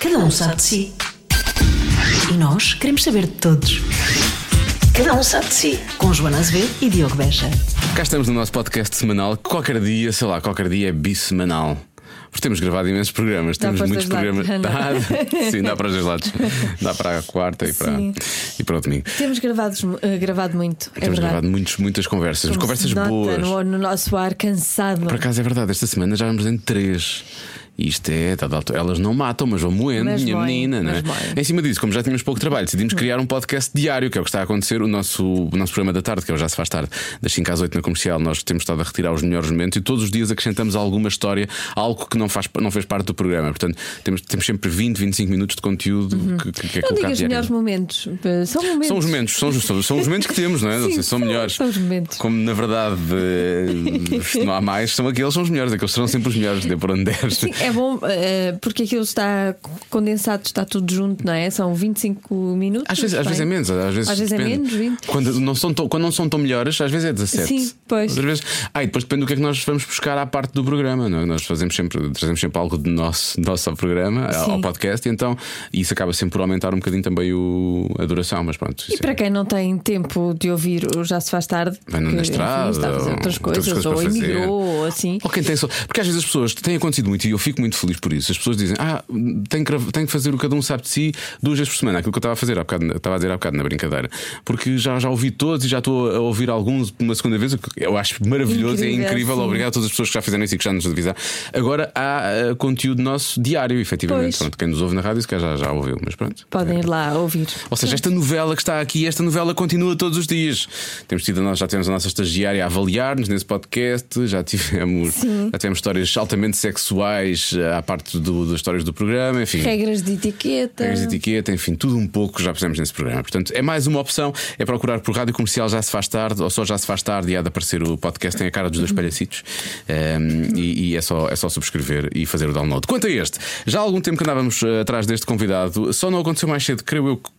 Cada um sabe de si. E nós queremos saber de todos. Cada um sabe de si. Com Joana Azevedo e Diogo Beja. Cá estamos no nosso podcast semanal, que qualquer dia, sei lá, qualquer dia é bissemanal. Porque temos gravado imensos programas, Dá temos para os muitos dois programas. lados. Dá, sim, dá para os dois lados. Dá para a quarta e para, Sim. e para o domingo. Temos gravados, eh, gravado muito. é temos verdade. gravado muitos, muitas conversas, Como conversas se nota boas. No, no nosso ar cansado. Por acaso é verdade, esta semana já vamos em três. E Isto é, tá de alto- elas não matam, mas vão moendo, Mas minha moem, menina, né? mas moem. Hum. Em cima disso, como já tínhamos pouco trabalho, decidimos criar um podcast diário, que é o que está a acontecer. O nosso, o nosso programa da tarde, que é o Já Se Faz Tarde, das 5 às 8 na comercial, nós temos estado a retirar os melhores momentos e todos os dias acrescentamos alguma história, algo que não, faz, não fez parte do programa. Portanto, temos, temos sempre 20, 25 minutos de conteúdo que, que- que é Uhum. colocado Não digas melhores diariamente. momentos. eh, São momentos. São os momentos, são, os- são, são os momentos que temos, não é? não Sim, sei, são são- melhores. são os momentos. Como na verdade eh, se não há mais, são aqueles, são os melhores, aqueles serão sempre os melhores, de por onde deres. Sim, é bom eh, porque aquilo está condensado, está tudo junto, não é? São 25 minutos. Às vezes, às bem. vezes é menos, às vezes, Às vezes é depende. menos, 20. Quando não, são tão, quando não são tão melhores, às vezes é 17. Sim, pois. Outras vezes. Ah, e depois depende do que é que nós vamos buscar à parte do programa. Não é? Nós fazemos sempre, trazemos sempre algo de nosso, nosso ao programa, Sim. ao podcast, e então isso acaba sempre por aumentar um bocadinho também o, a duração, mas pronto. E isso é- para quem não tem tempo de ouvir o Já Se Faz Tarde, Vai na que, estrada, está a ou fazer outras tem outras coisas, coisas ou para fazer. emigrou, ou assim. Ou quem tem só. Porque às vezes as pessoas têm acontecido muito e eu fico muito feliz por isso. As pessoas dizem, ah, tenho que, grava- tenho que fazer o cada um sabe de si duas vezes por semana. Aquilo que eu estava a fazer há bocado, estava a dizer há bocado na brincadeira. Porque já, já ouvi todos e já estou a ouvir alguns uma segunda vez, o que eu acho maravilhoso e é Incrível, incrível. sim. Obrigado a todas as pessoas que já fizeram isso e que já nos avisaram. Agora há ah, conteúdo nosso diário, efetivamente. Pois. Pronto, quem nos ouve na rádio, se calhar já, já ouviu, mas pronto. Podem ir lá ouvir. Ou seja, esta novela que está aqui, esta novela continua todos os dias. Temos tido, a nós já tivemos a nossa estagiária a avaliar-nos nesse podcast, já tivemos, já tivemos histórias altamente sexuais eh, à parte do, das histórias do programa, enfim. Regras de etiqueta. Regras de etiqueta, enfim, tudo um pouco já fizemos nesse programa. Portanto, é mais uma opção, é procurar por rádio comercial já se faz tarde, ou só já se faz tarde e há de aparecer o podcast, tem a cara dos dois palhacitos. Um, e e é, só, é só subscrever e fazer o download. Quanto a este, já há algum tempo que andávamos eh, atrás deste convidado, só não aconteceu mais cedo, creio eu que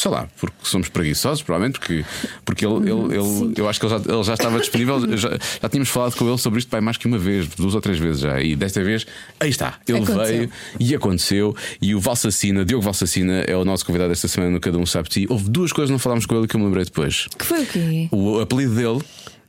sei lá, porque somos preguiçosos, provavelmente, porque, porque ele, ele, ele- eu acho que ele já, ele já estava disponível, já, já tínhamos falado com ele sobre isto bem mais que uma vez, duas ou três vezes já, e desta vez, aí está, ele Aconteceu. veio e aconteceu, e o Valsacina, Diogo Valsacina, é o nosso convidado esta semana no Cada Um Sabe de Ti. Houve duas coisas que não falámos com ele que eu me lembrei depois. Que foi o quê? O apelido dele.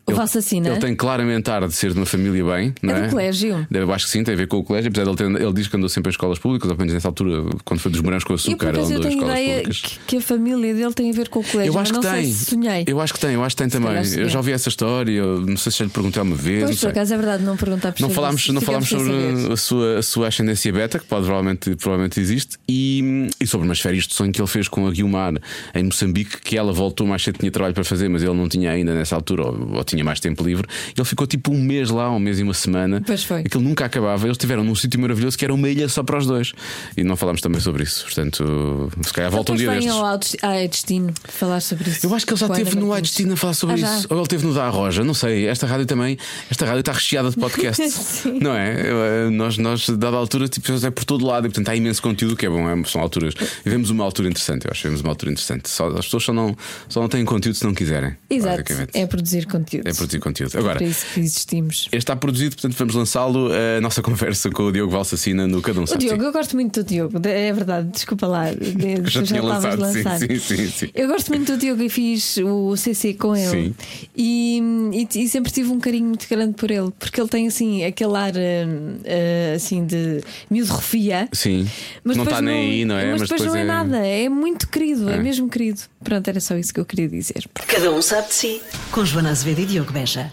O ele- Valsacina? Ele tem claramente ar de ser de uma família bem, não É é? do colégio. Eu acho que sim, tem a ver com o colégio, apesar de ele, ter, ele diz que andou sempre em escolas públicas, ou pelo menos nessa altura, quando foi dos morangos com Eu, por açúcar, ele acaso, eu andou em tenho um escolas ideia públicas. que, que a família dele tem a ver com o colégio. Eu acho mas que não tem. Sei se sonhei. Eu acho que tem, eu acho que tem também. calhar sonhei. eu já ouvi essa história, eu não sei se já lhe perguntei alguma vez. pois, não por sei. acaso é verdade, não perguntar Não falámos, não falámos sobre a sua, a sua ascendência beta, que pode, provavelmente, provavelmente existe, e, e sobre umas férias de sonho que ele fez com a Guilmar em Moçambique, que ela voltou mais cedo, tinha trabalho para fazer, mas ele não tinha ainda nessa altura, ou, ou tinha mais tempo livre. Ele ficou tipo um mês lá, um mês e uma semana. Pois foi. Aquilo nunca acabava. Eles estiveram num sítio maravilhoso que era uma ilha só para os dois. E não falámos também sobre isso. Portanto, se calhar volta um dia Depois vem destes. ao Alto- ah, é destino falar sobre isso. Eu acho que ele já Com a teve Ana no Ai Martins. Destino a falar sobre é Ah, já? isso. Ou ele teve no Da Roja, não sei. Esta rádio também, esta rádio está recheada de podcasts. Sim. não é? Eu, eh, Nós, nós dada a altura, tipo, é por todo lado e portanto há imenso conteúdo que é bom, é, são alturas. Vivemos uma altura interessante, eu acho que vivemos uma altura interessante. Só, as pessoas só não, só não têm conteúdo se não quiserem. Exato. basicamente. É produzir conteúdo. É produzir conteúdo. Agora, Para isso que existimos. este está produzido, portanto vamos lançá-lo a nossa conversa com o Diogo Valsacina no Cada um O Sabe de Si. Diogo, eu gosto muito do Diogo, de- é verdade, desculpa lá, de- tu já tinha estavas lançado, sim, lançado. sim, sim, sim. Eu gosto muito do Diogo e fiz o CC com ele. Sim. E, e- e sempre tive um carinho muito grande por ele, porque ele tem assim aquele ar hum, ah, assim de miúdo refia. Sim. Mas não está depois nem aí, não é? Mas, depois, não é... nada, é muito querido, é. É. mesmo querido. Pronto, era só isso que eu queria dizer. Cada um sabe de si. Com Joana Azevedo e Diogo Beja.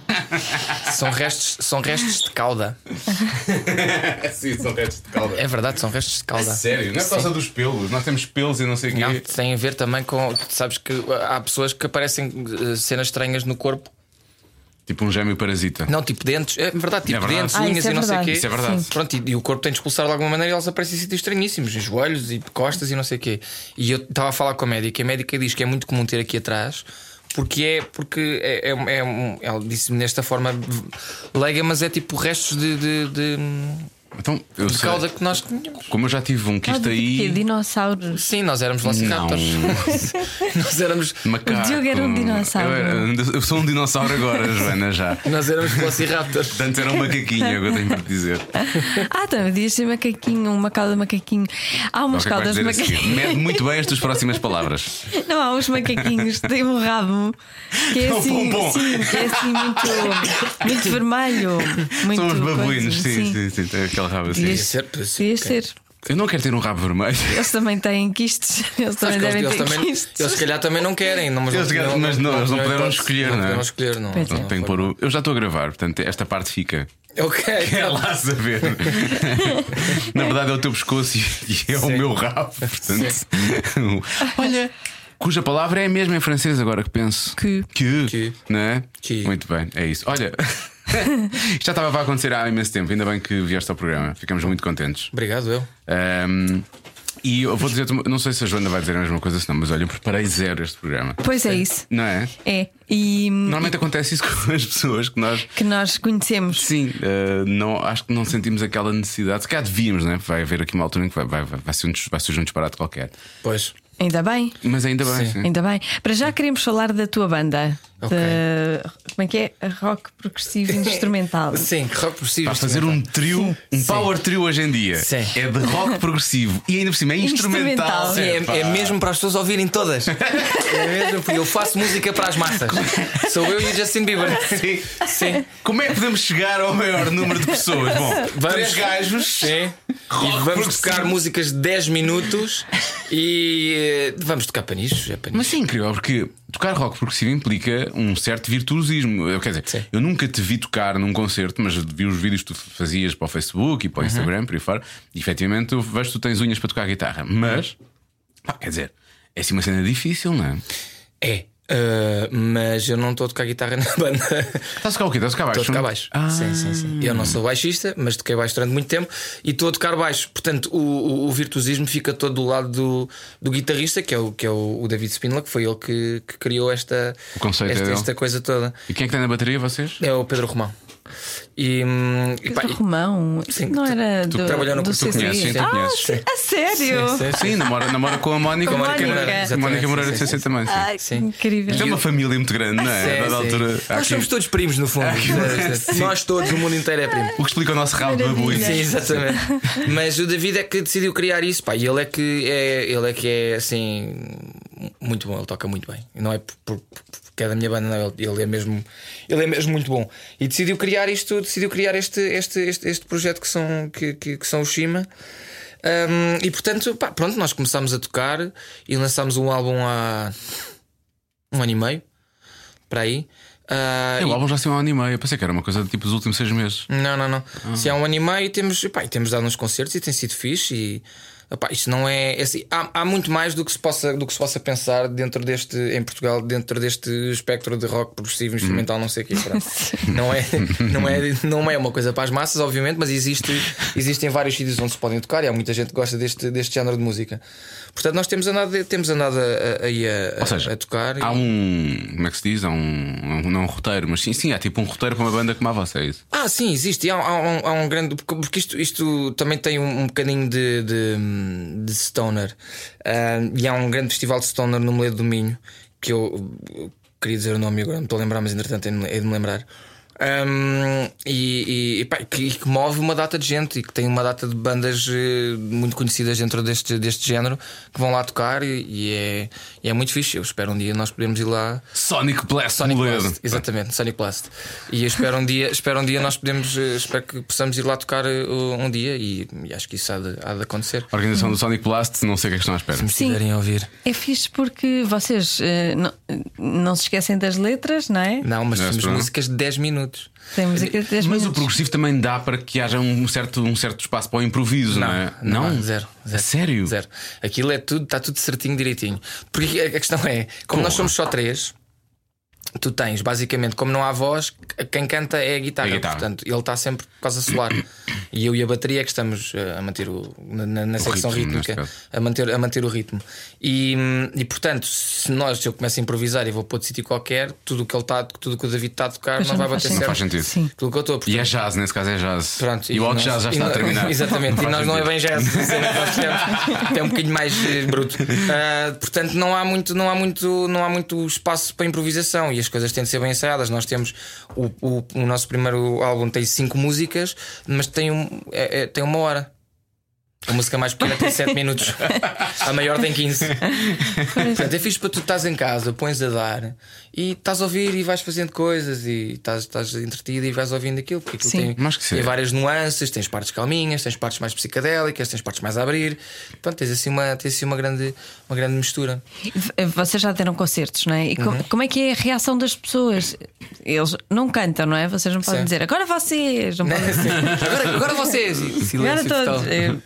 São restos, são restos de cauda. sim, são restos de calda. É verdade, são restos de cauda. Sério, não é por Sim. causa dos pelos, nós temos pelos e não sei o quê. Não, tem a ver também com. tu Sabes que uh, há pessoas que aparecem uh, cenas estranhas no corpo. Tipo um gêmeo parasita. Não, tipo dentes. É verdade, tipo É verdade. dentes, Ah, unhas isso é e não sei o verdade. quê. Isso é verdade. Sim. Pronto, e, e o corpo tem de expulsar de alguma maneira e elas aparecem em sítios estranhíssimos, em joelhos e costas e não sei o quê. E eu estava a falar com a médica e a médica diz que é muito comum ter aqui atrás. Porque é, porque é, é- é um- ela disse-me desta forma leiga, mas é tipo restos de, de- de- Então, eu Por sei. causa que nós tínhamos. Como eu já tive um que isto Que aí. dinossauros. Sim, nós éramos Velociraptors. nós éramos. Macaco. O Diogo era um dinossauro. Eu, era- eu sou um dinossauro agora, Joana, já. Nós éramos Velociraptors. Portanto, era um macaquinho, é o que eu tenho para te dizer. Ah, então, também podias ser macaquinho, um macau de macaquinho. Há Não umas sei o que vais caudas de dizer a seguir. macaquinho. tipo. Mede muito bem as tuas próximas palavras. Não, há uns macaquinhos que têm um rabo que é Não, assim, bom, bom. sim, que é assim muito, muito vermelho. Muito São os coisa, babuínos, sim, sim, sim, tem Aquele rabo assim. Podia Podia ser, podia ser, Podias ok. ser. Eu não quero ter um rabo vermelho. Eles também têm quistes. Eles Sabes também que devem eles, ter eles também, quistes. eles se calhar também não querem, não, mas, Eles se calhar- mas não, eles não tiveram puderam hipótese, escolher, não é? Não puderam escolher, não. Pois é. não Tenho que pôr o... Eu já estou a gravar, portanto, esta parte fica. foi. Ok, É lá saber. Na verdade, é o teu pescoço e e é o meu rabo, portanto. Olha. Cuja palavra é a mesma em francês, agora que penso. Que. Que. Que. Não é? Que. Muito bem, é isso. Olha. Isto já estava a acontecer há imenso tempo, ainda bem que vieste ao programa. Ficamos muito contentes. Obrigado, eu. Ahm, e eu vou dizer, não sei se a Joana vai dizer a mesma coisa, se não, mas olha, eu preparei zero este programa. Pois é isso. Não é? É. E hum, Normalmente acontece isso com as pessoas que nós. que nós conhecemos. Sim, eh, não, acho que não sentimos aquela necessidade. Se calhar devíamos, né? Vai haver aqui uma altura em que vai, vai, vai, vai ser um, des- vai surgir um disparate qualquer. Pois. Ainda bem. Mas ainda bem. Sim. sim. Ainda bem. Para já queremos falar da tua banda. Ok. Da- como é que é? Rock progressivo instrumental. Sim, que rock possível. Para fazer um trio, um power trio hoje em dia. Sim. É de rock progressivo e ainda por cima é instrumental. Instrumental. É, Epá. é mesmo para as pessoas ouvirem todas. É mesmo, porque eu faço música para as massas. Sou eu e o Justin Bieber. Sim. Sim. Como é que podemos chegar ao maior número de pessoas? Bom, três gajos. Sim. Rock E vamos progressivo. tocar músicas de 10 minutos e eh, vamos tocar panichos. É panichos. Mas sim, incrível, porque tocar rock progressivo implica um certo virtuosismo. Eu, Quer dizer, Sim. eu nunca te vi tocar num concerto, mas vi os vídeos que tu fazias para o Facebook e para o Instagram, por aí fora, e efetivamente eu vejo que tu tens unhas para tocar guitarra. Mas, pá, quer dizer, é assim uma cena difícil, não é? É. eh, mas eu não estou a tocar guitarra na banda. Estás a tocar o quê? Estás a tocar baixo? Estou a tocar baixo. Ah, Sim, sim, sim. Eu não sou baixista, mas toquei baixo durante muito tempo e estou a tocar baixo. Portanto, o, o, o virtuosismo fica todo do lado do, do guitarrista, que é, o, que é o, o David Spindler, que foi ele que, que criou esta, O conceito é esta, dele. esta coisa toda. E quem é que tem na bateria, vocês? É o Pedro Romão. E, hum, e pá, Pedro e- Romão. Sim, não tu- era tu do, trabalhou no- do tu CC. conheces, sim, tu ah, conheces. sé- a sério? sim, Sim, namora, namora com a Mónica. Com a Mónica. Moreira. Mónica Moreira Exatamente, CC também. Sim. Ai, que Sim. incrível. Então, Isto é uma família muito grande, não é? Sim, A dada sim. altura. há Ah, Nós aqui- É, somos todos primos, no fundo. Nós todos, o mundo inteiro é primo. O que explica o nosso rabo de Maravilha. babuí. Sim, exatamente. Mas o David é que decidiu criar isso, pá. E ele é que é, ele é que é assim muito bom, ele toca muito bem. Não é por, por- porque é da minha banda, não, ele, ele é mesmo, ele é mesmo muito bom. E decidiu criar isto, decidiu criar este este este, este projeto que são que, que, que são o Shima. Ahm, e portanto, pá, pronto, nós começámos a tocar e lançámos um álbum há um ano e meio para aí. Ah, É, e- o álbum já saiu há um ano e meio. Eu pensei que era uma coisa de tipo dos últimos seis meses. não, não, não. Se há um ano e meio temos, epá, e temos dado uns concertos e tem sido fixe e epá, isto não é. é assim, há, há muito mais do que, se possa, do que se possa pensar dentro deste, em Portugal, dentro deste espectro de rock progressivo, instrumental, não sei o quê. pronto. não, é, não, é, não é uma coisa para as massas, obviamente, mas existe, existem vários sítios onde se podem tocar e há muita gente que gosta deste, deste género de música. Portanto, nós temos andado, temos andado a, a, a- Ou seja, a tocar. e- Há um. Como é que se diz? Há um. um- Não um roteiro, mas sim, sim, há tipo um roteiro para uma banda como a vossa, é isso. Ah, sim, existe. E Há, há um, há um grande. porque- Porque isto, isto também tem um, um bocadinho de, de, de stoner. Ah, e há um grande festival de stoner no Moledo do Minho. Que eu, eu queria dizer o nome e agora, não estou a lembrar, mas entretanto hei de me- hei de me lembrar. Ah, e e, pá, que, e que move uma data de gente e que tem uma data de bandas eh, muito conhecidas dentro deste, deste género que vão lá tocar e, e é, e é muito fixe. Eu espero um dia nós podermos ir lá Sonic Blast, Sonic Moledo. Blast, exatamente, Sonic Blast. E eu espero um dia, espero um dia nós podemos, eh, espero que possamos ir lá tocar eh, um dia e, e acho que isso há de, há de acontecer. A organização do Sonic Blast, não sei o que é que estão à espera. Se estiverem a ouvir. É fixe porque vocês eh, não, não se esquecem das letras, não é? Não, mas Não é esse temos problema? músicas de 10 minutos. Temos aqui 10 Mas o minutos. progressivo também dá para que haja um certo, um certo espaço para o improviso, não, é? há, zero, zero. A sério? Zero. Aquilo é tudo, está tudo certinho, direitinho. Porque a a questão é, como nós somos só três, tu tens, basicamente, como não há voz, quem canta é a guitarra. É a guitarra. Portanto, ele está sempre quase a solar. e eu e a bateria é que estamos eh, a manter o. na, na- na secção ritmo, rítmica, neste a manter, a manter o ritmo. E, hum, e portanto, se nós, se eu começo a improvisar e vou para outro sítio qualquer, tudo o que ele está, tudo o que o David está a tocar Pois não não vai faz bater sentido. Não faz certo. sentido. Sim. Aquilo que eu estou a propor- E é jazz, nesse caso é jazz. Pronto, e o alt nós- jazz já e está nós- a terminar. Exatamente, e Não faz nós não é sentido. bem jazz, isso é que nós temos. é um bocadinho mais eh, bruto. Ah, portanto, não há, muito, não, há muito, não há muito espaço para improvisação e as coisas têm de ser bem ensaiadas. Nós temos o, o- o nosso primeiro álbum tem cinco músicas, mas tem, um, é- é- tem uma hora. A música mais pequena tem 7 minutos, a maior tem 15. Portanto, é fixe para tu estás em casa, pões a dar e estás a ouvir e vais fazendo coisas e estás, estás entretido e vais ouvindo aquilo, porque aquilo Sim. tem, Mas que tem sim. várias nuances, tens partes calminhas, tens partes mais psicadélicas, tens partes mais a abrir. Pronto, tens assim uma, tens assim uma, grande, uma grande mistura. V- eh, Vocês já deram concertos, não é? E co- Uhum. como é que é a reação das pessoas? Eles não cantam, não é? Vocês não podem Sim. dizer agora vocês, não podem dizer agora, agora vocês! agora Silêncio todos. total. Eu-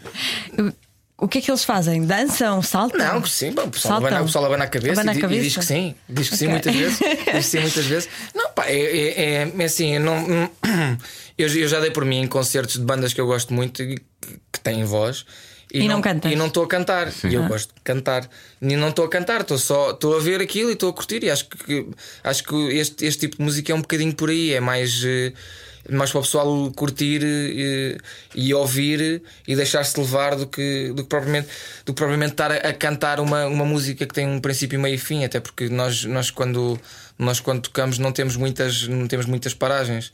eu- O que é que eles fazem? Dançam? Saltam? Não, que sim, bom, o pessoal Saltam. abana, o pessoal abana a cabeça, Abana e, a di- e diz cabeça. que sim, diz que sim Ok. muitas vezes, diz que sim muitas vezes. Não, pá, é, é, é- é assim, eu não, não- eu, eu já dei por mim em concertos de bandas que eu gosto muito e que que têm voz. E não cantas. E não estou a cantar. E eu gosto de cantar. E não estou a cantar, estou só estou a ver aquilo e estou a curtir. E acho que, acho que este, este tipo de música é um bocadinho por aí. É mais, eh, mais para o pessoal curtir eh, e ouvir e deixar-se levar do que, do que propriamente, do que propriamente estar a, a cantar uma, uma música que tem um princípio, meio e fim. Até porque nós, nós, quando, nós quando tocamos não temos muitas, não temos muitas paragens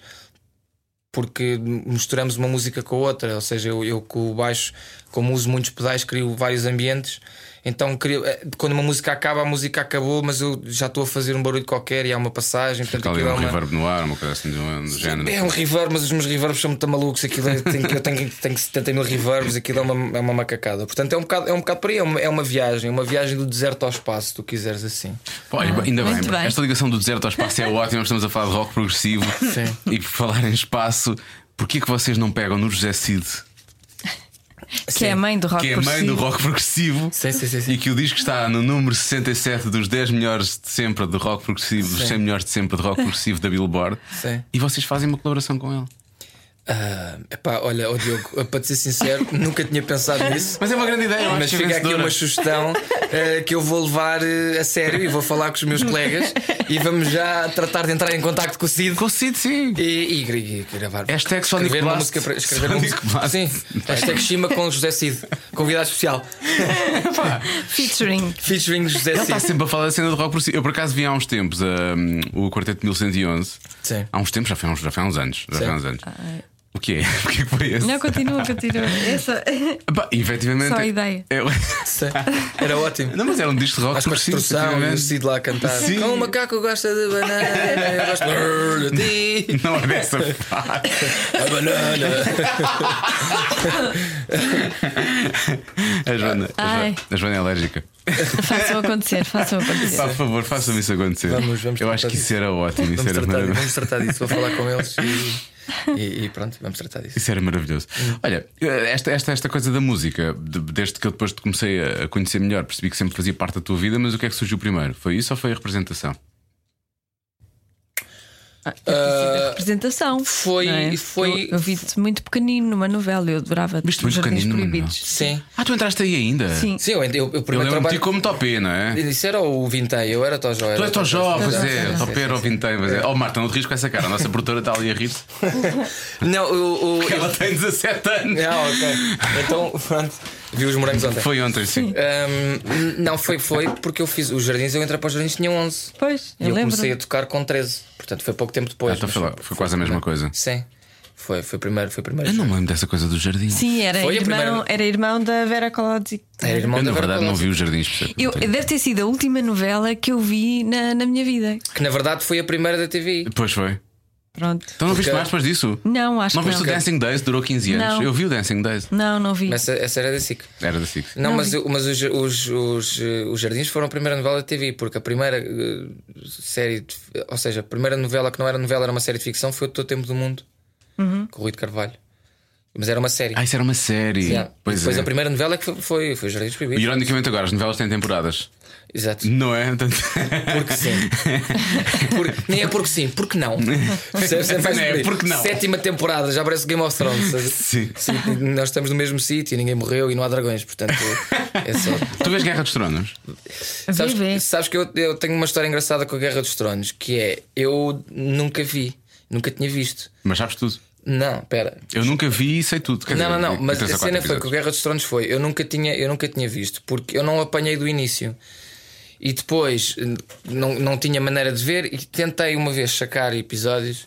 porque misturamos uma música com a outra, ou seja, eu, eu com o baixo, como uso muitos pedais, crio vários ambientes. Então, crio- eh, quando uma música acaba, a música acabou, mas eu já estou a fazer um barulho qualquer e há uma passagem. Portanto, Está ali aquilo um é uma- reverb no ar, uma coisa assim do, do género. é um reverb, mas os meus reverbs são muito malucos. Aquilo é- tem, eu tenho, tenho 70 mil reverbs, aquilo é uma, é uma macacada. Portanto, é um bocado, é um bocado por aí, é uma, é uma viagem, uma viagem do deserto ao espaço, se tu quiseres assim. Pô, Olha, ainda bem, muito bem. esta ligação do deserto ao espaço é ótima. Estamos a falar de rock progressivo Sim. e por falar em espaço, porquê que vocês não pegam no José Cid, Que é a mãe do rock que Ah, é a mãe progressivo. do rock progressivo? Sim, sim, sim, sim. E que o disco está no número 67 dos 10 melhores de sempre de rock progressivo, dos Sim. 100 melhores de sempre de rock progressivo da Billboard. Sim. E vocês fazem uma colaboração com ele. Ah, epá, olha, ó Diogo, para te ser sincero, nunca tinha pensado nisso. Mas é uma grande ideia, eu acho Mas que é fica aqui vencedora. uma sugestão eh, que eu vou levar eh, a sério e vou falar com os meus colegas e vamos já tratar de entrar em contacto com o Cid Com o Cid, sim. e, e, e- e gravar. Hashtag Sonic escrever uma Blast. música para escrever uma Sonic música. Blast. Sim, hashtag Shima com José Cid, convidado especial. Featuring. Featuring José Ele está Cid. É sempre a falar da cena do rock progressivo. Eu por acaso vi há uns tempos hum, o Quarteto de 1111. Sim. Há uns tempos, já foi há uns, já foi há uns anos. Já foi há uns anos. O que é? O que é que foi esse? Não, continua, continua. Essa. Pá, efetivamente. Só a ideia. é- Sim. Era ótimo. Não, mas era um disco de rock Acho que a progressivo. construção e o efetivamente. Cid lá a cantar. Sim. Com o macaco gosta de banana, eu gosto de ti. Não é dessa parte. A banana. A Joana, a Ai. Joana, a Joana é alérgica. Façam acontecer, façam acontecer. Pá, por favor, façam isso acontecer. Vamos- vamos Eu acho tratar que isso disso. era ótimo. Isso Vamos era, tratar, maravilhoso. vamos tratar disso, vou falar com eles e, e- e pronto, vamos tratar disso. Isso era maravilhoso. Hum. Olha, esta, esta, esta coisa da música, de- desde que eu depois te comecei a a conhecer melhor, percebi que sempre fazia parte da tua vida, mas o que é que surgiu primeiro? Foi isso ou foi a representação? Ah, eu preciso da representação. Foi- não é? foi- Eu, eu vi-te muito pequenino numa novela, eu adorava. Viste muito Jardins pequenino é? numa Proibidos. Sim. Ah, tu entraste aí ainda? Sim. Sim, eu, eu, eu Eu primeiro lembro-me de ti trabalho. como topê, não é? Isso era o Vintei, eu era Tojó. Tu era és tão jovem, pois é, Sim, sim, topê sim. ou vintém, pois é. Oh, Marta, não te rires com essa cara, a nossa produtora está ali a rir. Não, o. o Ela tem 17 anos. Ah, ok. Então, pronto, vi os morangos ontem. Foi ontem, sim. Ahm, não, foi, foi porque eu fiz os jardins, eu entrei para os jardins tinha 11. Pois, E eu, eu lembro. comecei a tocar com 13. Portanto, foi pouco tempo Ah, depois. então mas foi, lá, foi quase a mesma coisa. Sim, foi, foi primeiro. Foi primeiro Eu não me lembro dessa coisa do jardim. Sim, era Foi a irmão, primeira- era irmão da Vera Colodzi. Era irmão Eu, da na Vera verdade, não Colasso. vi os jardins, percebe? Eu, Portanto, deve ter sido a última novela que eu vi na, na minha vida. Que na verdade foi a primeira da TV. Pois foi. Pronto. Então não viste Porque- mais depois disso? Não, acho Não que viste o não. Dancing Days? Durou 15 anos. Não. Eu vi o Dancing Days. Não, não vi. Essa, essa era da SIC. Era da Six. Não, Não mas, vi. eu- mas os, os, os, eh, os Jardins foram a primeira novela da TV, porque a primeira eh, série, de- ou Uhum. seja, a primeira novela que não era novela, era uma série de ficção, foi o Todo Tempo do Mundo, com o Rui de Carvalho. Mas era uma série. Ah, isso era uma série. Yeah. Pois depois é. a primeira novela que foi, foi, foi os Jardins Proibidos. Ironicamente, agora as novelas têm temporadas. Exato. Não é? Portanto, Porque sim. Porque- nem é porque sim, porque não. Percebes? É mais Não é por aí. porque não. Sétima temporada, já parece Game of Thrones. sabe? Sim. Nós estamos no mesmo sítio, e ninguém morreu e não há dragões, portanto é só. tu vês Guerra dos Tronos? Vê, vê. Sabes, sabes que eu, eu tenho uma história engraçada com a Guerra dos Tronos, que é eu nunca vi, nunca tinha visto. Mas sabes tudo. Não, pera. Eu nunca vi e sei tudo. Quer Não, não, dizer, não, vi mas três a ou quatro cena foi que o episódios. Guerra dos Tronos foi. Eu nunca tinha, eu nunca tinha visto, porque eu não apanhei do início. E depois eh, não, não tinha maneira de ver e tentei uma vez sacar episódios.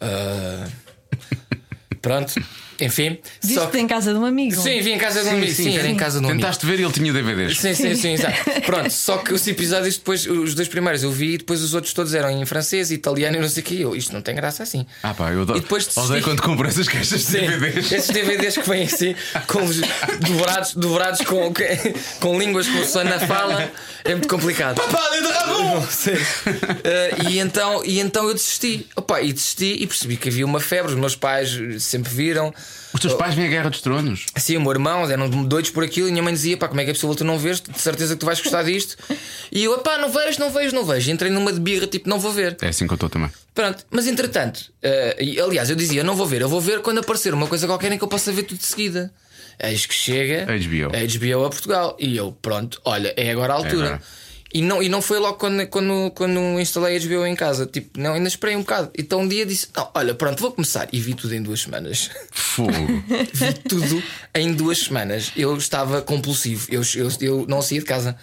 Ah, pronto, enfim. Diz que em casa de um amigo. Sim, vi em casa de um amigo. Sim, era em casa de um amigo. Tentaste ver e ele tinha DVDs. Sim, sim, sim, exato. Pronto, só que os episódios depois, os dois primeiros eu vi e depois os outros todos eram em francês, italiano e não sei o que. Eu, isto não tem graça assim. Ah, pá, eu adoro. E depois Odeio decidi- quando compro essas caixas de Sim, DVDs. Esses DVDs que vêm assim, com os devorados, devorados com, com línguas que o Susana fala, é muito complicado. Pá, de Ramon! Eh, e, então, e então eu desisti. Opa, e desisti e percebi que havia uma febre. Os meus pais sempre viram. Os teus pais vêm a Guerra dos Tronos. Sim, o meu irmão, eram doidos por aquilo. E a minha mãe dizia: pá, como é que é possível tu não vês? De certeza que tu vais gostar disto. E eu, pá, não vejo, não vejo, não vejo. Entrei numa de birra, tipo, não vou ver. É assim que eu estou também. Pronto, mas entretanto, eh, e, aliás, eu dizia: eu não vou ver, eu vou ver quando aparecer uma coisa qualquer em que eu possa ver tudo de seguida. Eis que chega HBO. a HBO a Portugal. E eu, pronto, olha, é agora a altura. agora. E não, e não foi logo quando, quando, quando instalei a HBO em casa. Tipo, não, ainda esperei um bocado. Então um dia disse: não, olha, pronto, vou começar. E vi tudo em duas semanas. Fogo. vi tudo em duas semanas. Eu estava compulsivo. Eu, eu, eu não saía de casa.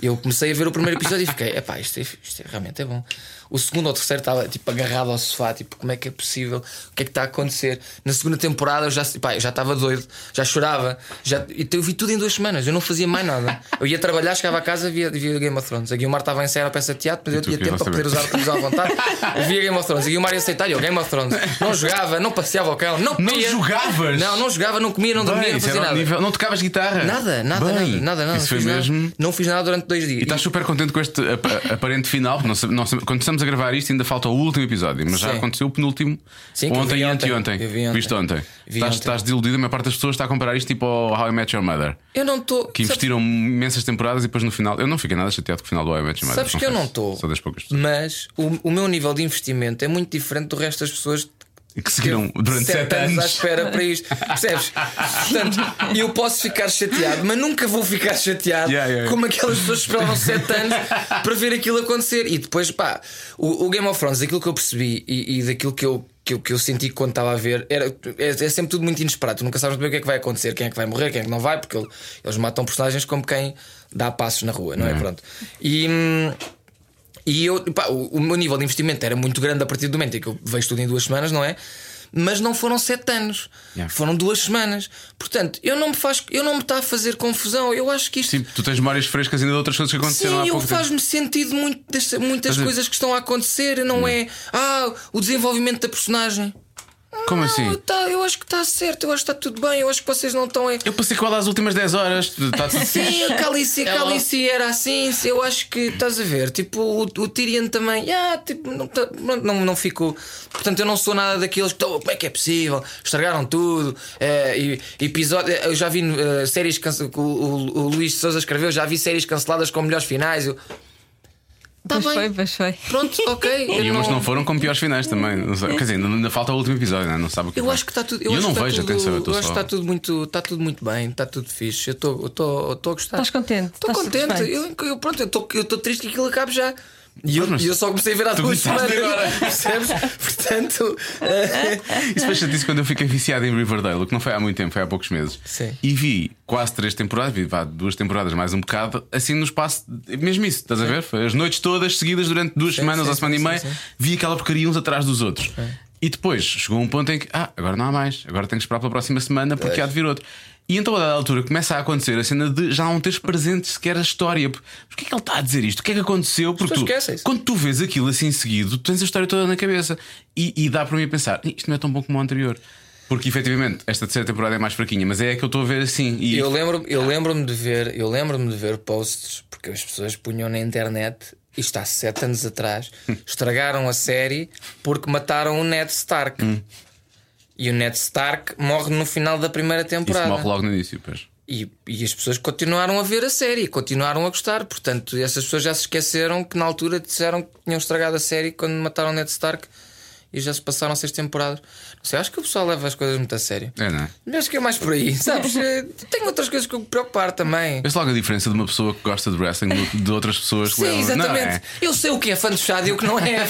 Eu comecei a ver o primeiro episódio e fiquei, epá, isto, é, isto é- realmente é bom. O segundo ou terceiro estava tipo agarrado ao sofá, tipo, como é que é possível? O que é que está a acontecer? Na segunda temporada eu já, pá, eu já estava doido, já chorava, já, então eu vi tudo em duas semanas, eu não fazia mais nada. Eu ia trabalhar, chegava a casa via, via Game of Thrones. A Guilmar estava a ensaiar a peça de teatro, mas eu tu tinha querias tempo para saber. poder usar a televisão à vontade. Eu via Game of Thrones. A Guilmar ia aceitar, eu Game of Thrones. Não jogava, não passeava ao cão, não Não comia. jogavas? Não, não jogava, não comia, não dormia, Bem, não isso fazia era ao nada. nível- Não tocavas guitarra? Nada, nada, Bem, nada, nada, nada. Isso não foi fiz nada. mesmo. Não fiz nada durante dois dias. E estás super contente com este ap- aparente final, porque não sabe- não sabe- quando estamos a gravar isto, ainda falta o último episódio, mas já Sim. aconteceu o penúltimo Sim, que eu ontem vi e ontem. anteontem. Eu vi ontem. Viste ontem. Vi estás, ontem. estás desiludida, a maior parte das pessoas está a comparar isto tipo ao How I Met Your Mother, Eu não estou. que investiram imensas temporadas e depois no final. Eu não fiquei nada chateado com o final do How I Met Your Mother. Sabes que eu confesso. não estou. Sou das poucas pessoas Mas o, o meu nível de investimento é muito diferente do resto das pessoas que seguiram durante sete sete à anos. espera para isto. Percebes? Portanto, eu posso ficar chateado, mas nunca vou ficar chateado Yeah, yeah. como aquelas pessoas que esperavam 7 anos para ver aquilo acontecer. E depois, pá, o, o Game of Thrones, aquilo que eu percebi e, e daquilo que eu. Que eu, que eu senti quando estava a ver era, é, é sempre tudo muito inesperado. Tu nunca sabes bem o que é que vai acontecer, quem é que vai morrer, quem é que não vai, porque ele- eles matam personagens como quem dá passos na rua, não é? Pronto. E. hum, e eu, pá, o, o meu nível de investimento era muito grande a partir do momento em que eu vejo tudo em duas semanas, não é? Mas não foram sete anos, Yeah. foram duas semanas. Portanto, eu não me faz, eu não me está a fazer confusão. Eu acho que isto. Sim, tu tens memórias frescas ainda de outras coisas que aconteceram Sim, há eu pouco tempo. faz-me sentido muito das- muitas Mas eu- coisas que estão a acontecer. Hum. Não é. Ah, o desenvolvimento da personagem. Como Não, assim? tá, eu acho que está certo, eu acho que está tudo bem, eu acho que vocês não estão a. Eu passei com ela às últimas 10 horas. Está tudo Sim, a Calice, a Calice era assim, eu acho que estás a ver. Tipo, o, o Tyrion também, ah, tipo, não, tá- não, não ficou. Portanto, eu não sou nada daqueles que "Oh, como é que é possível? Estragaram tudo. eh, e- episódio, eh, eu já vi eh, séries cance- que o, o, o Luís de Souza escreveu, já vi séries canceladas com melhores finais. Eu, tá Pois bem, foi, pois foi. pronto, ok. eu E umas não- não foram com piores finais também. Não sei. Quer dizer, ainda- ainda falta o último episódio, né? não sabe o que Eu vai. acho que está tudo. E Eu, acho não que tá vejo, tudo- atenção, eu Eu estou acho só. que está tudo muito, está tudo muito bem, está tudo fixe. Eu estou, eu estou, eu estou a gostar. Estás contente? Estou Estás contente. satisfeito? Eu, eu- pronto, eu estou, eu estou triste que aquilo acabe já. E eu, Mas- e eu só comecei a ver há Tu duas começaste semanas. agora. Percebes? Portanto. eh, Isso foi chatice quando eu fiquei viciado em Riverdale, o que não foi há muito tempo, foi há poucos meses. Sim. E vi quase três temporadas, vi vá, duas temporadas mais um bocado, assim no espaço, de- mesmo isso, estás a ver? Foi as noites todas seguidas durante duas semanas sim, ou semana sim, e meia, sim, sim. vi aquela porcaria uns atrás dos outros. E depois chegou um ponto em que, ah, agora não há mais, agora tenho que esperar pela próxima semana porque há de vir outro. E então, a dada altura, começa a acontecer a cena de já não teres presente sequer a história. Porquê é que ele está a dizer isto? O que é que aconteceu? Porque tu, pessoas esquecem-se. quando tu vês aquilo assim seguido, tu tens a história toda na cabeça. E, e dá para mim a pensar, isto não é tão bom como o anterior. Porque efetivamente esta terceira temporada é mais fraquinha, mas é a que eu estou a ver assim. E Eu lembro-me eu lembro de ver, eu lembro-me de ver posts porque as pessoas punham na internet, isto há sete Hum. anos atrás, estragaram a série porque mataram o Ned Stark. E o Ned Stark morre no final da primeira Isso temporada. morre logo no início, pois. E, e as pessoas continuaram a ver a série, continuaram a gostar. Portanto, essas pessoas já se esqueceram que na altura disseram que tinham estragado a série quando mataram Ned Stark e já se passaram seis temporadas. Não sei, acho que o pessoal leva as coisas muito a sério. É, não é? Mas Acho que é mais por aí, sabes? Eh, Tenho outras coisas que eu me preocupar também. Vês logo a diferença de uma pessoa que gosta de wrestling do- de outras pessoas que Sim, levam- exatamente. Não, é? Eu sei o que é fã de fechado e o que não é.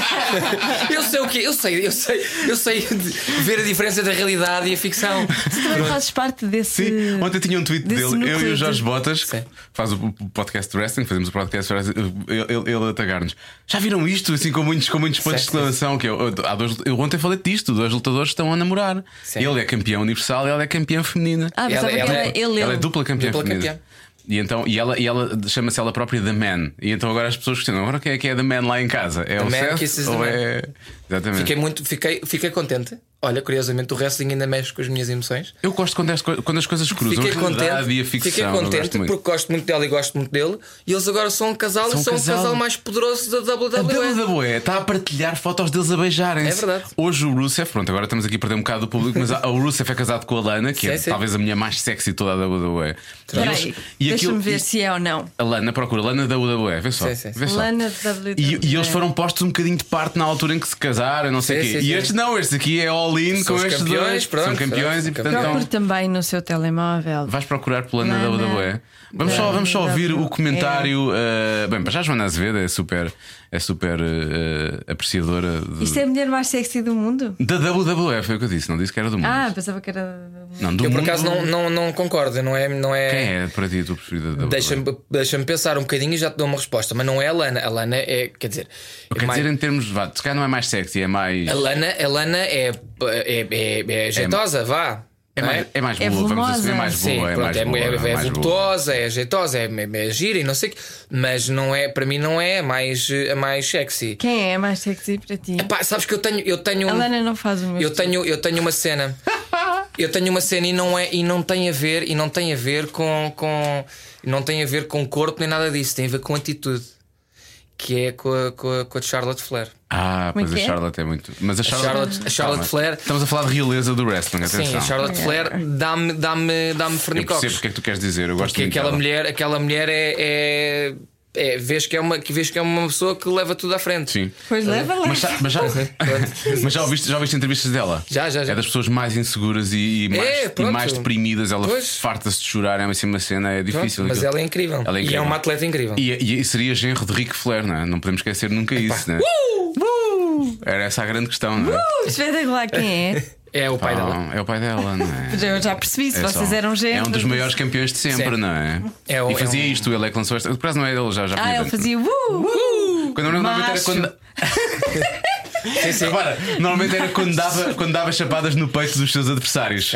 sabe? eu sei o que é. Eu sei, eu sei, eu sei de- ver a diferença da realidade e a ficção. Tu também fazes parte desse. Sim, ontem tinha um tweet desse dele, eu e núcleo o Jorge de- Botas, que Sim. faz o podcast de wrestling, fazemos o podcast de wrestling, ele, ele- ele a atacar-nos. Já viram isto? Assim, com muitos, com muitos pontos de Certo. exclamação. Que eu, eu- há dois, eu ontem falei disto: dois lutadores estão a namorar. Sim. Ele é campeão universal e ela é campeã feminina. Ah, Ela- pensava que ela- era ele. Ela é ele. dupla campeã Dupla feminina. campeã. E, então, e ela, e ela chama-se ela própria The Man. E então agora as pessoas questionam: agora quem é que é The Man lá em casa? É o Man Seth kisses ou the é. Exatamente. Fiquei muito, fiquei, fiquei contente. Olha, curiosamente, o wrestling ainda mexe com as minhas emoções. Eu gosto quando as, co- quando as coisas cruzam Fiquei a realidade e contente, a ficção. fiquei eu contente gosto muito. porque gosto muito dela e gosto muito dele. E eles agora são um casal São um e são casal. o casal mais poderoso da A WWE. WWE está a partilhar fotos deles a beijarem-se. É verdade. Hoje o Rusev, pronto, agora estamos aqui a perder um bocado do público, mas a- o Rusev é casado com a Lana, que é Sim, sim. talvez a minha mais sexy de toda a WWE. E Espera eles- aí, e Deixa-me aquilo- ver e- se é ou não. A Lana procura, Lana da WWE, vê só. Sim, sim, sim. Vê só. Lana de WWE. E, e eles foram postos um bocadinho de parte na altura em que se casaram, não sei o Sim, quê. sim, e sim. estes não, estes aqui é all-in São com os estes campeões, dois. pronto, são campeões são e portanto. campeões. Procure então, também no seu telemóvel. Vais procurar pela Lana da Lana WWE. Vamos só, da vamos só ouvir o WWE. comentário. eh, bem, para já a Joana Azevedo é super, é super eh, apreciadora de- Isto é a mulher mais sexy do mundo? da WWE, foi o que eu disse, não disse que era do mundo. Ah, pensava que era. não, do Eu por mundo. acaso não, não, não concordo, não é? Não é... Hum. Quem é para ti a tua preferida da WWE? Deixa-me deixa-me pensar um bocadinho e já te dou uma resposta. Mas não é a Lana. A Lana é, quer dizer, é Quer mais- dizer, em termos. Vá, se calhar não é mais sexy, é mais. a Lana, a Lana é, é, é, é jeitosa, vá. É não mais, é mais É boa, vamos dizer, é volumosa. mais boa. Sim, é pronto, mais é, boa, é- é mais boa. voluptuosa, é jeitosa, é, é, é gira e não sei o quê. Mas não é, para mim, não é a mais, a mais sexy. Quem é a mais sexy para ti? Epá, sabes que eu tenho. Eu tenho A Lana não é faz o meu. Eu tenho, eu tenho uma cena. Eu tenho uma cena e não, é, e não tem a ver, e não tem a ver com, com não tem a ver com corpo nem nada disso, tem a ver com atitude, que é com a, com a, com a Charlotte Flair. Ah, pois Como é que a é? Charlotte é muito. Mas a A Charlotte. Charlotte, a Charlotte Calma. Flair, Estamos a falar de realeza do wrestling, atenção. sim, a Charlotte Flair dá-me dá-me dá-me Eu percebo fornicocos. o que é que tu queres dizer, eu gosto Porque muito aquela dela. mulher, aquela mulher é, é, é- vês que é uma que vês que é uma pessoa que leva tudo à frente. Sim. Pois leva lá. Mas, já- mas já, mas já, ouviste, já ouviste entrevistas dela? Já, já, já. É das pessoas mais inseguras e, e mais, e pronto. mais deprimidas. Ela Pois. farta-se de chorar, é uma, assim, uma cena, é Pronto, difícil. mas aquilo. ela é, incrível. Ela é e é incrível. uma atleta incrível. E, e seria genro de Ric Flair, não é? Não podemos esquecer nunca isso, né? Uh! Uh! Era essa a grande questão, não é? Uh, Espetacular quem é. É o Uh! pai Pá, dela. É o pai dela, não é? Mas Eu já percebi, se É vocês só- eram É gêmeos. um dos maiores campeões de sempre, Sim. não é? É o- e fazia é um- isto, ele é que lançou esta. Por acaso não é ele, já, já Ah, tinha ele tanto. fazia. Uh, uh, Quando eu normalmente era macho. quando. sim, sim. Repara, normalmente era quando dava, quando dava chapadas no peito dos seus adversários.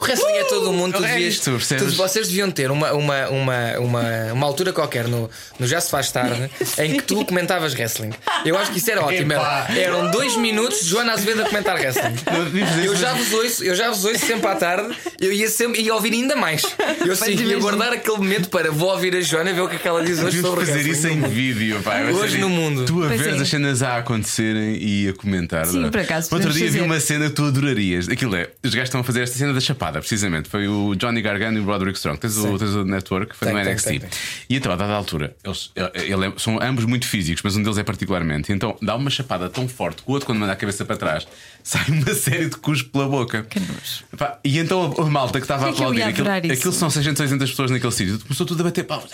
O wrestling é todo o mundo, tu é devias, isto, percebes? tu- vocês deviam ter uma, uma, uma, uma, uma altura qualquer no, no Já Se Faz Tarde em que tu comentavas wrestling. Eu acho que isso era ótimo. Epá. Era- eram dois minutos de Joana Azevedo a comentar wrestling. Não, devíamos dizer Eu isso, já mas- vos ouço, eu já vos ouço sempre à tarde, eu ia, sempre, ia ouvir ainda mais. Eu sim, ia guardar aquele momento para vou ouvir a Joana ver o que é que ela diz hoje Devíamos sobre fazer wrestling. isso em vídeo, pá. Vai Hoje ser- no mundo. Tu a Pois veres é. as cenas a acontecerem e a comentar. Sim, não é? por acaso, Outro podemos dia vi fazer. uma cena que tu adorarias. Aquilo é, os gajos estão a fazer esta cena da chapada, precisamente. Foi o Johnny Gargano e o Roderick Strong. Tens o, tens o network, foi Tem, no tem, NXT. tem, tem. E então, a dada altura, eles ele é- são ambos muito físicos, mas um deles é particularmente. Então, dá uma chapada tão forte que o outro, quando manda a cabeça para trás, sai uma série de cuspo pela boca. Pá, e então a, a malta que estava a Que é que eu aplaudir, ia aquilo, adorar isso? aquilo são 600, 800 pessoas naquele sítio, começou tudo a bater palmas.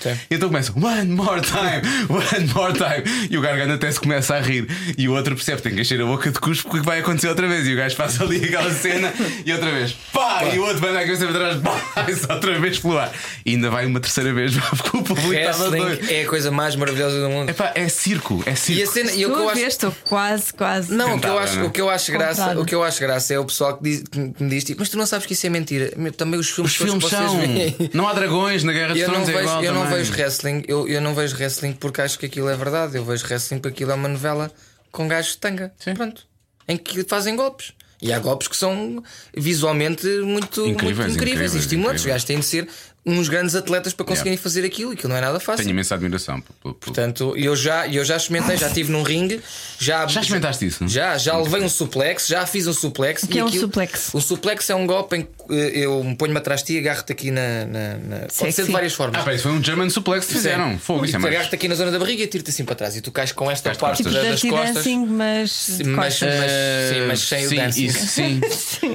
Sim. E Então começa One more time, one more time E o gargano até se começa a rir E o outro percebe, tem que encher a boca de cuspo Porque vai acontecer outra vez E o gajo passa ali aquela cena E outra vez, pá, e o outro vai na cabeça para trás pá, e só outra vez pelo ar E ainda vai uma terceira vez Porque o público estava doido Wrestling é a coisa mais maravilhosa do mundo. Epá, é circo, é circo E a cena, e o que Estou eu a acho ver, estou quase, quase. Não, o que, eu Tentada, acho, né? o, que eu acho graça, Comprada. o que eu acho graça é o pessoal que, diz- que me diz tipo, mas tu não sabes que isso é mentira. Meu, Também os filmes, Os filmes todos que vocês são veem- Não há dragões na Guerra dos Eu não, Tronos é vejo, igual eu não também. vejo wrestling, eu, eu não vejo wrestling porque acho que aquilo é verdade. Eu vejo wrestling porque aquilo é uma novela com gajos de tanga. Pronto. Em que fazem golpes. E há golpes que são visualmente muito muito Incríveis, incríveis, incríveis, e incríveis. estimulantes. Os gajos têm de ser uns grandes atletas para conseguirem Yeah. fazer aquilo, e aquilo não é nada fácil. Tenho imensa admiração. pelo- pelo- Portanto, eu já, eu já experimentei, já estive num ringue, já, Já experimentaste isso? Já, já levei um suplex, já fiz um suplex. O que é um suplex? O suplex é um golpe em que eh, eu me ponho-me atrás de ti e agarro-te aqui na. na, na- Pode ser Sexy. de várias formas. Ah, pá, isso foi um German suplex que fizeram. Fogo, e isso é tu mais. agarras-te aqui na zona da barriga e tiro-te assim para trás. E tu cais com esta Cais de parte costas. eh, da- é das Tipo Dirty costas. dancing, mas. de Mas, mas, costas. sim, mas sem o sim, dancing. isso, sim.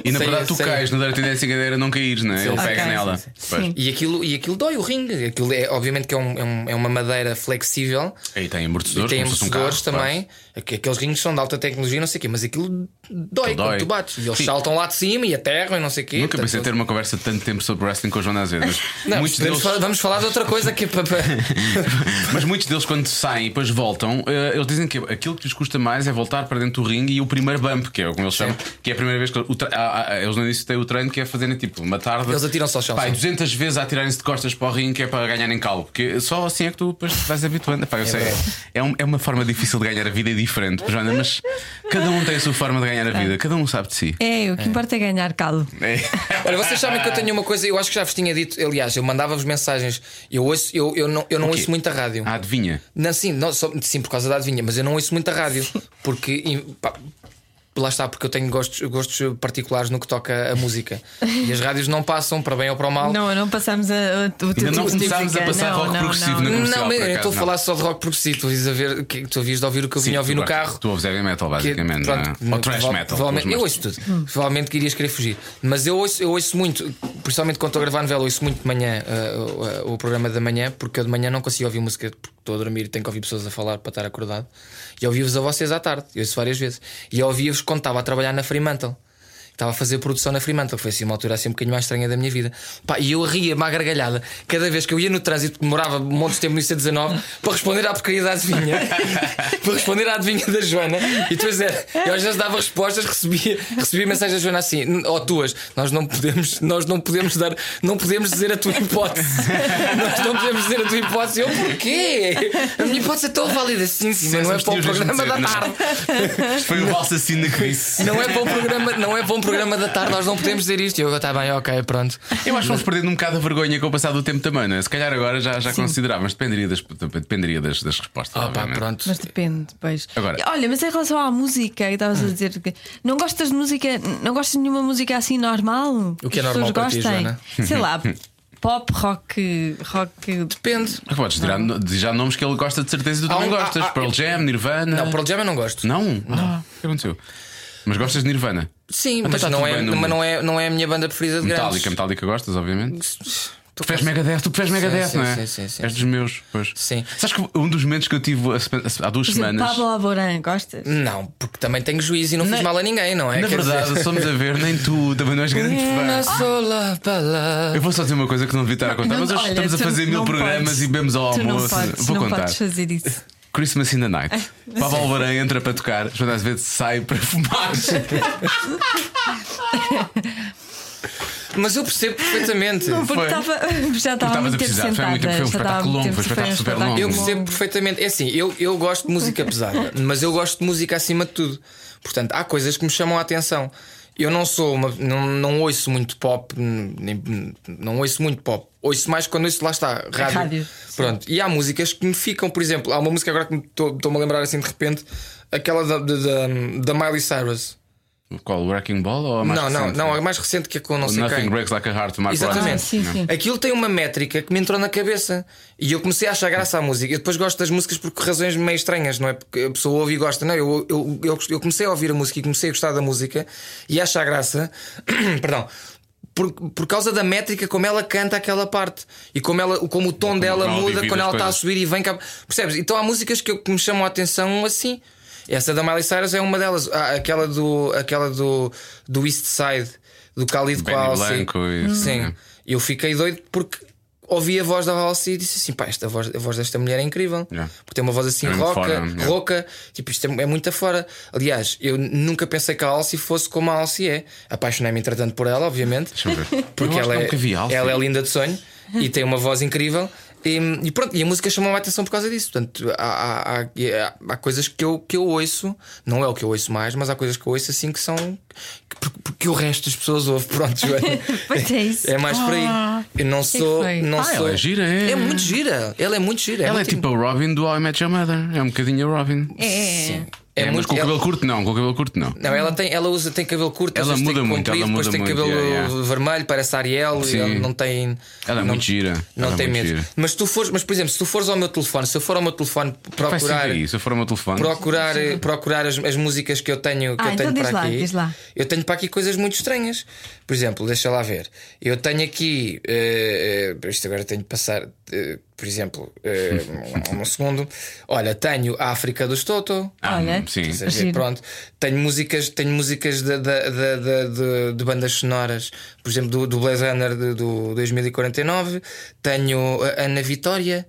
E na Sem- verdade tu sem- cais na Dirty Dancing a cadeira não caíres, né? Ele pega Ok, nela. sim, sim. Pois. Sim. E aquilo, e aquilo dói o ringue. Aquilo é, obviamente que é, um- é um- é uma madeira flexível. Aí tem E amortecedores, tem como se fosse um amortecedores carro, também. Aqu- Aqueles rings são de alta tecnologia, não sei o quê, mas aquilo dói Aquilo quando dói. tu bates. E eles Sim. saltam lá de cima e aterram e não sei o quê. Nunca Portanto, pensei ter uma conversa de tanto tempo sobre wrestling com o Joana Azevedo. mas Não, muitos podemos deles- falar- vamos falar de outra coisa que é para. para- Mas muitos deles, quando saem e depois voltam, eh, eles dizem que aquilo que lhes custa mais é voltar para dentro do ringue e o primeiro bump, que é como eles chamam, que é a primeira vez que o tra- ah, ah, eles no início têm o treino que é fazerem tipo uma tarde. Eles atiram-se ao chão, Pá, e sim. 200 vezes a atirarem-se de costas para o ringue que é para ganharem calo, porque só assim é que tu depois te vais habituando. Pá, eu sei, é, verdade. um- é uma forma difícil de ganhar a vida e diferente, Joana, mas cada um tem a sua forma de ganhar a vida, cada um sabe de si. É, o que importa é ganhar calo. É. Olha, vocês sabem que eu tenho uma coisa, eu acho que já vos tinha dito. Aliás, eu mandava-vos mensagens. Eu, ouço, eu, eu não, eu não O quê? ouço muito a rádio. Ah, adivinha. Não, sim, não, só- sim, por causa da adivinha, mas eu não ouço muito a rádio, porque e, pá, lá está, porque eu tenho gostos, gostos particulares no que toca a música. E as rádios não passam, para bem ou para o mal. Não, não passamos a, a, o Ainda teu não tipo de começámos a música. passar não, rock não, progressivo não. na- Não, comercial, mas por eu acaso, estou a não. falar só de rock progressivo. Tu ouvis a ver, que, tu ouvias de ouvir o que eu vinha ouvir Sim, no tu carro. gostas- Tu ouves heavy metal, Que- basicamente. pronto, não é? Ou trash prova- metal. provavelmente- pelos eu mais- ouço tudo. Provavelmente que irias querer fugir. Mas eu ouço, eu ouço muito, principalmente quando estou a gravar novela, ouço muito de manhã ah, o- o programa da manhã, porque eu de manhã não consigo ouvir música porque estou a dormir e tenho que ouvir pessoas a falar para estar acordado. E ouvi-vos a vocês à tarde, eu ouço várias vezes. E eu ouvia-vos quando estava a trabalhar na Fremantle. Estava a fazer produção na Fremantle, foi assim uma altura assim um bocadinho mais estranha da minha vida. Pá, e eu ria-me à gargalhada cada vez que eu ia no trânsito, que demorava um monte de tempo no IC19, para responder à porcaria da adivinha. para responder à adivinha da Joana. E tu era, eu às vezes dava respostas, recebia, recebia mensagens da Joana assim, "N- ou tuas, nós não podemos, nós não podemos dar, não podemos dizer a tua hipótese. nós não podemos dizer a tua hipótese. Eu porquê? A minha hipótese é tão válida, sim, sim, mas não é Sim, para o mas tinhas programa mesmo de da dizer, tarde. Isto foi o assassino que disse. Não é, bom programa, não é bom programa da tarde, nós não podemos dizer isto. E eu, está bem, ok, pronto. Eu acho que vamos perdendo um bocado a vergonha com o passar do tempo também, não é? Se calhar agora já, já considerava, mas dependeria das, dependeria das, das respostas. Opa, obviamente. Ah, pronto. Mas depende, pois. Agora- Hum. Olha, mas em relação à música, que estavas a dizer que não gostas de música, não gostas de nenhuma música assim normal? O que é as normal pessoas para ti, gostem? Joana? Sei lá, pop, rock, rock. Depende. Mas podes tirar, dizer já nomes que ele gosta de certeza e tu Há também um- gostas. há- há- Pearl Jam, Nirvana. Não, Pearl Jam eu não gosto. Não? Ah, o que aconteceu? Mas gostas de Nirvana? Sim, Até mas, tá não tudo é, bem no mas mundo. não, é, não é a minha banda preferida de grandes. Metallica, Metallica gostas, obviamente. Tu Tu preferes Megadeth, tu preferes Sim, Megadeth, sim, não é? sim, sim, sim. És dos meus, pois. Sim. Sabes que um dos momentos que eu tive a sema- há duas Por exemplo, semanas. Hum, Pablo Alborán, gostas? Não, porque também tenho juízo e não fiz Na- mal a ninguém, não é? Na Quer verdade, dizer- somos a ver, nem tu também não és grande É, Uma fã. sola palavra. Eu vou só dizer uma coisa que não devia estar a contar, Não- mas hoje olha, estamos a tu fazer mil não programas podes- e bebemos ao tu almoço. Não podes, vou não contar. podes fazer É. isso. Christmas in the Night. Pablo Alvarém entra para tocar, Joana às vezes sai para fumar. Mas eu percebo perfeitamente. Porque Foi. estava- já estava há estavas a muito tempo precisar, foi há sentada. muito tempo, foi um já estava há espetáculo longo, muito foi um tempo, espetáculo super longo. Uhum. Eu percebo perfeitamente. É assim, eu, eu gosto de música pesada, mas eu gosto de música acima de tudo. Portanto, há coisas que me chamam a atenção. Eu não sou uma. Não, não ouço muito pop, nem, não ouço muito pop. Ouço mais quando ouço, lá está, rádio. Rádio, sim. Pronto. E há músicas que me ficam, por exemplo, há uma música agora que me estou- estou-me a lembrar assim de repente, aquela da, da, da- da Miley Cyrus. Qual? O Wrecking Ball ou a mais não, não, recente? não, a mais recente que é com não O sei Nothing quem. Breaks Like a Heart, o Mark Exatamente. Ah, Ronson. sim, sim. Aquilo tem uma métrica que me entrou na cabeça e eu comecei a achar graça à música. Eu depois gosto das músicas por razões meio estranhas, não é? Porque a pessoa ouve e gosta. Não, eu, eu, eu, eu comecei a ouvir a música e comecei a gostar da música e a achar graça, perdão, por, por causa da métrica como ela canta aquela parte e como, ela, como o tom dela ela muda divide quando as ela está a coisas. subir e vem cá. Percebes? Então há músicas que, eu- que me chamam a atenção assim. Essa da Miley Cyrus é uma delas. Ah, aquela do, aquela do, do East Side, do Khalid Benny Qualsi. Blanco e- Sim. Eu fiquei doido porque ouvi a voz da Halsey e disse assim: pá, esta voz, a voz desta mulher é incrível. Yeah. Porque tem uma voz assim É muito roca, fora, yeah. rouca, tipo, isto é, é muito afora. Aliás, eu nunca pensei que a Halsey fosse como a Halsey é. Apaixonei-me entretanto por ela, obviamente. Deixa-me ver. Eu acho Porque que um ela é, nunca vi Alf. ela é linda de sonho e tem uma voz incrível. E, e pronto, e a música chamou a atenção por causa disso. Portanto, há, há, há, há coisas que eu, que eu ouço, não é o que eu ouço mais, mas há coisas que eu ouço assim que são. que- Porque, porque o resto das pessoas ouve. Pronto, Joana. Pois é isso. É mais por aí. Eu não que sou. foi? Não Ah, sou. ela é gira, é. É muito gira. Ela é muito gira. Ela é muito tipo a Robin do How I Met Your Mother. É um bocadinho a Robin. É. Sim. É, mas com o cabelo ela- curto não, com o cabelo curto não. Não, ela tem, ela usa, tem cabelo curto, Ela às vezes muda tem muito, comprido, ela muda depois tem muito, cabelo yeah, yeah. vermelho, parece Ariel, Sim. e ela não tem. Ela é não, muito gira. Não Ela é tem muito medo. gira. Mas tu fores, mas por exemplo, se tu fores ao meu telefone, se eu for ao meu telefone Vai procurar seguir aí, se eu for ao meu telefone. procurar, procurar as, as músicas que eu tenho, que Ah, eu então tenho diz para lá, aqui. diz lá. Eu tenho para aqui coisas muito estranhas. Por exemplo, deixa lá ver. Eu tenho aqui. eh, eh, isto agora tenho de passar. eh, por exemplo, eh, um, um segundo. Olha, tenho a África dos Toto. Ah, Olha. sim. Ou seja, Giro. pronto, tenho músicas, tenho músicas de, de- de- de- de- de bandas sonoras, por exemplo, do, do Blade Runner de- do 2049, tenho a Ana Vitória,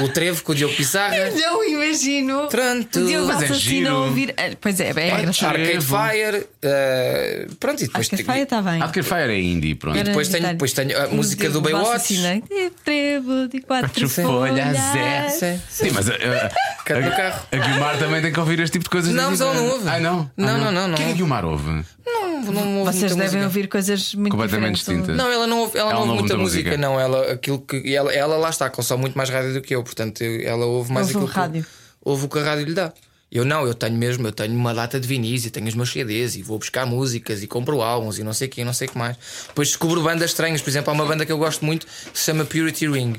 o Trevo com o Diogo Pizarra, Não imagino. Pronto. O Diogo Mas é Assassino giro. a ouvir. Ah, Pois é, é engraçado. Arcade Trevo. Fire, eh, pronto, e depois Acho que a tenho, faia está bem. Arcade Fire é indie, pronto. Era depois tenho- Natal. depois tenho a O música do Diogo Baywatch. Assassinei. Teve Trevo de quatro Quatro folhas, folhas. é. Sim, Sim, mas a, a, Cada a- carro. a Guilmar também tem que ouvir este tipo de coisas. Não, na mas vida. ela não ouve. Ah, não? Não, Ah, não, não, não. O que é que a Guilmar ouve? não, não ouve Vocês muita devem música. ouvir coisas muito Completamente diferentes. distintas. Não, ela não ouve, ela não ouve muita música. não. Ela, aquilo que, e ela, ela lá está, consome muito mais rádio do que eu, portanto, eu- ela ouve mais Ouve aquilo o rádio. que ouve o que a rádio lhe dá. Eu não, eu tenho mesmo, eu tenho uma data de vinis e tenho os meus CDs e vou buscar músicas e compro álbuns e não sei o que, não sei o que mais. Depois descubro bandas estranhas, por exemplo, há uma banda que eu gosto muito que se chama Purity Ring,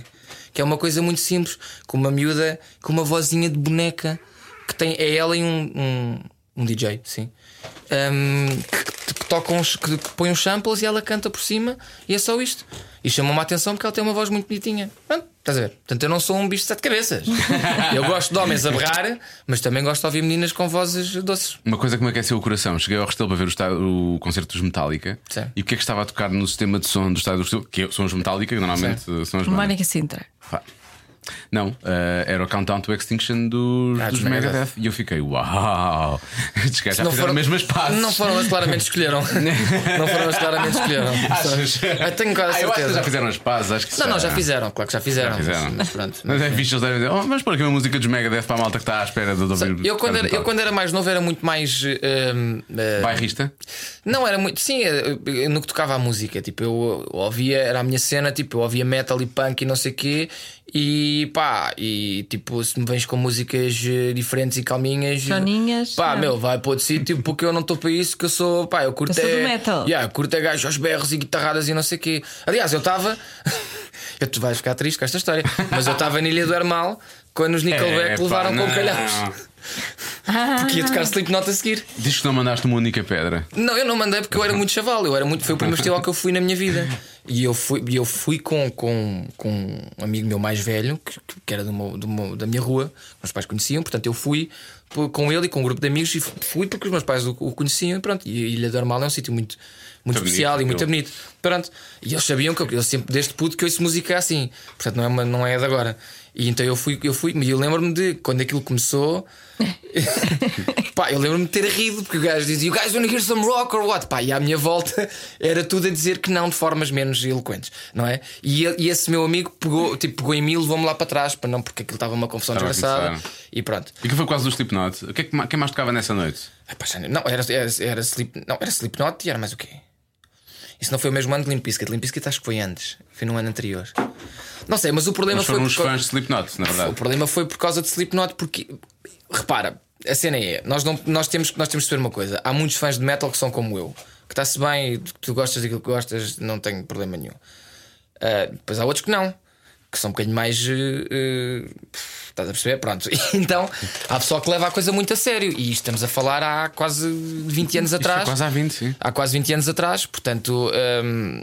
que é uma coisa muito simples, com uma miúda com uma vozinha de boneca que tem é ela e um, um, um DJ, sim. Ahm, Ehm, que, que tocam os- que, que põem os samples e ela canta por cima e é só isto. E chamou-me a atenção porque ela tem uma voz muito bonitinha. Pronto, estás a ver? Portanto, eu não sou um bicho de sete cabeças. eu gosto de homens a berrar, mas também gosto de ouvir meninas com vozes doces. Uma coisa que me aqueceu o coração. Cheguei ao Restelo para ver o, esta- o concerto dos Metallica. Sim. E o que é que estava a tocar no sistema de som do estádio do Restelo? Que é, são os Metallica, que normalmente são os bandas. Mónica Sintra. Pá. Não, eh, era o Countdown to Extinction dos, Ah, dos dos Megadeth. Megadeth. E eu fiquei, uau! Estes gajos já fizeram Não foram- as mesmas passes. Não foram eles que claramente escolheram. não foram eles que claramente escolheram. Achas? Eu tenho quase Ah, eu acho que certeza. já fizeram as pazes, acho que Não, não, já sim. fizeram, claro que já fizeram. Já fizeram. Ah, Mas, pronto. Mas é fixe, eles devem dizer, "Oh, vamos pôr aqui uma música dos Megadeth para a malta que está à espera de ouvir. Eu quando, era, eu Metallica." quando era mais novo era muito mais. eh, eh, Bairrista? Não, era muito. Sim, eh, eh, no que tocava à música. Tipo, eu ouvia, era a minha cena, tipo, eu ouvia metal e punk e não sei o quê. E pá, e tipo, se me vens com músicas eh, diferentes e calminhas. Soninhas, Pá, não. meu, vai para outro sítio porque eu não estou para isso, que eu sou. Pá, eu curto. Eu sou do é- metal. Yeah, eu curto é gajos aos berros e guitarradas e não sei o quê. Aliás, eu estava. eu tu vais ficar triste com esta história, mas eu estava na Ilha do Hermal quando os Nickelback É, pá, levaram com não. o calhaus. Porque ia tocar Slipknot a seguir. Diz que não mandaste uma única pedra. Não, eu não mandei porque eu era muito chaval. Eu era muito, foi o primeiro festival que eu fui na minha vida. E eu fui, e eu fui com, com, com um amigo meu mais velho, que, que era do meu- do meu- da minha rua, que meus pais conheciam. Portanto, eu fui por- com ele e com um grupo de amigos. E fui porque os meus pais o, o conheciam. E pronto, e a Ilha do Armal é um sítio muito, muito Muito especial bonito, e muito aquilo. bonito. Pronto, e eles sabiam que eu, eu sempre, desde puto, que eu ouço música assim. Portanto, não é, uma, não é de agora. E então eu fui, eu fui, e eu lembro-me de quando aquilo começou. Pá, eu lembro-me de ter rido porque o gajo dizia You guys wanna hear some rock or what? Pá, e à minha volta era tudo a dizer que não de formas menos eloquentes, não é? E, ele- e esse meu amigo pegou, tipo, pegou em mim e levou-me lá para trás, para não, porque aquilo estava uma confusão Estava a desgraçada. começar. E pronto. E que foi quase do Slipknot. O que é que ma- quem mais tocava nessa noite? Ah, pá, já nem- Não, era, era, era, sleep, não, era Slipknot e era mais o quê? Isso não foi o mesmo ano de Limp Bizkit. Limp Bizkit acho que foi antes. Foi no ano anterior. Não sei, mas o problema Mas foi. foram uns por cau- fãs de Slipknot, na O verdade. problema foi por causa de Slipknot, porque. Repara, a cena é. Nós, não, nós, temos, nós temos de saber uma coisa. Há muitos fãs de metal que são como eu. Que está-se bem, que tu gostas daquilo que gostas, não tenho problema nenhum. Ah, depois há outros que não. Que são um bocadinho mais. eh, eh, estás a perceber? Pronto. Então, há pessoal que leva a coisa muito a sério. E isto estamos a falar há quase 20 anos Isto foi atrás quase há 20, sim. há quase 20 anos atrás, portanto. hum,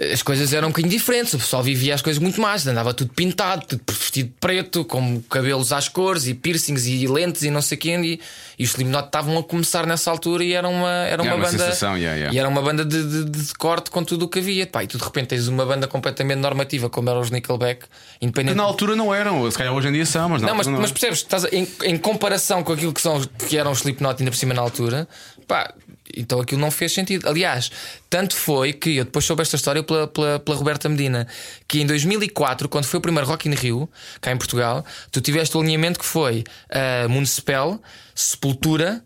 as coisas eram um bocadinho diferentes, o pessoal vivia as coisas muito mais, andava tudo pintado, tudo vestido de preto, com cabelos às cores e piercings e lentes e não sei quem. E, e os Slipknot estavam a começar nessa altura e era uma, Yeah, era uma, uma banda. sensação, yeah, yeah. E era uma banda de, de- de corte com tudo o que havia. Pá, e tu de repente tens uma banda completamente normativa, como eram os Nickelback, independente Na altura não eram, se calhar hoje em dia são, mas na É. não, mas, altura não. é. um mas percebes, estás a- em, em comparação com aquilo que, são, que eram os Slipknot ainda por cima na altura, pá, Então aquilo não fez sentido. Aliás, tanto foi que eu depois soube esta história pela, pela, pela Roberta Medina, que em 2004, quando foi o primeiro Rock in Rio, cá em Portugal, tu tiveste o alinhamento que foi uh, Municipal, Sepultura,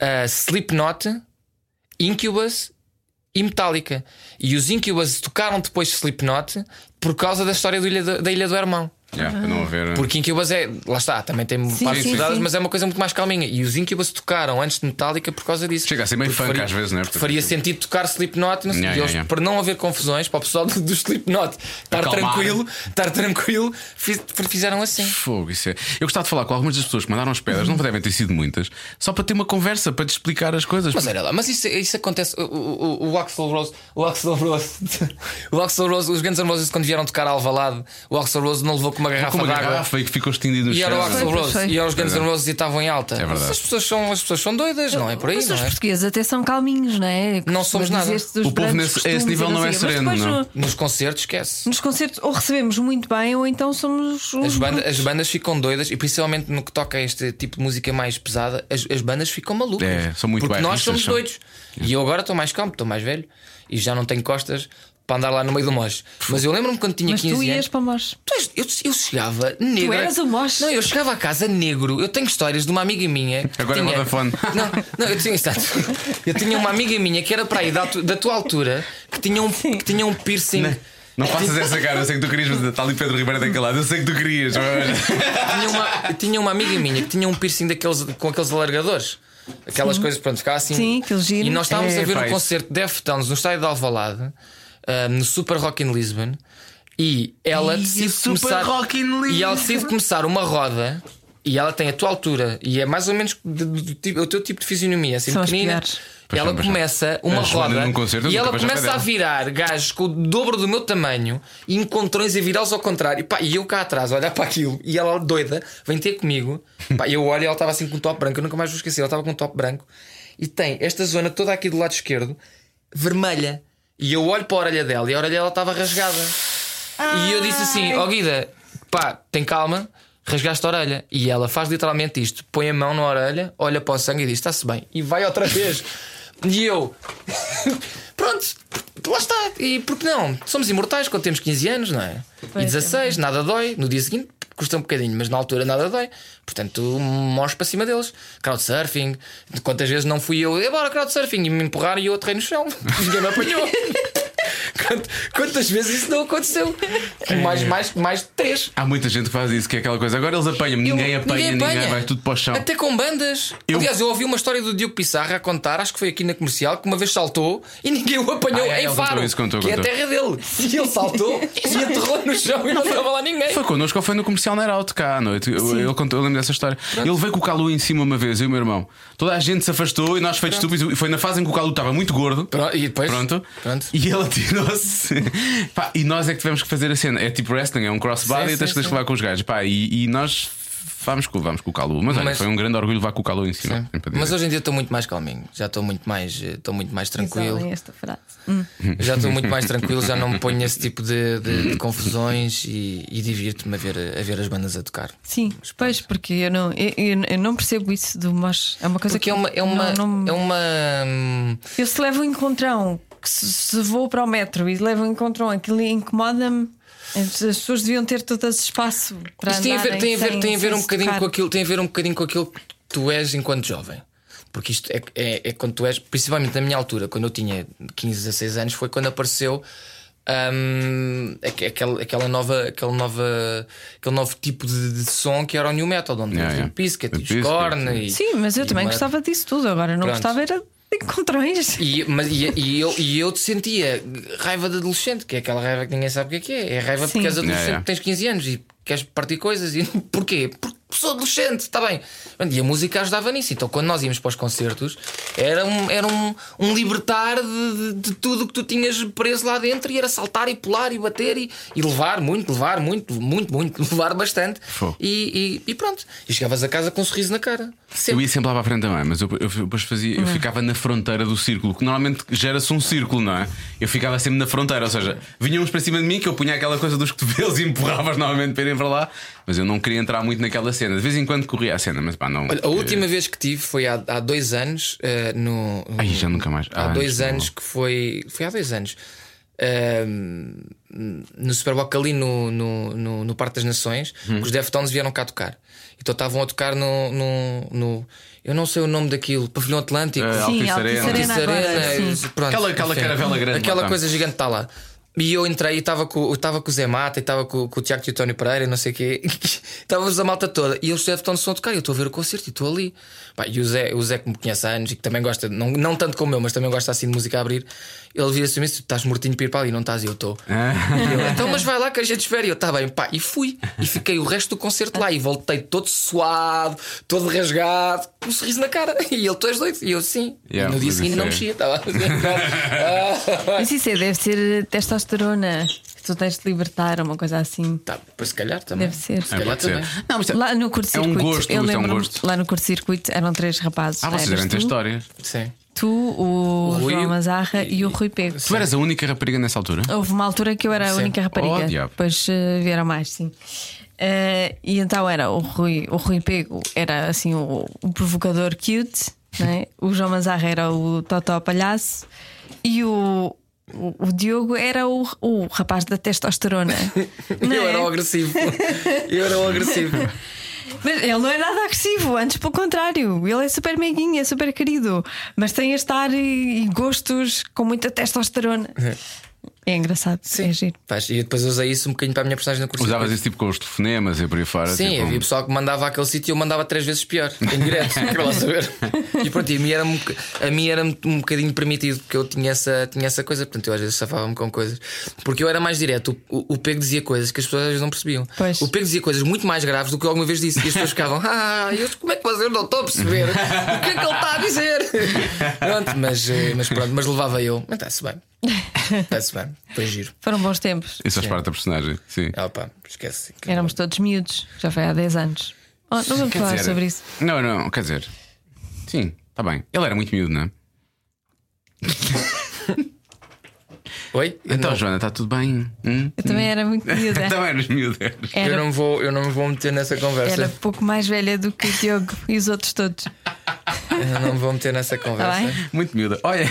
uh, Slipknot, Incubus e Metallica. E os Incubus tocaram depois Slipknot por causa da história do Ilha do- da Ilha do Hermão. Yeah, para não Ah. haver. Porque Incubus é, lá está, também tem Sim, partes sim, pesadas, sim. mas é uma coisa muito mais calminha. E os Incubus tocaram antes de Metallica por causa disso. Chega a ser meio Porque funk às vezes, não é? porque Faria sentido tocar Slipknot, não sei, o Yeah, quê. yeah, Eles, yeah. para não haver confusões, para o pessoal do, do Slipknot estar Acalmar. tranquilo, estar tranquilo, fiz- fizeram assim. Fogo, isso é. Eu gostava de falar com algumas das pessoas que mandaram as pedras, não devem ter sido muitas, só para ter uma conversa, para te explicar as coisas. Mas olha lá, mas isso, isso acontece. O, o, o- o Axel Rose, o Axel Rose, o Axel Rose, os grandes Roses quando vieram tocar a Alvalade, o Axel Rose não levou com uma garrafa com uma de água. garrafa e que ficou estendido no E era o chão. Axel Foi, Rose, foi. e era os Guns N' Roses e estavam em alta. é. verdade. Mas As pessoas são, as pessoas são doidas, não é por aí, Mas não os é? portugueses até são calminhos, não é? Costuma somos nada. dizer-se dos O povo brancos nesse- a esse costumes e nível não é sei o quê. sereno, Mas depois não é? no- Nos concertos, esquece. Nos concertos ou recebemos muito bem ou então somos uns As, banda- as bandas ficam doidas e principalmente no que toca a este tipo de música mais pesada, as, as bandas ficam malucas. É, são muito Porque nós bairristas, somos são. doidos. E eu agora estou mais calmo, estou mais velho e já não tenho costas para andar lá no meio do moche. Mas eu lembro-me quando tinha Mas 15 tu ias anos. para nós. Tu és- eu, eu chegava negro. eras o moche. Não, eu chegava a casa negro. Eu tenho histórias de uma amiga minha. que Agora é tinha, Vodafone. Não, não, eu tinha exato. Eu tinha uma amiga minha que era para aí da, tu- da tua altura que tinha um, que tinha um piercing. Não faças essa cara, eu sei que tu querias, mas está ali Pedro Ribeiro daquele lado, eu sei que tu querias. mas- tinha uma, tinha uma amiga minha que tinha um piercing daqueles, com aqueles alargadores. Aquelas coisas, pronto, ficava assim. Sim, aqueles giros. E nós estávamos É, a ver pá, um isso. concerto de Deftones no estádio de Alvalade, ah, no Super Rock in Lisbon. E ela Ih, decide Super começar. Rock in Lisbon. E ela decide começar uma roda. E ela tem a tua altura e é mais ou menos do- do- do tipo- o teu tipo de fisionomia, assim São as pequenina. piores. E ela Pois não, pois começa uma A Joana roda num um concerto, eu e nunca ela vou já começa para a dela. virar gajos com o dobro do meu tamanho e encontrões a virá-los ao contrário. E, pá, e eu cá atrás a olhar para aquilo e ela doida vem ter comigo. Pá, eu olho e ela estava assim com um top branco. Eu nunca mais vou esquecer. Ela estava com um top branco e tem esta zona toda aqui do lado esquerdo vermelha. E eu olho para a orelha dela e a orelha dela estava rasgada. E eu disse assim: Ó Guida, pá, tem calma. Rasgaste a orelha e ela faz literalmente isto: põe a mão na orelha, olha para o sangue e diz: Está-se bem, e vai outra vez. E eu, Pronto, lá está. E porque não? Somos imortais quando temos 15 anos, não é? e 16, nada dói. No dia seguinte custa um bocadinho, mas na altura nada dói. Portanto, mostro para cima deles. Crowdsurfing. De Quantas vezes não fui eu, e bora crowdsurfing, e me empurraram e eu aterrei no chão. Ninguém me apanhou. Quant- Quantas vezes isso não aconteceu? Mais, mais, mais de três. Há muita gente que faz isso, que é aquela coisa. Agora eles apanham-me, ninguém Eu- apanha, ninguém, vai tudo para o chão. Até com bandas. Eu- Aliás, eu ouvi uma história do Diogo Pissarra a contar, acho que foi aqui na comercial, que uma vez saltou e ninguém o apanhou Ah, é, em ele Faro, contou isso, contou, que é a contou. terra dele. E ele saltou e aterrou no chão e não estava lá ninguém. Foi connosco ou foi no comercial na Out cá à noite. Eu, eu, conto- eu lembro dessa história. Ele veio com o Calu em cima uma vez, eu e o meu irmão. Toda a gente se afastou e nós feitos estúpidos. E foi na fase em que o Calu estava muito gordo. Pronto, e depois? Pronto. Pronto. E ele atirou-se. Pá, e nós é que tivemos que fazer a cena. É tipo wrestling, é um crossbar Sim, e tens que sim, tens que levar com os gajos. Pá, e, e nós vamos com, vamos com o Calu. Mas, olha, Mas- foi um grande orgulho levar com o Calu em cima. Sim, para dizer. É. Mas hoje em dia estou muito mais calminho, já estou muito mais, eh, estou muito mais tranquilo. Exalem esta frase. Hum. Já estou muito mais tranquilo, já não me ponho nesse tipo de, de- de confusões e, e divirto-me a ver, a ver as bandas a tocar. Sim, pois, porque eu não, eu, eu- eu não percebo isso do mosh. É uma coisa que Porque é uma. É uma, não- não- é uma hum, Eu se levo um encontrão, que se, se vou para o metro e levo um encontrão, aquilo incomoda-me. As as pessoas deviam ter todo esse espaço para Isto tem a ver, andarem tem a ver, sem- tem a ver sem um se bocadinho tocar. com aquilo, tem a ver um bocadinho com aquilo que tu és enquanto jovem. Porque isto é, é, é quando tu és, principalmente na minha altura, quando eu tinha 15, 16 anos, foi quando apareceu hum, aque- aquela, aquela nova, aquela nova, aquele novo tipo de, de som que era o New Metal, onde Yeah, yeah, yeah. o Pisca, Limp os Bizkit, Korn sim. e- Sim, mas eu e também uma- gostava disso tudo. Agora não Pronto. gostava era de encontrões. e, mas, e, e eu, e eu te sentia raiva de adolescente, que é aquela raiva que ninguém sabe o que é que é. É raiva Sim. porque és adolescente, Yeah, yeah. tens 15 anos e queres partir coisas. E porquê? Porque sou adolescente, está bem. E a música ajudava nisso. Então, quando nós íamos para os concertos, era um, era um, um libertar de, de- de tudo que tu tinhas preso lá dentro e era saltar e pular e bater e, e levar muito, levar muito, muito, muito, levar bastante. Fogo. E, e- e pronto. E chegavas a casa com um sorriso na cara. Eu Sempre. ia sempre lá para a frente também, mas eu, eu depois fazia, eu ficava na fronteira do círculo, que normalmente gera-se um círculo, não é? Eu ficava sempre na fronteira, ou seja, vinham uns para cima de mim que eu punha aquela coisa dos cotovelos e empurravas novamente para irem para lá, mas eu não queria entrar muito naquela cena, de vez em quando corria a cena, mas pá, não. Olha, a última vez que tive foi há, há dois anos eh, no. Ai, já nunca mais. Há Ah, dois não. anos que foi. Foi há dois anos. eh, no Superboc ali no, no, no, no Parque das Nações, Uhum. que os Deftones vieram cá tocar. Então estavam a tocar no, no, no- Eu não sei o nome daquilo, Pavilhão Atlântico. Eh, Sim, Altice Arena. Altice Altice Arena agora, Arena, é sim. pronto, Aquela- aquela caravela grande, Aquela lá está. coisa gigante está lá. E eu entrei e estava com, eu estava com o Zé Mata, e estava com, com o Tiago Teutónio Pereira, e não sei o quê. Estávamos a malta toda. E eles estão som a tocar. e Eu estou a ver o concerto e estou ali. Pá, e o Zé, o Zé, que me conhece há anos e que também gosta, não, não tanto como eu, mas também gosta assim de música a abrir, ele vira-se mesmo: estás mortinho para ir para ali, não estás? E eu estou. Ah, E Uhum. ele, Então, mas vai lá que a gente espera. E eu, tá bem, pá. E fui. E fiquei o resto do concerto lá. E voltei todo suado, todo rasgado, com um sorriso na cara. E ele, tu és doido? E eu, sim. Yeah, e no dia mas seguinte isso não Ah, é- mexia, estava a Mas isso é, deve ser testosterona. Que tu tens de libertar, uma coisa assim. Tá, pois se calhar também. Deve ser. Se calhar pode ser. também. Não, mas- Lá no É um curto-circuito. gosto, eu isto é um lembro gosto. lá no curto-circuito eram três rapazes. Ah, vocês Eras devem ter tu, histórias. Sim. Tu, o, Rui João e- Mazarra e, o Rui Pego. Tu eras a única rapariga nessa altura? Houve uma altura que eu era a Sim. única Oh, rapariga. diabo. Depois eh, vieram mais, sim. Eh, e então era o Rui, o Rui Pego era assim o, o provocador cute, né? o João Mazarra era o Totó Palhaço e o, o, o Diogo era o, o rapaz da testosterona. Não Eu é? era o agressivo. Eu era o agressivo. Mas ele não é nada agressivo, antes pelo contrário. Ele é super meiguinho, é super querido, mas tem a estar e, e gostos com muita testosterona. É engraçado, é giro. Pás, e eu depois usei isso um bocadinho para a minha personagem na cursinha. Usavas isso tipo com os telefonemas e por aí fora? Sim, tipo, havia pessoal que mandava aquele sítio e eu mandava três vezes pior, em direto, para lá saber. E pronto, e a mim era, um boca- a mim era um bocadinho permitido, porque eu tinha essa, tinha essa coisa, portanto eu às vezes safava-me com coisas. Porque eu era mais direto, o, o, o Pego dizia coisas que as pessoas às vezes não percebiam. Pois. O Pego dizia coisas muito mais graves do que eu alguma vez disse, e as pessoas ficavam, ah, eu, como é que você não estou a perceber? O que é que ele está a dizer? Pronto, mas, eh, mas pronto, mas levava eu, mas está-se bem. Está-se bem, foi giro. Foram bons tempos. Isso faz parte da personagem. Sim. Ah, pá, esquece. Éramos todos miúdos, já foi há 10 anos. Oh, não vamos Quer falar dizer, sobre isso. Não, não, quer dizer. Sim, está bem. Ele era muito miúdo, não é? Oi? Eu Então, não- Joana, está tudo bem? Hum? Eu também era muito miúda. Então eras miúdo. eras. Eu Era, não, vou, eu não me vou meter nessa conversa. era pouco mais velha do que o Diogo e os outros todos. Eu não me vou meter nessa Está conversa Tá bem? Muito miúda. Olha,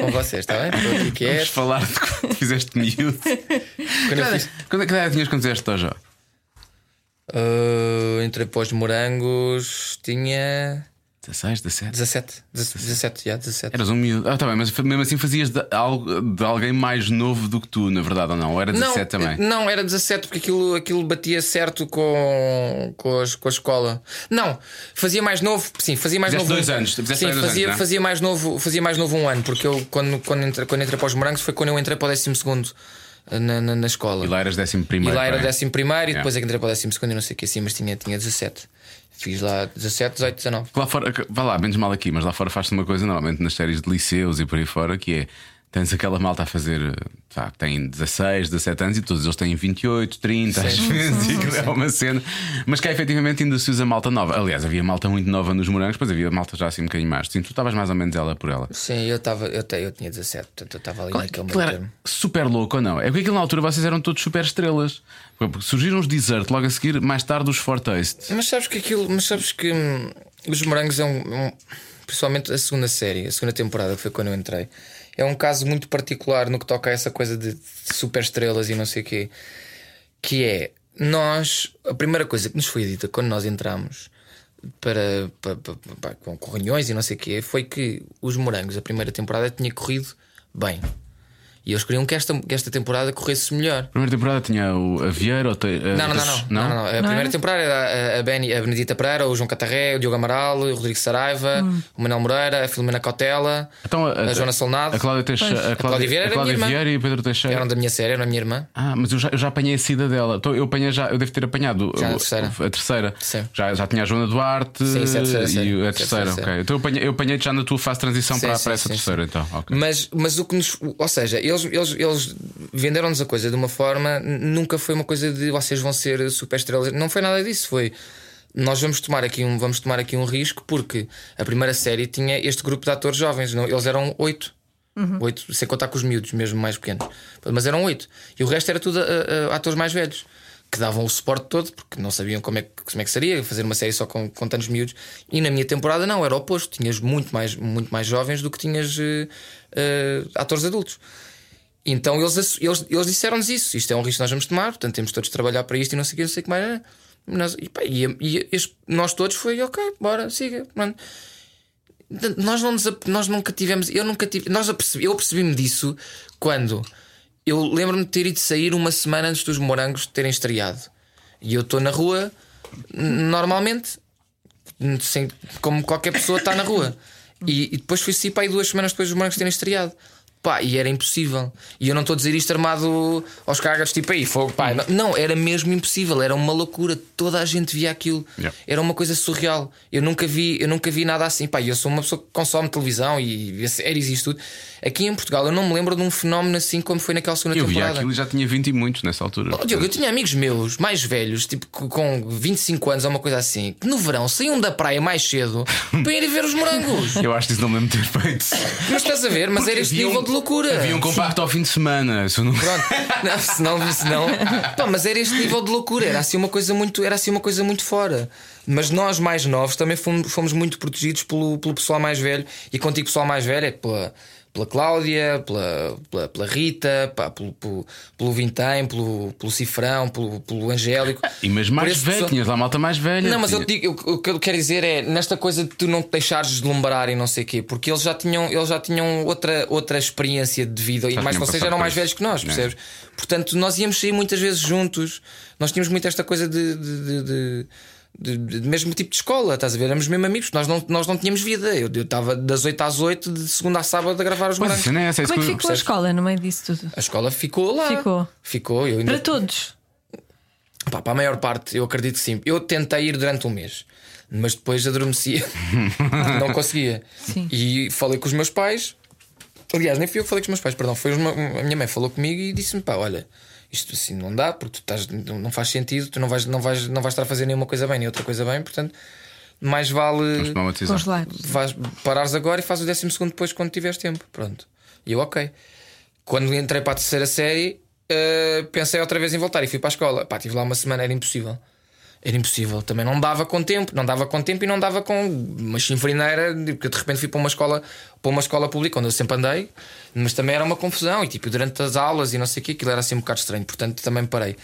com vocês, está bem? Estou aqui vamos quieto. falar de quando fizeste miúdo. Quando é? eu Quando- fiz- Quando é que idade tinhas quando fizeste hoje? Ah, entrei para os morangos, tinha 16, 17. 17. 17, já, 17. Eras um miúdo. Ah, tá bem, mas mesmo assim fazias de, algo- de alguém mais novo do que tu, na verdade, ou não? Ou era 17 não, também? eh, Não, era 17 porque aquilo, aquilo batia certo com, com, as- com a escola. Não, fazia mais novo, sim, fazia mais Fizeste novo. dois anos, fizeste sim, dois anos, fazia, não é? fazia mais novo, fazia mais novo um ano, porque eu quando, quando, entrei, quando entrei para os morangos foi quando eu entrei para o 12 segundo ah, na, na, na escola. E lá eras 11 primeiro. E lá era pá. décimo primeiro e Yeah. depois é que entrei para o décimo segundo e não sei o que assim, mas tinha, tinha 17. Fiz lá 17, 18, 19. Lá fora, vá lá, menos mal aqui, mas lá fora faz-se uma coisa normalmente nas séries de liceus e por aí fora, que é tens aquela malta a fazer, pá, que tem 16, 17 anos e todos eles têm 28, 30, às Sim. vezes, e aquilo é uma cena. Mas cá efetivamente ainda se usa malta nova. Aliás, havia malta muito nova nos morangos, depois havia malta já assim um bocadinho mais. Sim, tu estavas mais ou menos ela por ela. Sim, eu estava, eu, te- eu tinha 17, portanto eu estava ali naquele Aquilo meio é era termo. super louco ou não? É porque aquilo na altura vocês eram todos super estrelas. Porque Surgiram os Desert, logo a seguir, mais tarde os Fortaste. Mas sabes que aquilo, mas sabes que hum, os morangos é um, um- Principalmente a segunda série, a segunda temporada que foi quando eu entrei. É um caso muito particular no que toca a essa coisa de super estrelas e não sei o quê. que é nós, a primeira coisa que nos foi dita quando nós entramos para, para, para- para- com, com reuniões e não sei o quê, foi que os morangos, a primeira temporada, tinha corrido bem. E eles queriam que esta, que esta temporada corresse melhor. Primeira temporada tinha o a Vieira, o Te- a- Não, não, não, não. os- não, não, não. A primeira temporada era a, a, Beni- a Benedita Pereira, o João Catarré, o Diogo Amaral, o Rodrigo Saraiva, o Manuel Moreira, a Filomena Cautela, Então, a, a Joana Solnado. A Cláudia Teixeira. A Cláudia Vieira a era Cláudia minha irmã. Vieira e o Pedro eram Teixeira. da minha série, eram da minha irmã. Ah, mas eu já, eu já apanhei a sida dela. Então, eu apanhei já, eu devo ter apanhado Já a o- terceira. a terceira. Sim. Já, já tinha a Joana Duarte Sim, isso é a terceira série. e Isso é a a terceira, terceira ok. série. Então eu apanhei, eu apanhei já na tua fase de transição Sim, para, sim, para essa sim, terceira, então. ok. Mas, mas o que nos. Ou seja, eles, eles, eles venderam-nos a coisa de uma forma. n- Nunca foi uma coisa de vocês vão ser super estrelas. Não foi nada disso. Foi. Nós vamos tomar, aqui um, vamos tomar aqui um risco porque a primeira série tinha este grupo de atores jovens. Não, eles eram oito. Oito, sem contar com os miúdos, mesmo mais pequenos. Mas eram oito. E o resto era tudo ah, ah, eh, atores mais velhos. que davam o suporte todo, porque não sabiam como é, que- como é que seria fazer uma série só com, com tantos miúdos. E na minha temporada não, era o oposto. Tinhas muito mais, muito mais jovens do que tinhas eh, eh, atores adultos. Então eles, assu- eles, eles disseram-nos isso: isto é um risco que nós vamos tomar, portanto temos todos de trabalhar para isto e não sei o que, não sei o que mais. né? Nós- e, pá, e- e este- nós todos foi ok, bora, siga. Mano. Portanto, Nós, não nos ap- nós nunca tivemos. Eu nunca tive. Nós apercebi- eu percebi-me disso quando eu lembro-me de ter ido sair uma semana antes dos morangos terem estreado. E eu estou na rua, n- normalmente, sem- como qualquer pessoa está na rua. E, e depois fui sair para aí duas semanas depois dos morangos terem estreado. Pá, e era impossível. E eu não estou a dizer isto armado aos cagas, tipo aí, fogo, Hum. pá. Não, não, era mesmo impossível, era uma loucura. Toda a gente via aquilo. Yeah. Era uma coisa surreal. Eu nunca vi, eu nunca vi nada assim. Pá, eu sou uma pessoa que consome televisão e vê séries e isso tudo. Aqui em Portugal eu não me lembro de um fenómeno assim como foi naquela segunda Eu via temporada. aquilo e já tinha 20 e muitos nessa altura. Oh, Diogo, eu portanto. tinha amigos meus mais velhos, tipo co- com 25 anos ou uma coisa assim, que no verão saíam da praia mais cedo para ir ver os morangos. Eu acho que isso não me lembro de ter feito. Mas estás a ver? Mas era este Havia um- nível de loucura. Havia um compacto ao fim de semana. se eu não- Pronto. Não, senão, senão. Pá, mas era este nível de loucura, era assim uma coisa muito, era assim uma coisa muito fora. Mas nós mais novos também fomos, fomos muito protegidos pelo, pelo pessoal mais velho. E contigo pessoal mais velho é pela, pela Cláudia, pela, pela, pela Rita, pá, pelo, pelo, pelo Vintém, pelo, pelo Cifrão, pelo, pelo Angélico. E mas Por mais esse velho, pessoal- tinhas lá malta mais velha. não, mas eu tinha- te digo, eu- o que eu quero dizer é nesta coisa de tu não te deixares deslumbrar e não sei o quê, porque eles já tinham, eles já tinham outra, outra experiência de vida e Já mais tinham vocês passado eram por mais isso. É. velhos que nós, Não. percebes? Portanto, nós íamos sair muitas vezes juntos, nós tínhamos muito esta coisa de. de- de- de- de- de- de mesmo tipo de escola, estás a ver? Éramos mesmo amigos, nós não, nós não tínhamos vida. Eu eu estava das 8 às 8, de segunda à sábado, a gravar os Pois, a morangos. cena é essa, é isso Como é que que eu- ficou a escola no meio disso tudo? A escola ficou lá. Ficou. Ficou, eu ainda Para todos. Pá, para a maior parte, eu acredito que sim. Eu tentei ir durante um mês, mas depois adormecia, não conseguia. Sim. E falei com os meus pais. Aliás, nem fui eu que falei com os meus pais, perdão. Foi os meus- a minha mãe falou comigo e disse-me: pá, olha, isto assim não dá, porque tu estás, não não faz sentido, tu não vais, não, vais, não vais estar a fazer nenhuma coisa bem, nem outra coisa bem, portanto, mais Vamos vale tomar uma decisão. Congelar. vais parares agora e fazes o décimo segundo depois quando tiveres tempo. Pronto. E eu, ok. Quando entrei para a terceira série, eh, pensei outra vez em voltar e fui para a escola. Pá, tive lá uma semana, era impossível. Era impossível. Também não dava com tempo, não dava com tempo e não dava com uma chinfrineira, porque de repente fui para uma escola, para uma escola pública onde eu sempre andei, mas também era uma confusão e tipo durante as aulas e não sei o que, aquilo era assim um bocado estranho, portanto também parei.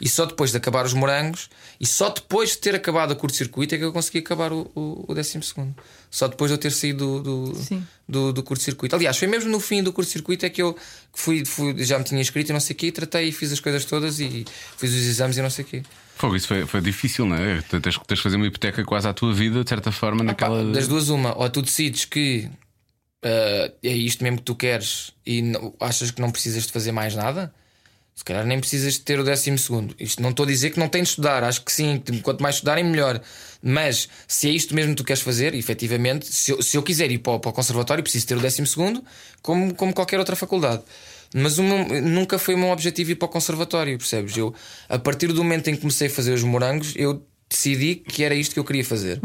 E só depois de acabar os morangos e só depois de ter acabado o curto-circuito é que eu consegui acabar o, o, o décimo segundo. Só depois de eu ter saído do, do, Sim. do, do curto-circuito. Aliás, foi mesmo no fim do curto-circuito é que eu fui, fui- já me tinha inscrito e não sei o que, tratei e fiz as coisas todas e fiz os exames e não sei o quê. Fogo, isso foi, foi difícil, não é? Tu Tens, tens de fazer uma hipoteca quase à tua vida, de certa forma, Ah, Pá, naquela. Das duas, uma, ou tu decides que ah, é isto mesmo que tu queres e não- achas que não precisas de fazer mais nada, se calhar nem precisas de ter o décimo segundo. Isto não estou a dizer que não tens de estudar, acho que sim, que quanto mais estudarem, melhor. Mas se é isto mesmo que tu queres fazer, efetivamente, se eu, se eu quiser ir para, o- para o conservatório, preciso ter o décimo segundo, como, como qualquer outra faculdade. Mas o meu- nunca foi o meu objetivo ir para o conservatório, percebes? Eu, a partir do momento em que comecei a fazer os morangos, eu decidi que era isto que eu queria fazer.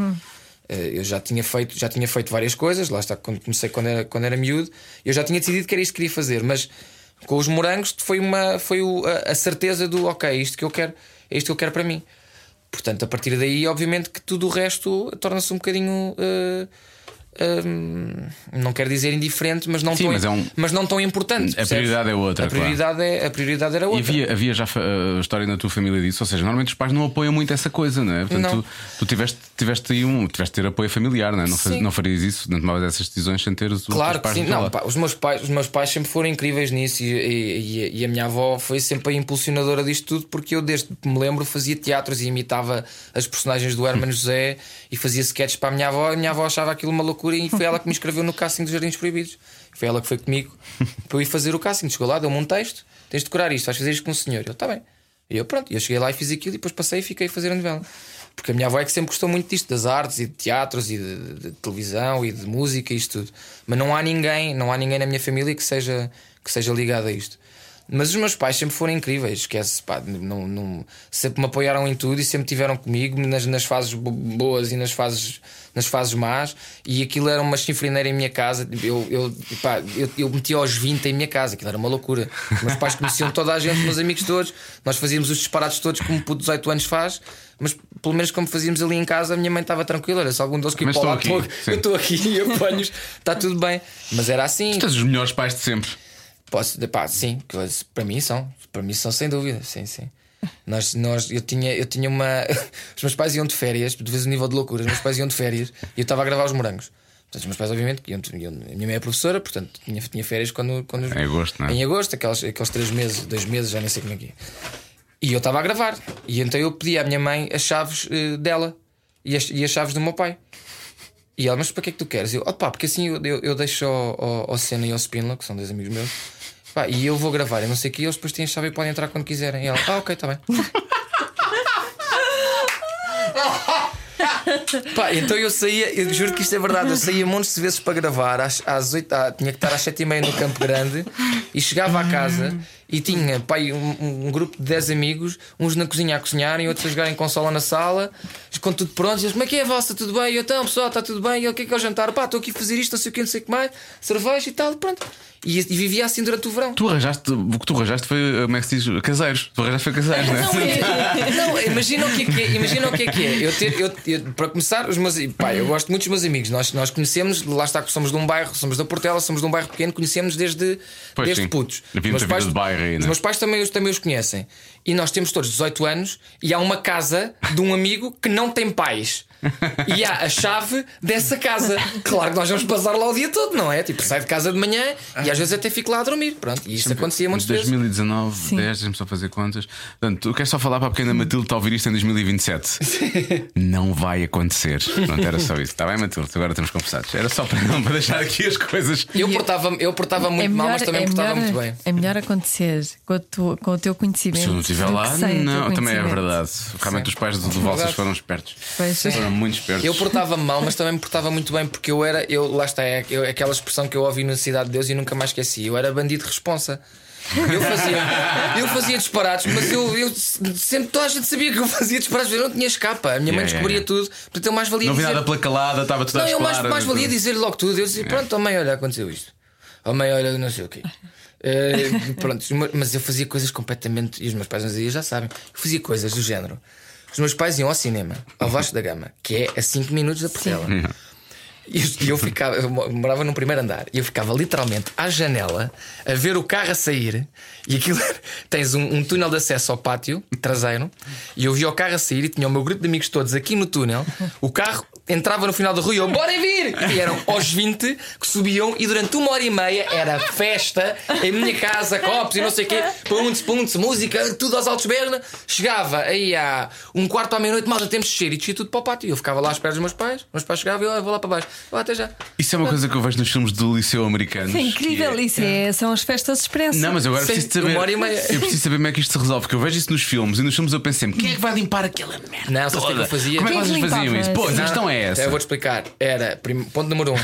Eh, Eu já tinha feito, já tinha feito várias coisas, lá está, quando comecei quando era, quando era miúdo, eu já tinha decidido que era isto que queria fazer, mas com os morangos foi, uma, foi o- a, a certeza do ok, é isto que eu quero, é isto que eu quero para mim. Portanto, a partir daí, obviamente, que tudo o resto torna-se um bocadinho. eh, hum, não quero dizer indiferente, mas não, Sim, tão, mas é um- não tão importante. A percebes? prioridade é outra, A prioridade, é, a prioridade era E outra. havia, havia já fa- a história na tua família disso, ou seja, normalmente os pais não apoiam muito essa coisa, não é? Portanto, Não. tu, tu tiveste, tiveste aí um, tiveste de ter apoio familiar, não é? Não, faz- Sim. não farias isso, não tomavas essas decisões sem ter os Claro teus que pais sim, do teu não, lado. pá, os, meus pais, os meus pais sempre foram incríveis nisso e, e- e- e a minha avó foi sempre a impulsionadora disto tudo porque eu, desde que me lembro, fazia teatros e imitava as personagens do Herman José e fazia sketches para a minha avó. A minha avó achava aquilo uma loucura e foi ela que me inscreveu no casting dos Jardins Proibidos. Foi ela que foi comigo para eu ir fazer o casting. Chegou lá, deu-me um texto: tens de decorar isto, vais fazer isto com o senhor. Eu, está bem. E eu, pronto, eu cheguei lá e fiz aquilo e depois passei e fiquei a fazer a novela. Porque a minha avó é que sempre gostou muito disto, das artes e de teatros e de, de- de televisão e de música e isto tudo. Mas não há ninguém, não há ninguém na minha família que seja, que seja ligado a isto. Mas os meus pais sempre foram incríveis, esquece, pá, não, não- sempre me apoiaram em tudo e sempre tiveram comigo nas, nas fases bo- boas e nas fases, nas fases más. E aquilo era uma chifrineira em minha casa. Eu, eu, pá, eu, eu metia aos 20 em minha casa, aquilo era uma loucura. Os meus pais conheciam toda a gente, os meus amigos todos. Nós fazíamos os disparados todos como um puto de 18 anos faz. Mas pelo menos como fazíamos ali em casa, a minha mãe estava tranquila. Olha, se algum deles que ir Mas para lá, estou aqui, eu sim. estou aqui e apanho-os, está tudo bem. Mas era assim. Estás os melhores pais de sempre. Posso, pá, sim, que eles- para mim são, para mim são sem dúvida, sim, sim. Nós, nós, eu tinha, eu tinha uma. Os meus pais iam de férias, tu vês o nível de loucura, os meus pais iam de férias e eu estava a gravar os morangos. Portanto, os meus pais, obviamente, iam, iam- a minha mãe é professora, portanto, tinha, tinha férias quando, quando os- Em agosto, não é? Em agosto, aqueles, aqueles três meses, dois meses, já nem sei como é que é. E eu estava a gravar. E então eu pedi à minha mãe as chaves eh, dela e as, e as chaves do meu pai. E ela, mas para que é que tu queres? Eu, opá, porque assim eu, eu, eu deixo ao, ao, ao Senna e ao Spinla, que são dois amigos meus, pá, e eu vou gravar e não sei o que, eles depois têm a chave e podem entrar quando quiserem. E ela, ah, ok, está bem. Pá, então eu saía, eu juro que isto é verdade, eu saía montes de vezes para gravar, às, às 8, ah, tinha que estar às 7 e meia no Campo Grande e chegava à casa e tinha pai, um, um grupo de 10 amigos, uns na cozinha a cozinharem, outros a jogarem consola na sala, com tudo pronto, e eles, como é que é a vossa? Tudo bem? E eu, então, pessoal, está tudo bem? E eu, o que é que é o jantar? Pá, estou aqui a fazer isto, não sei o que, não sei o que mais, cerveja e tal, pronto. E, e vivia assim durante o verão. Tu arranjaste, o que tu arranjaste foi, como é que se diz, caseiros. Tu arranjaste foi caseiros, não é? Não, imagina o que é que é. Imagina o que é que é. Eu ter, eu, eu- para começar, os meus. Pá, eu gosto muito dos meus amigos. Nós, nós conhecemos, lá está, que somos de um bairro, somos da Portela, somos de um bairro pequeno, conhecemos desde, Pois desde sim. putos. Havia muita vida de bairro aí, os né? meus pais também, os- também os conhecem. E nós temos todos 18 anos e há uma casa de um amigo que não tem pais. E há a chave dessa casa. Claro que nós vamos passar lá o dia todo, não é? Tipo, saio de casa de manhã e às vezes até fico lá a dormir. Pronto, e isto acontecia muitas vezes. 2019, 10, deixa-me só fazer contas. Portanto, tu queres só falar para a pequena Matilde está a ouvir isto em 2027? não vai acontecer. Pronto, era só isso. Está bem, Matilde? Agora estamos conversados. Era só para, não, para deixar aqui as coisas. Eu portava, eu portava muito mal, mas também portava É melhor- muito bem. é melhor acontecer com, a tua- com o teu conhecimento. Se eu não estiver do lá, que sem o teu não, também é conhecimento. verdade. Realmente os pais do, do Valsas Verdade. foram espertos. Pois. Foram muito espertos. Eu portava mal, mas também me portava muito bem porque eu era, eu, lá está, é, eu- é aquela expressão que eu ouvi na Cidade de Deus e nunca mais esqueci. Eu era bandido de responsa. Eu fazia, eu fazia disparados, mas eu, eu sempre toda a gente sabia que eu fazia disparados, eu não tinha escapa. A minha mãe Yeah, yeah, descobria yeah. tudo, portanto eu mais valia Não vi dizer. nada pela calada, estava tudo Não, às eu mais, claras, mais valia tudo. dizer-lhe logo tudo. Eu dizia, pronto, oh mãe, olha, aconteceu isto. Oh mãe, olha, não sei o quê. Eh, pronto, os meus- mas eu fazia coisas completamente. E os meus pais não diziam, já sabem. Eu fazia coisas do género. Os meus pais iam ao cinema, ao Vasco da Gama, que é a 5 minutos da Portela. E eu- E eu ficava, eu mo- morava num primeiro andar e eu ficava literalmente à janela a ver o carro a sair. E aquilo era- tens um, um túnel de acesso ao pátio traseiro. E eu via o carro a sair e tinha o meu grupo de amigos todos aqui no túnel. O carro entrava no final da rua e eu, bora vir! E eram aos 20 que subiam e durante uma hora e meia era festa em minha casa, copos e não sei o quê, puntos, puntos, música, tudo aos altos berna. Chegava aí há um quarto à meia-noite, malta, temos de descer e descia tudo para o pátio. E Eu ficava lá à espera dos meus pais, meus pais chegavam e eu "Ah, vou lá para baixo. Eu até já. Isso é uma coisa que eu vejo nos filmes do Liceu Americano. É incrível isso. é- são as festas expressas. Não, mas eu agora Sim, preciso de saber. uma hora e meia. Eu preciso saber como é que isto se resolve, porque eu vejo isso nos filmes e nos filmes eu penso sempre: quem é que vai limpar aquela merda? Não, sabes o que é que toda? eu fazia? Como é que Quem vocês limpava? faziam isso? Pois, a Não, questão é não, essa. Eu vou te explicar. Era, prim- ponto número um,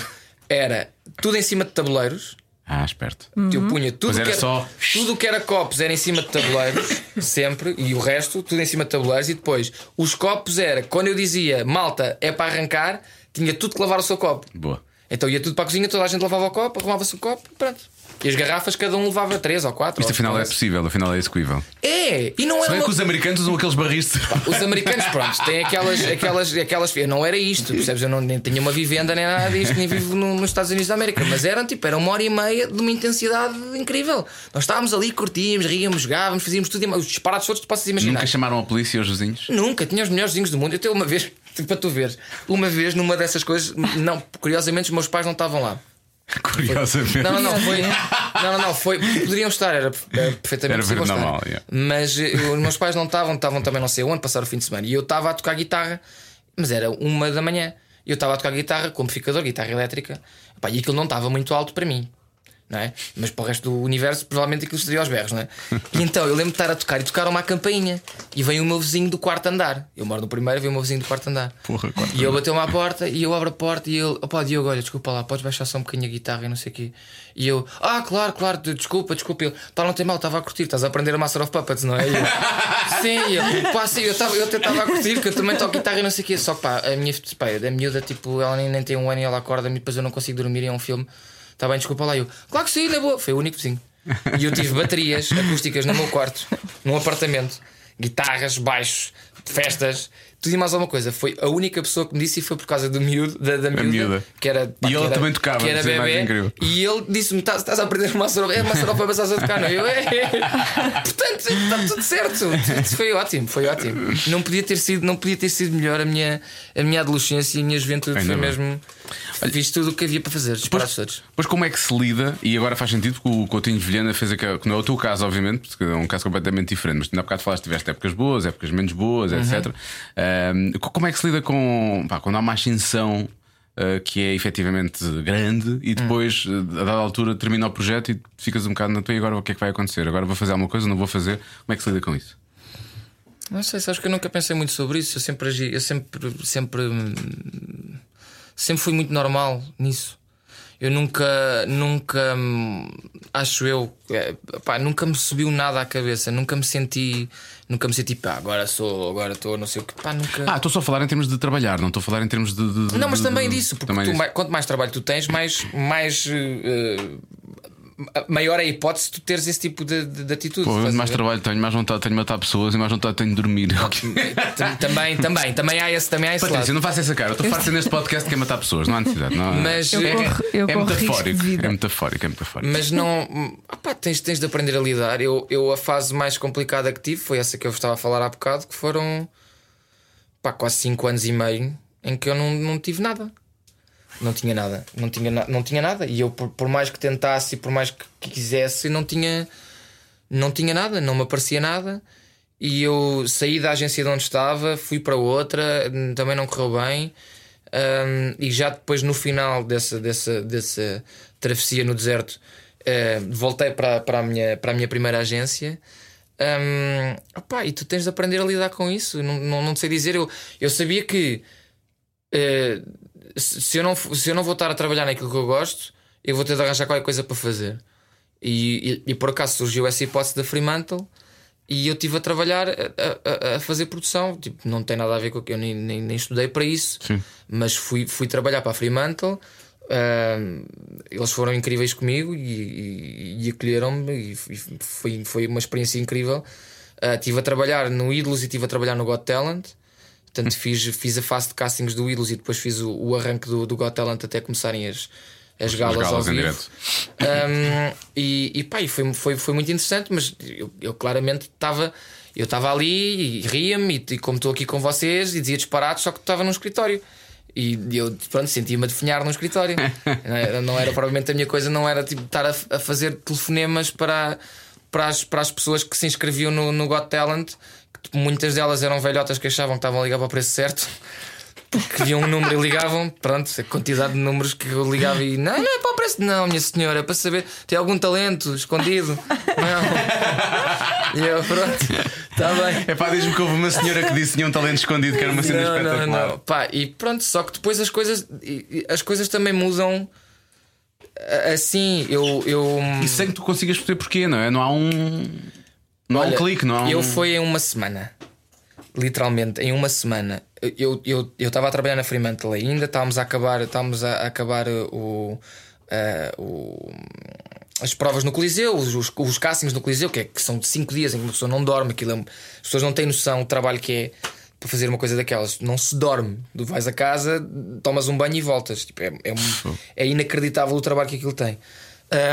era tudo em cima de tabuleiros. Ah, esperto. Tipo, Eu punha tudo Mas o era que era, só- tudo o que era copos era em cima de tabuleiros, sempre, e o resto, tudo em cima de tabuleiros. E depois, os copos era, quando eu dizia malta é para arrancar, tinha tudo que lavar o seu copo. Boa. Então ia tudo para a cozinha, toda a gente lavava o copo, arrumava-se o copo, pronto. E as garrafas, cada um levava três ou quatro. Isto ou- afinal é possível, afinal é execuível. É! E não Se era bem uma que os americanos usam aqueles barris de. Os americanos, pronto, têm aquelas, aquelas, aquelas. Eu não era isto, percebes? Eu não, nem tinha uma vivenda nem nada disto, nem vivo no- nos Estados Unidos da América. Mas eram tipo, era uma hora e meia de uma intensidade incrível. Nós estávamos ali, curtíamos, ríamos, jogávamos, fazíamos tudo. e mais- Os disparados todos que tu possas imaginar. Nunca chamaram a polícia aos vizinhos? Nunca, tinha os melhores vinhos do mundo. Eu até uma vez, para tu veres, uma vez numa dessas coisas, não, curiosamente os meus pais não estavam lá. Curiosamente. Não, não, não, foi. Não, não, não, foi. Poderiam estar, era, era perfeitamente Era possível estar. normal, yeah. Mas eh, os meus pais não estavam, estavam também não sei onde, passaram o fim de semana. E eu estava a tocar guitarra, mas era uma da manhã. E eu estava a tocar guitarra com amplificador, guitarra elétrica. Pá, e aquilo não estava muito alto para mim. não é? Mas para o resto do universo, provavelmente aquilo estaria aos berros, não é? E então eu lembro de estar a tocar e tocaram uma campainha. E vem o meu vizinho do quarto andar. Eu moro no primeiro, vem o meu vizinho do quarto andar. Porra, quarto e ele bateu-me à porta e eu abro a porta e ele, opá, Diogo, olha, desculpa lá, podes baixar só um bocadinho a guitarra e não sei o quê. E eu, ah, claro, claro, de- desculpa, desculpa. Ele, pá, não tem mal, estava a curtir, estás a aprender a Master of Puppets, não é? E eu, sim, e eu, pá, sim, eu, estava eu até estava a curtir, que eu também toco guitarra e não sei o quê. Só que pá, a minha, pá, a miúda, tipo, ela nem, nem tem um ano e ela acorda-me e depois eu não consigo dormir e é um filme. Está bem, desculpa lá. E Eu, claro que sim, na boa. Foi o único vizinho. E eu tive baterias acústicas no meu quarto, num apartamento, guitarras, baixos, festas, tudo e mais alguma coisa. Foi a única pessoa que me disse e foi por causa do miúdo, da, da miúda, miúda. que era. E que ele era- também tocava, que era isso é mais bebê, incrível. E ele disse-me: "Tá- estás a aprender uma saropa, é uma saropa, mas estás a tocar, não é? Eu, é. Portanto, está tudo certo. Isso Foi ótimo, foi ótimo. Não podia ter sido, não podia ter sido melhor a minha, a minha adolescência e a minha juventude. Ainda foi bem. mesmo. Fiz tudo o que havia para fazer, disparar todos. Mas como é que se lida? E agora faz sentido que o Coutinho de Vilhena fez aquela. que não é o teu caso, obviamente, porque é um caso completamente diferente, mas tu na bocado falaste que tiveste épocas boas, épocas menos boas, etc. Ahm, co- como é que se lida com. pá, quando há uma ascensão ah, que é efetivamente grande e depois, ah, a dada altura, termina o projeto e ficas um bocado na tua e agora o que é que vai acontecer? Agora vou fazer alguma coisa, não vou fazer? Como é que se lida com isso? Não sei, sabes que eu nunca pensei muito sobre isso. Eu sempre agi, eu sempre, sempre, hum, sempre fui muito normal nisso. Eu nunca, nunca, hum, acho eu, é, pá, nunca me subiu nada à cabeça. Nunca me senti, nunca me senti, pá, agora sou, agora estou, não sei o que, pá, nunca. Ah, estou só a falar em termos de trabalhar, não estou a falar em termos de. de- de- Não, mas de- também de- disso, porque também tu disso. mai- quanto mais trabalho tu tens, mais, mais eh, eh, maior é a hipótese de tu teres esse tipo de, de- de atitude. Pô, Estás quanto a mais ver? trabalho tenho, mais vontade tenho de matar pessoas e mais vontade tenho de dormir. Tam- também, também, também há esse, também há esse lado. Patrícia, não faça essa cara. Eu estou farto de ser neste podcast que é matar pessoas, não há necessidade. Não, Mas eh, é, Eu é- corro- eu é corro risco de metafórico. vida. É metafórico, é metafórico. Mas não. hum, opá, tens, tens de aprender a lidar. Eu, eu, a fase mais complicada que tive foi essa que eu vos estava a falar há bocado, que foram pá, quase 5 anos e meio em que eu não, não tive nada. Não tinha nada. Não tinha, na- não tinha nada. E eu, por, por mais que tentasse e por mais que, que quisesse, não tinha, não tinha nada, não me aparecia nada. E eu saí da agência de onde estava, fui para outra, hum, também não correu bem. Hum, e já depois, no final dessa, dessa, dessa travessia no deserto, eh, voltei para, para, a minha, para a minha primeira agência. Hum, opá, e tu tens de aprender a lidar com isso. Não, não, não te sei dizer, eu, eu sabia que eh, se, se eu não, f- se eu não voltar a trabalhar naquilo que eu gosto, eu vou ter de arranjar qualquer coisa para fazer. E, e- e por acaso surgiu essa hipótese da Fremantle e eu estive a trabalhar, a, a- a fazer produção. Tipo, não tem nada a ver com o que eu nem, nem, nem estudei para isso, Sim. mas fui, fui trabalhar para a Fremantle. ahm, eles foram incríveis comigo e, e- e acolheram-me, e, f- e foi, foi uma experiência incrível. Ah, estive a trabalhar no Ídolos e estive a trabalhar no Got Talent. Hum. Portanto, fiz, fiz a fase de castings do Ídolos e depois fiz o, o arranque do, do Got Talent até começarem as, as galas, ao galas em vivo. direto. Um, e, e pá, e foi, foi, foi muito interessante, mas eu, eu claramente estava. Eu estava ali e ria-me, e, e como estou aqui com vocês, e dizia disparados, só que estava num escritório. E eu, pronto, sentia-me a definhar num escritório. não, era, não era provavelmente a minha coisa, não era tipo, estar a, a fazer telefonemas para, para, as, para as pessoas que se inscreviam no, no Got Talent, que muitas delas eram velhotas que achavam que estavam a ligar para o preço certo que viam um número e ligavam, pronto, a quantidade de números que eu ligava e não, não é para o preço, não, minha senhora, é para saber, tem algum talento escondido? Não. E eu, pronto, está bem. É pá, diz-me que houve uma senhora que disse que tinha um talento escondido, que era uma cena espetacular. Pá, e pronto, só que depois as coisas, e- e as coisas também mudam. A- Assim, eu. eu E sem que tu consigas perceber porquê, não é? Não há um. Não há um Olha, clique, não há um. Eu fui em uma semana. Literalmente, em uma semana. Eu estava eu, eu estava a trabalhar na Fremantle ainda, estávamos a acabar, estávamos a acabar uh, o, uh, o- as provas no Coliseu, os, os, os castings no Coliseu, que, é, que são de 5 dias em que uma pessoa não dorme, aquilo é, as pessoas não têm noção do trabalho que é para fazer uma coisa daquelas. Não se dorme. Tu vais a casa, tomas um banho e voltas. Tipo, é, é, um- é inacreditável o trabalho que aquilo tem.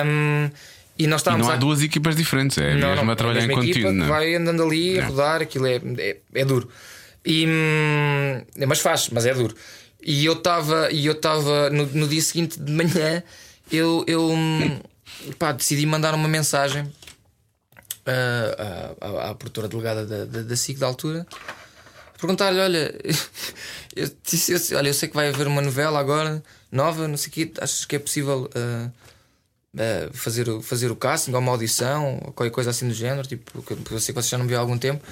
Um, e nós E estávamos não há a- duas equipas diferentes, é não, mesmo não, a trabalhar é a em mesma equipa contínuo. que não é? Vai andando ali a Não. rodar, aquilo é, é, é duro. E, hum, mas faz, mas é duro. E eu estava e eu estava no, no dia seguinte de manhã, eu, eu hum, pá, decidi mandar uma mensagem ah, à, à, à produtora delegada da, da, da SIC da altura perguntar-lhe: olha, eu, disse- eu disse, olha, eu sei que vai haver uma novela agora, nova, não sei o quê, achas que é possível ah, uh, fazer, o- fazer o casting ou uma audição ou qualquer coisa assim do género, tipo, que eu sei que você já não viu há algum tempo.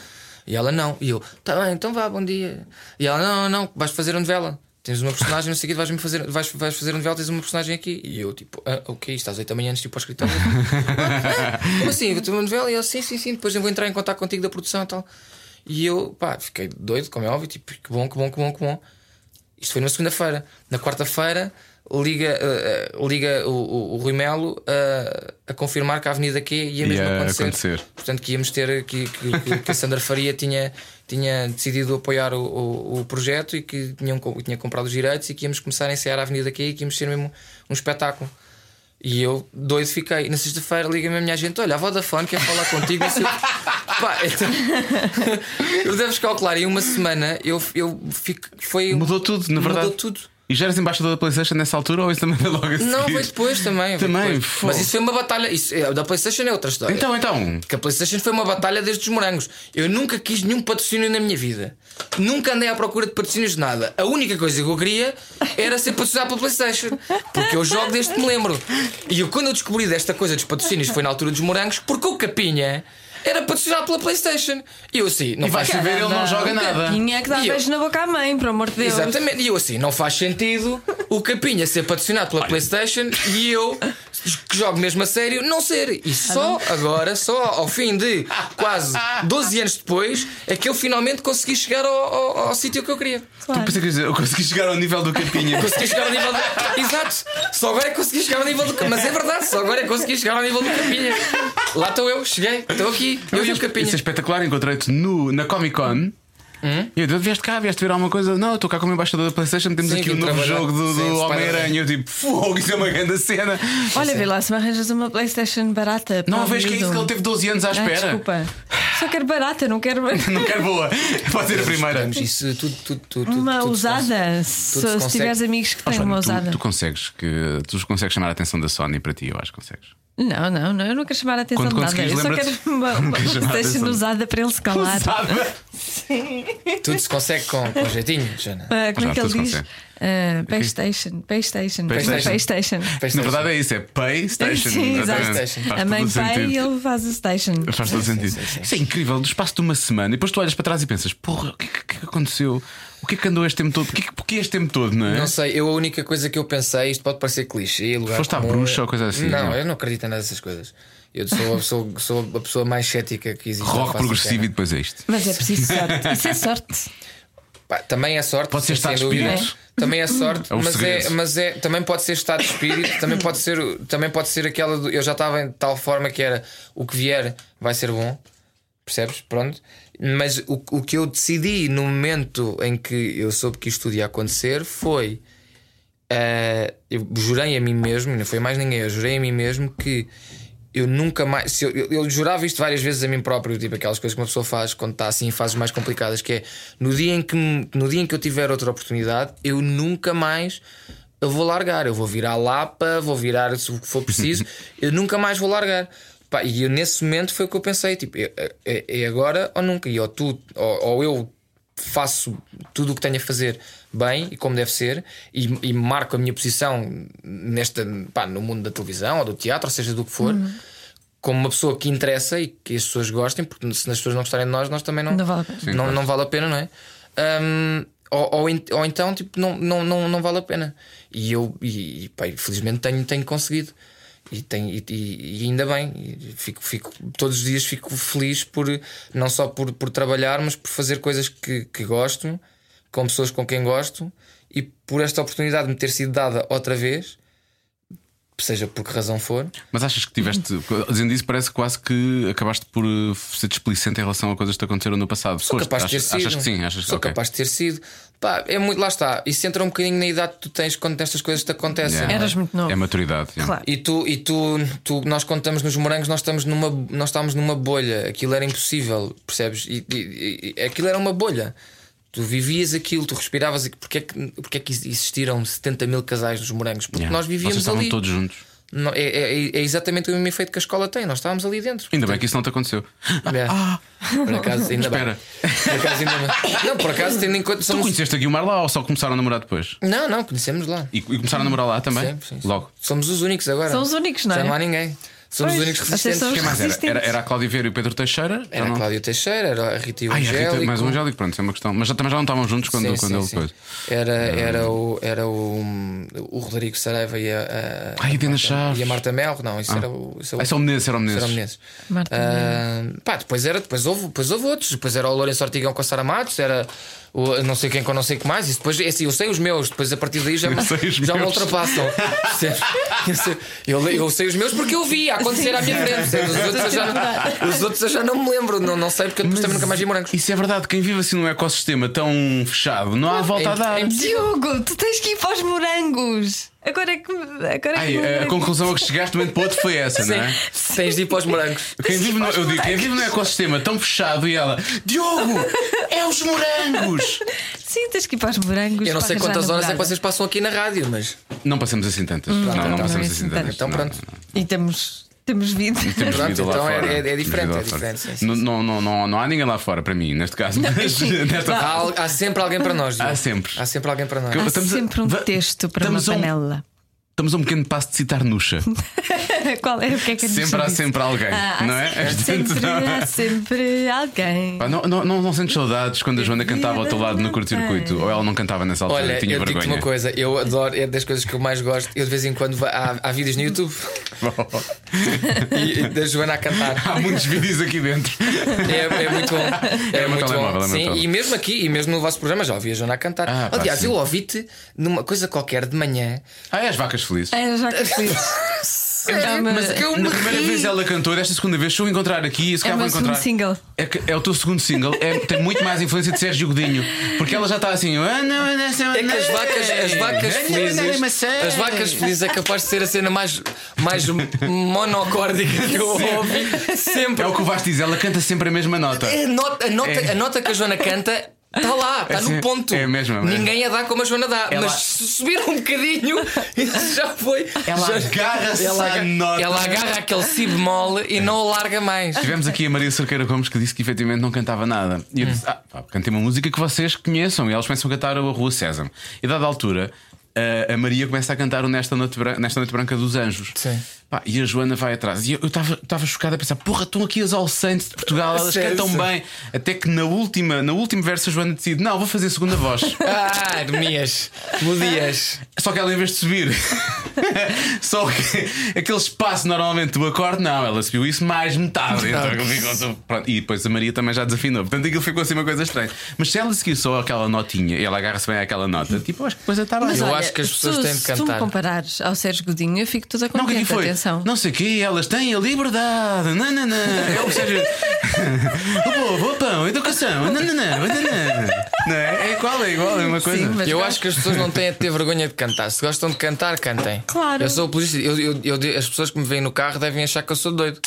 E ela não. E eu, tá bem, então vá, bom dia. E ela, não, não, não, vais fazer a novela. Tens uma personagem, não sei o quê, vais-me fazer, vais, vais fazer a novela, tens uma personagem aqui. E eu, tipo, ah, ok, estás 8 da manhã antes de ir para o escritório. Ah, ah, Como assim? Eu tenho uma novela? E ela, sim, sim, sim, depois eu vou entrar em contato contigo da produção e tal. E eu, pá, fiquei doido, como é óbvio, tipo, que bom, que bom, que bom, que bom. Isto foi na segunda-feira. Na quarta-feira, liga, eh, eh, liga o, o, o Rui Melo eh, a confirmar que a Avenida Q ia mesmo Ia acontecer. acontecer. Portanto, que íamos ter que, que, que- que a Sandra Faria tinha, tinha decidido apoiar o, o, o projeto e que tinham, co- tinha comprado os direitos e que íamos começar a ensaiar a Avenida Q e que íamos ser mesmo um espetáculo. E eu doido fiquei. E na sexta-feira liga-me a minha gente: Olha, a Vodafone quer falar contigo. E eu, pá, então, eu deves calcular. Em uma semana eu, eu fico. Foi, um Mudou tudo, na verdade. Mudou tudo. E já eras embaixador da PlayStation nessa altura ou isso também foi logo a Não, seguir? foi depois também. veio Também, depois. fogo. Mas isso foi uma batalha. Isso, é, da PlayStation é outra história. Então, então. Porque a PlayStation foi uma batalha desde os morangos. Eu nunca quis nenhum patrocínio na minha vida. Nunca andei à procura de patrocínios de nada. A única coisa que eu queria era ser patrocinado pela PlayStation. Porque eu jogo desde que me lembro. E eu, quando eu descobri desta coisa dos patrocínios foi na altura dos morangos, porque o Capinha era patrocinado pela PlayStation. E eu assim, não E vais faz saber, ele não joga nada. Tinha que dar E eu- beijo na boca à mãe, por amor de Deus. Exatamente, e eu assim, não faz sentido o Capinha ser patrocinado pela PlayStation e eu, que jogo mesmo a sério, não ser. Ah, E só agora, só ao fim de quase 12 anos depois, é que eu finalmente consegui chegar ao, ao- ao sítio que eu queria. Tu pensei que ias dizer, eu consegui chegar ao nível do Capinha. Consegui chegar ao nível do. Exato, só agora é que consegui chegar ao nível do. Mas é verdade, só agora é que consegui chegar ao nível do Capinha. Lá estou eu, cheguei, estou aqui, eu e o Isso é Capinha. espetacular, encontrei-te nu- na Comic Con. Hum? E eu digo, vieste cá, vieste ver alguma coisa? Não, eu estou cá como embaixador da PlayStation. Temos Sim, aqui o vim novo trabalhar. jogo do, Sim, do Spider-Man. Homem-Aranha. Eu tipo, fogo, isso é uma grande cena. Olha, vê lá se me arranjas uma Playstation barata. Não, pá, vês que é isso que miúdo. ele teve 12 Ah, anos à Ai, espera. desculpa. Só quero barata, não quero Não quero boa. Pode ser a primeira. Isso tudo, tudo, tudo, tudo, uma tudo se usada. tudo Se, se se consegue. tiveres amigos que Oh, têm Joana, uma tu- usada. Tu, consegues que tu consegues chamar a atenção da Sony para ti, eu acho que consegues. Não, não, não, eu não quero chamar a atenção Quando de nada. conseguires, Eu só lembra-te. quero uma, uma Nunca chamar a Playstation atenção. usada para ele se calar. Tudo se consegue com, com jeitinho, Jana. Ah, como Já, é que ele tudo se diz? consegue. Ah, Playstation, Playstation, Playstation. Playstation. Na verdade é isso, é PlayStation. Sim, exato. exatamente. Playstation. Faz A todo mãe o pai sentido. e ele faz o station. Faz todo sentido. Isso é incrível, do espaço de uma semana, e depois tu olhas para trás e pensas: porra, o que, que- que aconteceu? O que é que andou este tempo todo? O que, é que- porquê este tempo todo, não é? Não sei, eu a única coisa que eu pensei, isto pode parecer clichê, lugar Foste à comum. bruxa ou coisa assim, Não, não? eu não acredito em nada dessas coisas. Eu sou a pessoa, sou a pessoa mais cética que existe. na face Rock da progressivo e terra. depois é isto. Mas é preciso sorte. Isso é sorte. Pá, também é sorte. Pode ser sem- sem estado de dúvida. espírito. Também é sorte, É o mas, é, segredo. mas é, também pode ser estado de espírito, também pode ser, também pode ser aquela. do- eu já estava em tal forma que era o que vier vai ser bom, percebes? Pronto. Mas o, o que eu decidi no momento em que eu soube que isto tudo ia acontecer foi. eh, eu jurei a mim mesmo, não foi mais ninguém, eu jurei a mim mesmo que eu nunca mais. se eu, eu- eu jurava isto várias vezes a mim próprio, tipo aquelas coisas que uma pessoa faz quando está assim em fases mais complicadas, que é no dia em que, me- no dia em que eu tiver outra oportunidade, eu nunca mais. Eu vou largar, eu vou virar Lapa, vou virar se o que for preciso, eu nunca mais vou largar. Pá, e eu, nesse momento foi o que eu pensei: tipo, é, é- é agora ou nunca? E ou tu, ou, ou eu faço tudo o que tenho a fazer bem e como deve ser e, e marco a minha posição nesta pá, no mundo da televisão ou do teatro, ou seja do que for, Uhum. como uma pessoa que interessa e que as pessoas gostem, porque se as pessoas não gostarem de nós, nós também não, Não vale a pena. Sim, não, claro. não vale a pena, não é? Hum, ou, ou, en- ou então tipo, não, não, não, não vale a pena. E eu, e, e, pá, felizmente, tenho, tenho conseguido. E, tenho, e, e- e ainda bem, E fico, fico, todos os dias fico feliz por não só por, por trabalhar, mas por fazer coisas que, que gosto, com pessoas com quem gosto, e por esta oportunidade de me ter sido dada outra vez, seja por que razão for. Mas achas que tiveste, dizendo isso, parece quase que acabaste por eh, ser displicente em relação a coisas que te aconteceram no passado. Sou capaz de ter achas, sido. achas que sim, achas Sou ok. capaz de ter sido. Pá, é muito, lá está. Isso entra um bocadinho na idade que tu tens quando estas coisas te acontecem. Yeah. não é? Eras muito novo. É maturidade. yeah. Claro. E tu, e tu, tu, nós contamos nos morangos, nós estamos numa, nós estávamos numa bolha. Aquilo era impossível, percebes? E, e- e- aquilo era uma bolha. Tu vivias aquilo, tu respiravas. aquilo. Porquê é que, porquê é que existiram 70 mil casais nos morangos? Porque Yeah. nós Vocês vivíamos estavam ali. todos juntos. Não, é, é- é exatamente o mesmo efeito que a escola tem. Nós estávamos ali dentro. Ainda bem que isso não te aconteceu. É. Por acaso, ainda bem. Ah, Espera. Por acaso, ainda bem. Não, por acaso, tendo em conta. Tu Somos... conheceste a Guilmar lá ou só começaram a namorar depois? Não, não, conhecemos lá. E, e começaram a namorar lá também? Sempre, sim, sim. é? Logo. Somos os únicos agora. São os únicos, não Já não há é? ninguém. Somos os Pois, únicos vocês resistentes. são os Quem mais era? era? resistentes. Era a Cláudia Vieira e o Pedro Teixeira? Era Ou a não? Cláudia Teixeira, era a Rita e o Ai, a Rita- Angélico. mais um Angélico, pronto, isso é uma questão. Mas já, também já não estavam juntos quando, Sim, quando sim, ele sim. coisa. Era, era, o, era o, o Rodrigo Saraiva e a, a, Ai, a Dena Marta- Chaves. e a Marta Melro. Não, isso era o. Isso é o- Ah, são Menezes, eram isso era o Menezes. Menezes. Marta Ah, pá, depois, era, depois, houve, depois houve outros. Depois era o Lourenço Ortigão com a Sara Matos, era o não sei quem com não sei o que mais. E depois, é assim, eu sei os meus, depois a partir daí já, me- Eu sei os já me meus. ultrapassam. Percebes? eu, sei, eu, eu sei os meus porque eu vi a acontecer à minha frente. percebes? Os outros, eu já, os outros eu já não me lembro, não, não sei porque depois também nunca mais vi morangos. Isso é verdade, quem vive assim num ecossistema tão fechado, não há volta a dar. é impossível. Diogo, tu tens que ir para os morangos. Agora é que. Agora é que Ai, a conclusão a que chegaste de um momento para o outro foi essa, não é? Tens de ir para os morangos. Quem vive, no, eu digo, quem vive num ecossistema tão fechado e ela, Diogo, é os morangos! Sim, tens que ir para os morangos. Eu não para sei arranjar quantas horas é que namorada. vocês passam aqui na rádio, mas Não passamos assim tantas. Hum, não, não, então não é passamos assim assim tantas. tanto. então Não, pronto. E temos, temos vida. Temos Pronto, vida lá então é- fora. é- é Temos diferente, vida lá é fora. diferente, sim, sim, Não- Não, não, não, não há ninguém lá fora, para mim, neste caso. mas sim. nesta Há, al- há sempre alguém para nós. Diogo. Há sempre. Há sempre alguém para nós. Que- Há Estamos a- sempre um va- texto para uma estamos a um- panela. Estamos a um pequeno passo de citar Nuxa. Qual é? O que é que a Nuxa Sempre há disse? sempre alguém, Um Ah, há não é? sempre- Portanto, não- Sempre, há sempre alguém. Pá, Não, não, não, não sentes saudades quando a Joana cantava ao teu lado no curto-circuito? Ou ela não cantava nessa altura? Olha, tinha eu digo-te vergonha. uma coisa, eu adoro, é das coisas que eu mais gosto. Eu de vez em quando va- há, há vídeos no YouTube e- e da Joana a cantar. Há muitos vídeos aqui dentro. É, é muito bom. É, É meu muito telemóvel, bom. é meu Sim, telemóvel. e mesmo aqui, e mesmo no vosso programa, já ouvi a Joana a cantar. Ah, pá, Aliás, sim. eu ouvi-te numa coisa qualquer de manhã. Ah, é as vacas felizes. É, já que fiz. É uma- Mas que eu me Na primeira ri. vez ela cantou, desta segunda vez, se eu encontrar aqui, se é o calhar vou meu segundo encontrar. single. É, que- é o teu segundo single, é- tem muito mais influência de Sérgio Godinho, porque ela já está assim. "Ah, não, não, não, É que as vacas, as vacas não, não, não, não, felizes, maçã." as vacas felizes é capaz de ser a cena mais, mais monocórdica que eu ouvi sempre. É o que o Vasco diz, ela canta sempre a mesma nota. A É nota, a nota, a nota que a Joana canta está lá, está É sim, no ponto. é mesmo, é mesmo. Ninguém a dá como a Joana dá, Ela- mas se subir um bocadinho, isso já foi. Ela já- agarra-se à aga- nota. ela agarra aquele si bemol e não o larga mais. Tivemos aqui a Maria Cerqueira Gomes que disse que efetivamente não cantava nada. E eu disse: Ah, pá, cantei uma música que vocês conheçam. E elas começam a cantar a Rua César. E dada a altura, a, a Maria começa a cantar o Nesta Noite, Bran- Nesta Noite Branca dos Anjos. Sim. Pá, e a Joana vai atrás. E eu estava chocada a pensar: porra, estão aqui as All Saints de Portugal, elas Sim, cantam sim. bem. Até que na última, na última verso a Joana decide: Não, vou fazer a segunda voz. Ah, Hermias, Modias. Só que ela em vez de subir Só que aquele espaço normalmente do acorde Não, ela subiu isso mais metade Então aquilo ficou- pronto. E depois a Maria também já desafinou Portanto aquilo ficou assim uma coisa estranha Mas se ela seguir só aquela notinha E ela agarra-se bem àquela nota Tipo, acho que depois está bem Mas Eu olha, acho que as se pessoas tu- têm de Se tu cantar. me comparares ao Sérgio Godinho, eu fico toda Não, o que é contente. que foi? Atenção. Não sei o quê, elas têm a liberdade não, não, não. É o que seja O povo, o pão, a educação não, não, não, não, não. Não é? É igual, é igual, é uma coisa Sim, mas Eu gosto. acho que as pessoas não têm a ter vergonha de cantar. Se gostam de cantar, cantem. Claro. Eu sou apologista. Eu, eu- eu- as pessoas que me veem no carro devem achar que eu sou doido.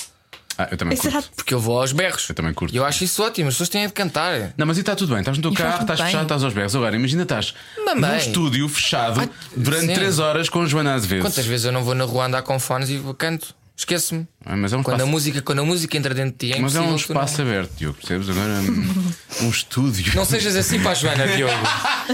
Ah, eu também curto. Exato. Porque eu vou aos berros. Eu também curto. E eu acho isso ótimo. As pessoas têm de cantar. Não, mas e está tudo bem, estás no teu E tá faz carro, muito estás bem. fechado, estás aos berros. Agora, imagina estás Mamãe. num estúdio fechado Ai, durante sim. 3 horas com Joana Azevedo. Quantas vezes eu não vou na rua andar com fones e vou- canto? Esqueço-me. Ah, Mas é um Quando a espaço, música, quando a música entra dentro de ti, é mas é um impossível tu não- espaço aberto, Diogo, percebes? Agora hum, um estúdio. Não sejas assim para a Joana, Diogo.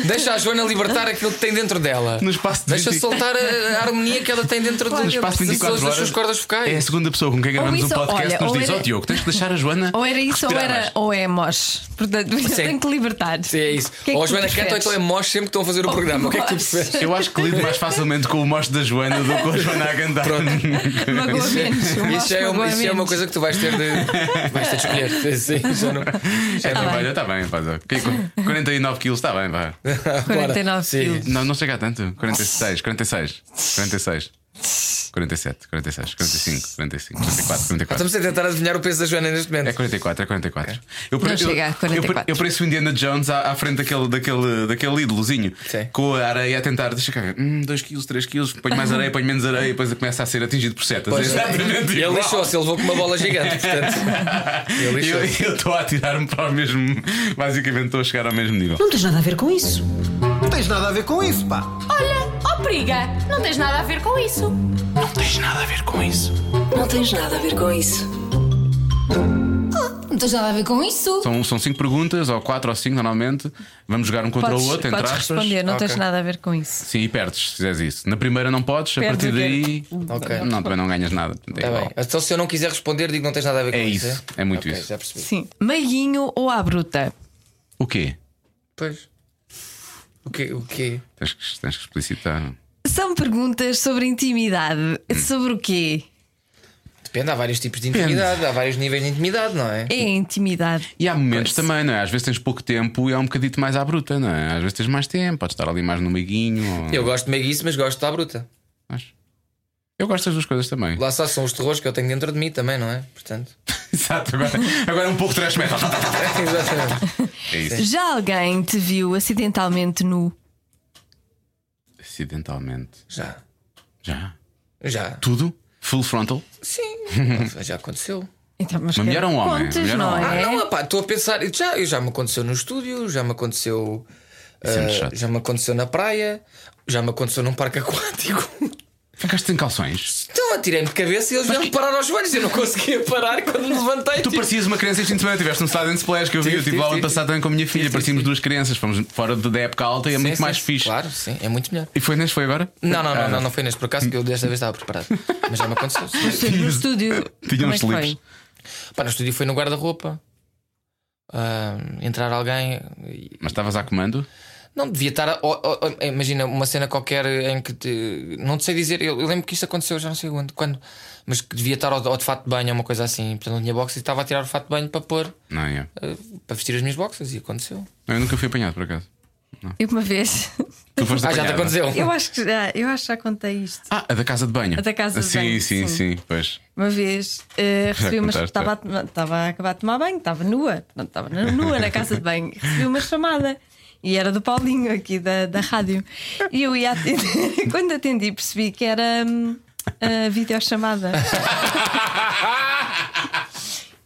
Deixa a Joana libertar aquilo que tem dentro dela. No espaço de Deixa 20 soltar a, a harmonia que ela tem dentro No de Um espaço de das 24 suas, das suas horas. cordas vocais. É a segunda pessoa com quem gravamos um isso, podcast olha, que nos ou é- diz: Ó era- Diogo, tens que deixar a Joana. Ou era isso, ou, respirar era, mais." ou é mosh. Portanto, eu tenho que libertar. Sim, é isso. O que é ou a que tu Joana canta ou preferes? Oh, então é mós sempre que estão a fazer o programa. O que é que tu mosh. preferes? Eu acho que lido mais facilmente com o mostro da Joana do que com a Joana a cantar. É Magoa menos. o Isso, mosh já é, uma, magoa isso já é uma menos. coisa que tu vais ter de. Vais ter de escolher. Sim, já não. É Tá trabalho, está bem, faz. ok, com 49 quilos, está bem, vá. 49 Sim. quilos. Não, não chega a tanto. 46, 46, 46, 47, 46, 45, 45, 44, Ah, 44. Estamos a tentar adivinhar o peso da Joana neste É momento. 44, é 44. Eu, Não chega a 44. Eu, eu pareço o Indiana Jones à, à frente daquele, daquele, daquele ídolozinho Sim. com a areia a tentar. Hum, Deixa cá ver, 2 kg, 3 kg, ponho mais areia, ponho menos areia, e depois começa a ser atingido por setas. É Pois, é. Exatamente Ele igual. lixou-se, ele levou com uma bola gigante. Portanto, ele Eu lixou-se. eu estou a tirar-me para o mesmo. Basicamente, estou a chegar ao mesmo nível. Não tens nada a ver com isso. Não tens nada a ver com isso, pá. Olha, ó periga, não tens nada a ver com isso. Não tens nada a ver com isso. Não tens nada a ver com isso. Não tens nada a ver com isso. São, são cinco perguntas, ou quatro ou cinco normalmente. Vamos jogar um contra Podes, o outro, entre podes aspas. responder, não tens Ok. nada a ver com isso. Sim, e perdes se fizeres isso. Na primeira não podes, a Perdes partir o daí. Ok. Não, também não ganhas nada. portanto, é Tá igual. bem. Então, se eu não quiser responder, digo que não tens nada a ver com É isso. isso, é muito Ok, isso. Já percebi. Sim. Meiguinho ou à bruta? O quê? Pois. O quê? O quê? Tens que, tens que explicitar. São perguntas sobre intimidade. Sobre o quê? Depende, há vários tipos de Depende. Hum. intimidade, há vários níveis de intimidade, não é? É a intimidade. E há momentos também, não é? Às vezes tens pouco tempo e há um bocadito mais à bruta, não é? Às vezes tens mais tempo, podes estar ali mais no meiguinho. ou- Eu gosto de meiguice, mas gosto da bruta. Mas- Eu gosto das duas coisas também. Lá só são os terrores que eu tenho dentro de mim também, não é? Portanto. Exato, agora, agora é um pouco trash metal. Exatamente. É isso. Já alguém te viu acidentalmente nu? Acidentalmente. Já. Já? Já. Tudo? Full frontal? Sim. Já aconteceu. Então, mas Uma mulher quero- ou um homem? Contas, Mulher ou não homem? Ah, é? não, rapá, estou a pensar. eu Já, eu já me aconteceu no estúdio, já me aconteceu. Isso é muito ah, chato. já me aconteceu na praia, já me aconteceu num parque aquático. Ficaste sem calções? Então atirei-me de cabeça e eles vieram parar aos joelhos. Eu não conseguia parar quando me levantei. Tu tipo, parecias uma criança este fim de semana, tiveste um Stadium Splash que eu vi, eu Tive, estive tive, lá o ano tive. passado também com a minha filha, tive, parecíamos tive. duas crianças, fomos fora de- da época alta e é sim, muito sim, mais sim, fixe. Claro, sim, é muito melhor. E foi neste, foi agora? Não, não, Ah, não, não, não foi neste por acaso que eu desta vez estava preparado. Mas já me aconteceu. sim. Mas No estúdio. Tinha como uns é que foi? slips. Pá, no estúdio foi no guarda-roupa. Ah, entrar alguém. e- Mas estavas a comando? Não, devia estar. a- ó- ó- ó, imagina uma cena qualquer em que. te- não te sei dizer. Eu, eu lembro que isto aconteceu, já não sei quando. quando mas que devia estar ao, ao de fato de banho, ou uma coisa assim. Portanto, não tinha boxe e estava a tirar o fato de banho para pôr. Não, é. ah, para vestir as minhas boxes. E aconteceu. Eu nunca fui apanhado por acaso. Eu uma vez. Tu foste Ah, já te apanhada. aconteceu. Eu acho que já, eu acho que já contei isto. Ah, a da casa de banho. A da casa de sim, banho, Sim, sim, sim. Pois. Uma vez eh, recebi uma contaste, estava a, toma- estava a acabar de tomar banho, estava nua, não estava na- nua na casa de banho, recebi uma chamada e era do Paulinho aqui da, da rádio. E eu ia atender, quando atendi percebi que era hum, a videochamada.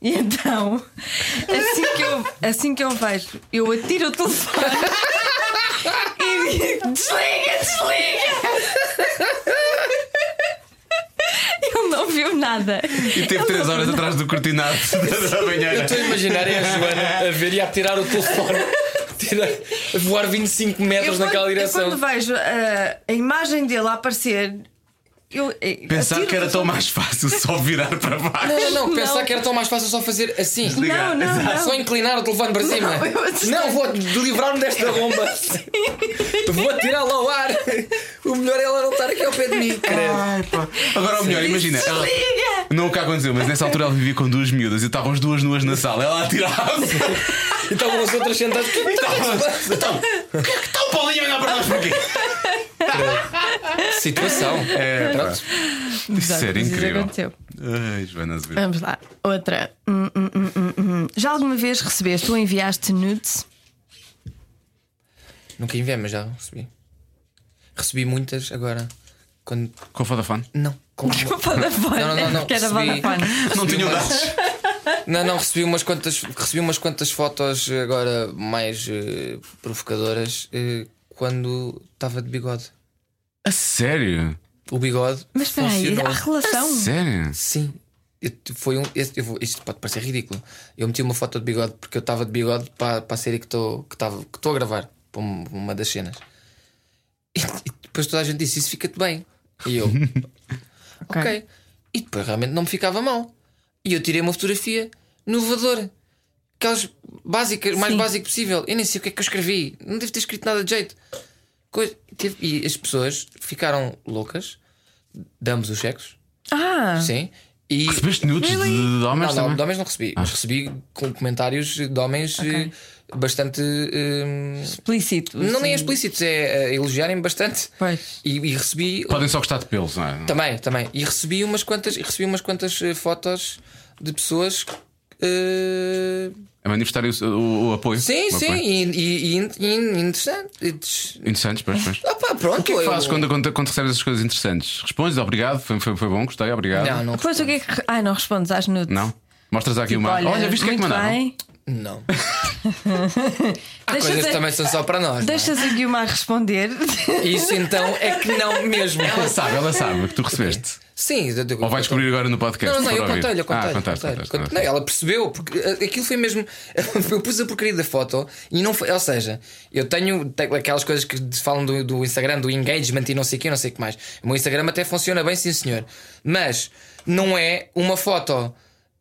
E então, assim que eu, assim que eu vejo, eu atiro o telefone e digo: desliga, desliga! Ele não viu nada. E teve 3 horas atrás do cortinado da Eu banheira. estou a imaginar é a Joana a ver e a tirar o telefone. Tira- a voar 25 metros naquela quando, eu direção. quando vejo ah, a imagem dele a aparecer, eu. eh, Pensar atiro que era o tão mais fácil só virar para baixo. Não, não, não, pensar Não. que era tão mais fácil só fazer assim. telefone. Não, não, não. Só inclinar o telefone para cima. Não, eu assustei. Não, vou livrar-me desta bomba. vou tirá-la ao ar. O melhor é ela não estar aqui ao pé de mim. credo. Ah. Ai, pá. Agora, ou melhor, imagina. Ela... Desliga! Não o que aconteceu, mas nessa altura ela vivia com duas miúdas e estavam as duas nuas na sala. Ela atirava-se. E estavam as outras sentadas. "O que é que Então, está então, o que é que está o Paulinho a olhar para nós por quê? a passar?" Situação. É, pá. Pronto. Isso era Mas isso incrível. aconteceu. Ai, Joana Azevedo. Vamos lá, outra. Hum, hum, hum, hum, hum. Já alguma vez recebeste ou enviaste nudes? Nunca enviei, mas já recebi. Recebi muitas agora. Quando. Com o Vodafone? Não. Com... Vodafone. Não, não, não, não. Que era Recebi- Vodafone. Não Recebi tinham umas- dados. Não, não, recebi umas quantas, recebi umas quantas fotos eh, agora mais eh, provocadoras eh, quando estava de bigode. A sério? O bigode. Mas espera aí, ah. funcionou. há relação. Sério? Sim. Eu te- foi um, este- eu vou- isto pode parecer ridículo. Eu meti uma foto de bigode porque eu estava de bigode para, para a série que estou que tava- que estou a gravar, para um- uma das cenas. E, e depois toda a gente disse: Isso fica-te bem. E eu, ok. E depois realmente não me ficava mal. E eu tirei uma fotografia no elevador. Aquelas básicas, o mais básico possível. Eu nem sei o que é que eu escrevi. Não devo ter escrito nada de jeito. Coi- teve- E as pessoas ficaram loucas. Damos os cheques. Ah, Sim. E Recebeste nudes de, de não, homens não, também? Ah. de homens não recebi, mas recebi com comentários de homens eh, bastante. eh, explícito. não assim. nem explícitos, é eh, elogiarem-me bastante. Pois. E, e recebi. Podem só gostar de pelos, não é? Também, também. E recebi umas quantas, e recebi umas quantas eh, fotos de pessoas. eh, A manifestarem É o, o- o apoio. sim, O sim, apoio. e, e, e, e interessante. Interessantes, pois, pois. Ah, pá, pronto. O que é que eu- fazes quando, quando, quando recebes essas coisas interessantes? Respondes, obrigado, foi, foi, foi bom, gostei, obrigado. Não, não. Depois o que é que. Ai, não respondes às nudes. Não? Mostras Tipo, aqui uma. Olha, viste o que é que muito mandaram? bem. não. Há Deixa-te- coisas que também são só para nós. não é? Deixas a Guilmar responder. Isso então é que não mesmo. Ela sabe, ela sabe que Ah, tu recebeste. Sim, eu- eu- Ou vai descobrir agora no podcast? Não, não, se eu for ouvir? contei-lhe, eu contei-lhe. Ah, contaste, contei-lhe. contaste, Não, contaste. ela percebeu, porque eh, aquilo foi mesmo. Eu pus a porcaria da foto e não foi. Ou seja, eu tenho, tenho aquelas coisas que se falam do, do Instagram, do engagement e não sei o que, não sei o que mais. O meu Instagram até funciona bem, sim senhor. Mas não é uma foto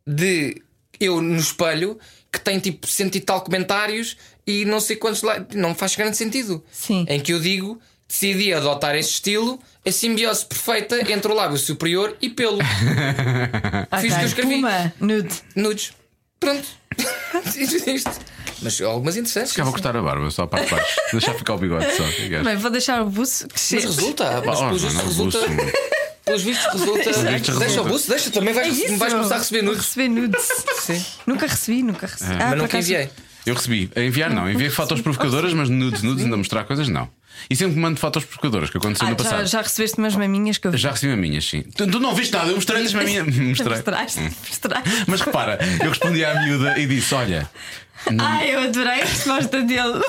de eu no espelho que tem tipo cento e tal comentários e não sei quantos lá. Não faz grande sentido. Sim. Em que eu digo. Decidi adotar este estilo, a simbiose perfeita entre o lábio superior e pelo. Fiz o que eu escrevi. Puma, nude. Nudes. Pronto. Isto- isto. Mas algumas interessantes. Ficava a cortar a barba, só a parte de baixo. Deixar ficar o bigode só. Fica- Bem, vou deixar o buço crescer. Mas resulta, mas Oh, pelos não, vistos não, resulta. buço. Pelos vistos resulta. Pelos vistos Deixa o resulta. buço, deixa também, vais, É isso. vais começar a receber Vou nudes. Receber nudes. Nunca recebi, nunca recebi. Ah, Mas por nunca acaso- enviei. Eu recebi. A enviar não. Enviei fotos provocadoras, mas nudes, nudes, ainda mostrar coisas, não. E sempre mando fotos provocadoras, que aconteceu Ah, no já, passado. Já, já recebeste umas maminhas que eu vi. recebi a minha, sim. Tu, tu não viste nada, eu mostrei-lhes a minha. Mostrei. Mostraste, Hum. mostraste. Mas repara, eu respondi à miúda e disse: Olha, Ah, eu adorei a resposta dele.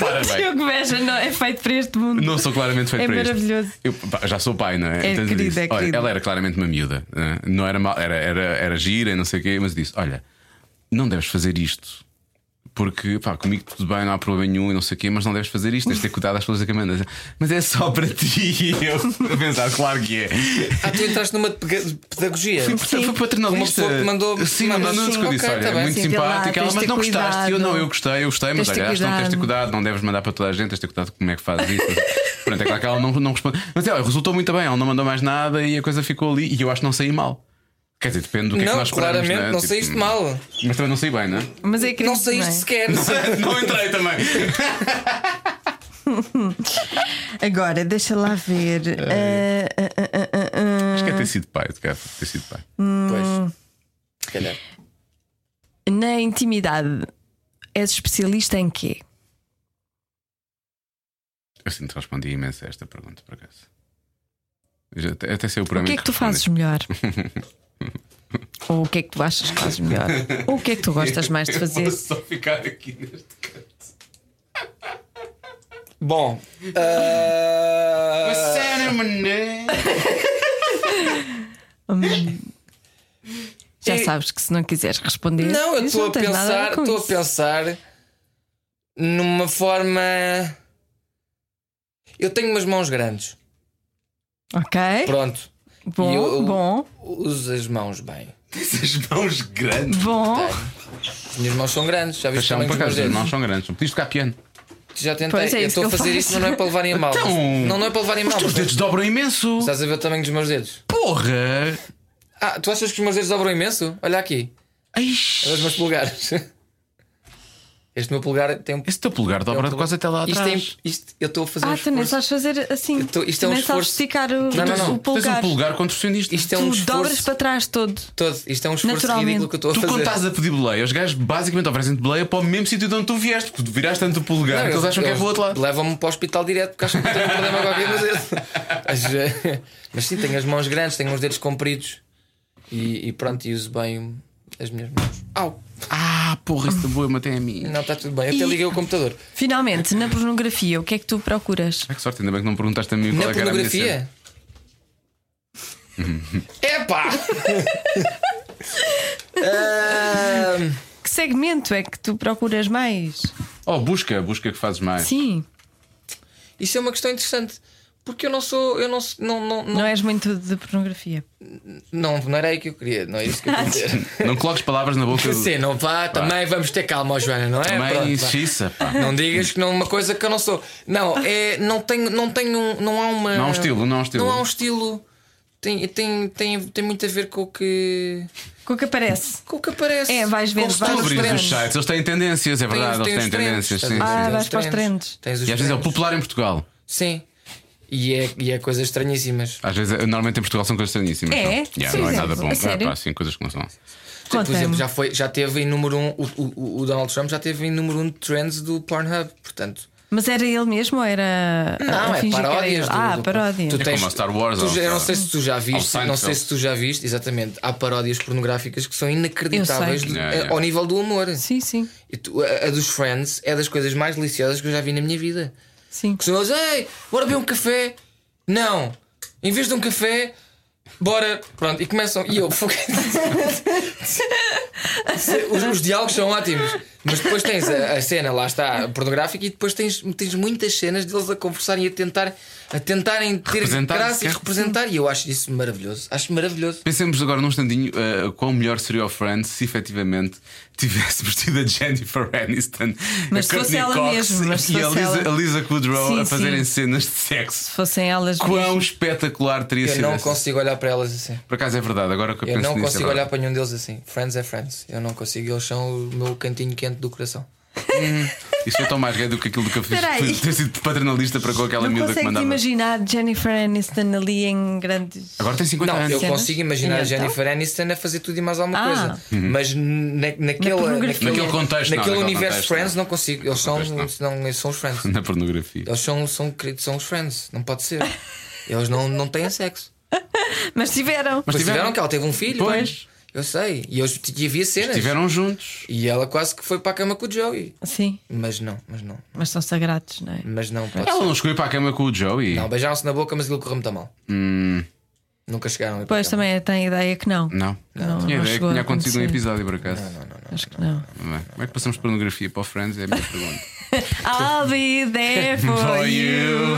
Para bem. Eu que vejo, não é feito para este mundo. não sou claramente feito É para isto. maravilhoso. Eu, pá, já sou pai, não é? É eu querido, disse, é "Olha, querido." ela era claramente uma miúda. né? Não era mal, era, era, era gira, e não sei o quê, mas eu disse: Olha, não deves fazer isto. Porque, pá, comigo tudo bem, não há problema nenhum e não sei o quê, mas não deves fazer isto, tens de ter cuidado às pessoas que mandas. Mas é só para ti. E Eu a pensar, claro que é. Ah, tu entraste numa de pega- de pedagogia. Foi, foi paternalista. Uma pessoa que mandou- Sim, mandou mandou nudes que eu assim, disse: ok, olha, é tá bem, muito sim, simpática. vê lá, Ela, tens mas de não ter gostaste. E Eu não, cuidado. eu gostei, eu gostei, mas Tens olha, de ter acho que não tens de ter cuidado. cuidado, não deves mandar para toda a gente, tens de ter cuidado com como é que fazes isso. Pronto, é claro que ela não, não responde. Mas olha, resultou muito bem, ela não mandou mais nada e a coisa ficou ali. E eu acho que não saí mal. Quer dizer, depende do que é que Não, nós esperamos. claramente, é? não Tipo, saíste mal. Mas também não saí bem, não é? Mas é querido, Não saíste é? sequer. não entrei também. Agora, deixa lá ver. Ah, ah, ah, ah, ah, ah. Acho que é ter sido pai, de cara, ter sido pai. Pois. Se calhar. ah. Na intimidade, és especialista em quê? Eu sinto que respondi imenso a esta pergunta, por acaso. Eu já- Até, até sei o O programa que é que tu respondi. fazes melhor? Ou o que é que tu achas que fazes melhor? Ou o que é que tu gostas mais de fazer? Eu vou só ficar aqui neste canto. Bom. ah, Já Hum. E- sabes que se não quiseres responder, Não, eu isso estou a tens nada pensar, ver com estou a isso. pensar numa forma. Eu tenho umas mãos grandes. Ok, Pronto. bom, E eu- bom, Uso as mãos bem. Essas mãos grandes. bom. As minhas mãos são grandes, já viste Paixão, também por os meus acaso, dedos. as mãos são grandes. Podias tocar piano. Já tentei, Pois é, isso eu estou que a eu fazer faço. isto, mas não é para levarem a mal. Então- Não, não é para levarem a Os mal. teus mas dedos dobram imenso. Estás a ver o tamanho dos meus dedos? Porra! Ah, tu achas que os meus dedos dobram imenso? Olha aqui, olha os Eish. meus polegares. Este meu polegar tem um. Esse teu polegar dobra tem um- quase até lá isto atrás. Tem, isto, eu estou a fazer um Ah, tu nem esforço. sabes fazer assim. Eu tô- isto é Tu um nem sabes esforço. esticar o, Não, não, não. o Tens um polegar. polegar contorcionista. Isto é tu um esforço dobras para trás todo. todo. Isto é um esforço Naturalmente. ridículo que eu estou a Tu quando fazer. estás a pedir boleia, os gajos basicamente oferecem-te boleia para o mesmo sítio de onde tu vieste, porque tu viraste tanto o polegar que eles acham que é para o outro lado. Levam-me para o hospital direto porque acham que tenho um problema qualquer no dedo. Mas, eh, Mas sim, tenho as mãos grandes, tenho os dedos compridos e, e pronto, e uso bem as minhas mãos. Au! Ah, porra, isso da boa, matei a mim. Não, está tudo bem. Até E- liguei o computador. Finalmente, na pornografia, o que é que tu procuras? Ah, que sorte, ainda bem que não me perguntaste a mim qual Na é que era a minha pornografia? Epá! Ahm, Que segmento é que tu procuras mais? cena. Oh, busca, busca que fazes mais. Sim, isso é uma questão interessante. Porque eu não sou. Eu não, sou- não, não, não, não és muito de pornografia. não, não era aí que eu queria. Não é isso que eu queria dizer. Não coloques palavras na boca. do- Sim, não vá, também vamos ter calma, ó Joana, não é? Mãe, Pronto, vá. xiça, pá. Não digas que não é uma coisa que eu não sou. Não, é, não tenho, não tenho, um- não há uma. Não há um estilo, não há um estilo. Não há um estilo. Tem, tem, tem, tem muito a ver com o que. Com o que aparece? com o que aparece. É, vais vendo, Com os vais Tu trends. Os abris os trends. sites, eles têm tendências, é Tem verdade, os- tem eles têm os trends, tendências. estás Sim, a ver? Ah, sim. vais para os trends. Tens os E às vezes é o trends. popular em Portugal. Sim. E é, e é coisas estranhíssimas. Às vezes, eh, normalmente em Portugal são coisas estranhíssimas. É? não? Yeah, Sim, não é sim. nada bom. A sério? Ah, pá, sim, coisas que não são. Por exemplo, Conta-me. já, foi, já teve em número um, o, o- o Donald Trump já teve em número um de trends do Pornhub, portanto. Mas era ele mesmo ou era. Não, a é fingir que era paródias. ele? do- Ah, do- paródias. Tu É como a Star Wars, tu ou já- eu Star- não sei se tu já viste, Seinfeld. não sei se tu já viste, exatamente. Há paródias pornográficas que são inacreditáveis Eu sei. do- Yeah, yeah. ao nível do humor. Sim, sim, E tu- a, a dos Friends é das coisas mais deliciosas que eu já vi na minha vida. sim. Que são eles, ei, bora beber um café. Não, em vez de um café, bora! Pronto, e começam. E eu, fogo. os, os diálogos são ótimos, mas depois tens a, a cena, lá está, pornográfica, e depois tens, tens muitas cenas deles a conversarem e a, tentar, a tentarem ter Representar, graça e quer- representar. E eu acho isso maravilhoso. Acho maravilhoso. Pensemos agora num instantinho uh, quão melhor seria o Friends se efetivamente tivéssemos tido a Jennifer Aniston, Mas a se Courtney fosse ela Cox mesmo, mas se e a fosse Lisa, ela. a Lisa Kudrow Sim, a fazerem sim. cenas de sexo. Se fossem elas. Quão mesmo. espetacular teria Eu sido não essa- consigo olhar para elas assim. Por acaso é verdade, agora que eu, Eu penso não nisso, é consigo verdade. olhar para nenhum deles assim. Friends é friends. Eu não consigo. Eles são o meu cantinho quente do coração. Isso é tão mais gay do que aquilo que eu fiz. Espera Fui- aí. Ter sido paternalista para com aquela Não miúda que consegues mandava. imaginar Jennifer Aniston ali em grandes. Agora tem 50 Não, anos. eu Cenas? consigo imaginar a Então? Jennifer Aniston a fazer tudo e mais alguma Ah. coisa. Mas na, naquele, pornografia. Uhum. Naquele contexto, não, naquele naquele universo contexto, Friends, não. não consigo. Eles são, Contexto, não. senão eles são os Friends. Na pornografia. Eles são, são, queridos, são os Friends. Não pode ser. Eles não, não têm sexo. Mas tiveram. Mas tiveram, tiveram. que ela teve um filho. Pois. Eu sei. E, eles, e havia cenas. Estiveram juntos. E ela quase que foi para a cama com o Joey. Sim, Mas não, mas não. mas são sagrados, não é? Mas não pode Ela ser. não chegou a ir para a cama com o Joey. Não, beijaram-se na boca, mas aquilo correu muito mal. Hum, Nunca chegaram. a ir para a Pois cama. também tem a ideia que não. não. Não, Tinha não ideia que chegou a tinha acontecido um acontecer. episódio por acaso. Acho que não. Bem, Como é que passamos pornografia para o Friends? É a minha pergunta. I'll be there for, you.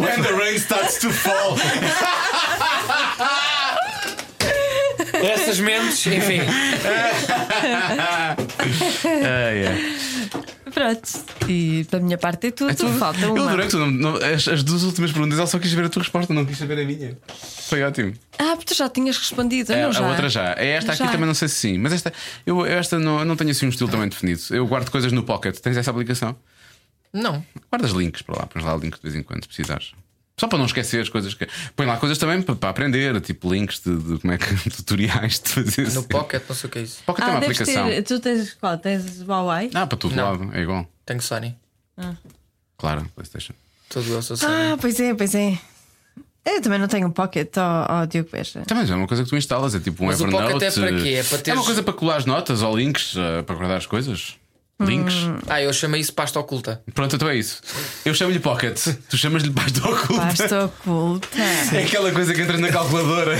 When the rain starts to fall. Essas mentes, enfim. Ah, Pronto. E da minha parte é tudo. Falta Eu uma. adorei que tu não- não- as, as duas últimas perguntas, ela só quis ver a tua resposta, não quis saber a minha. Foi ótimo. Ah, porque tu já tinhas respondido. É, não, a já. outra já. É esta aqui Já. também não sei se sim. Mas esta, eu, eu esta não, eu não tenho assim um estilo também definido. Eu guardo coisas no pocket. Tens essa aplicação? Não. Guardas links para lá, pões lá o link de vez em quando, se precisares. Só para não esquecer as coisas que. Põe lá coisas também para, para aprender, tipo links de, de como é que tutoriais de fazer. No cenas. pocket, não sei o que é isso. Pocket é Ah, uma deves aplicação. ter. Tu tens qual? Tens Huawei? Ah, para todo lado, é igual. Tenho Sony. Claro, PlayStation. Todo eu sou Sony. Ah, pois é, pois é. Eu também não tenho pocket, ó oh, Diogo Beja. Também é uma coisa que tu instalas, é tipo um Mas o Evernote. Pocket é para quê? É para teres- uma coisa para colar as notas ou links, eh, para guardar as coisas. Links. Hum. Ah, eu chamei isso pasta oculta. Pronto, então é isso. Eu chamo-lhe Pocket, tu chamas-lhe pasta oculta. Pasta oculta. É aquela coisa que entra na calculadora.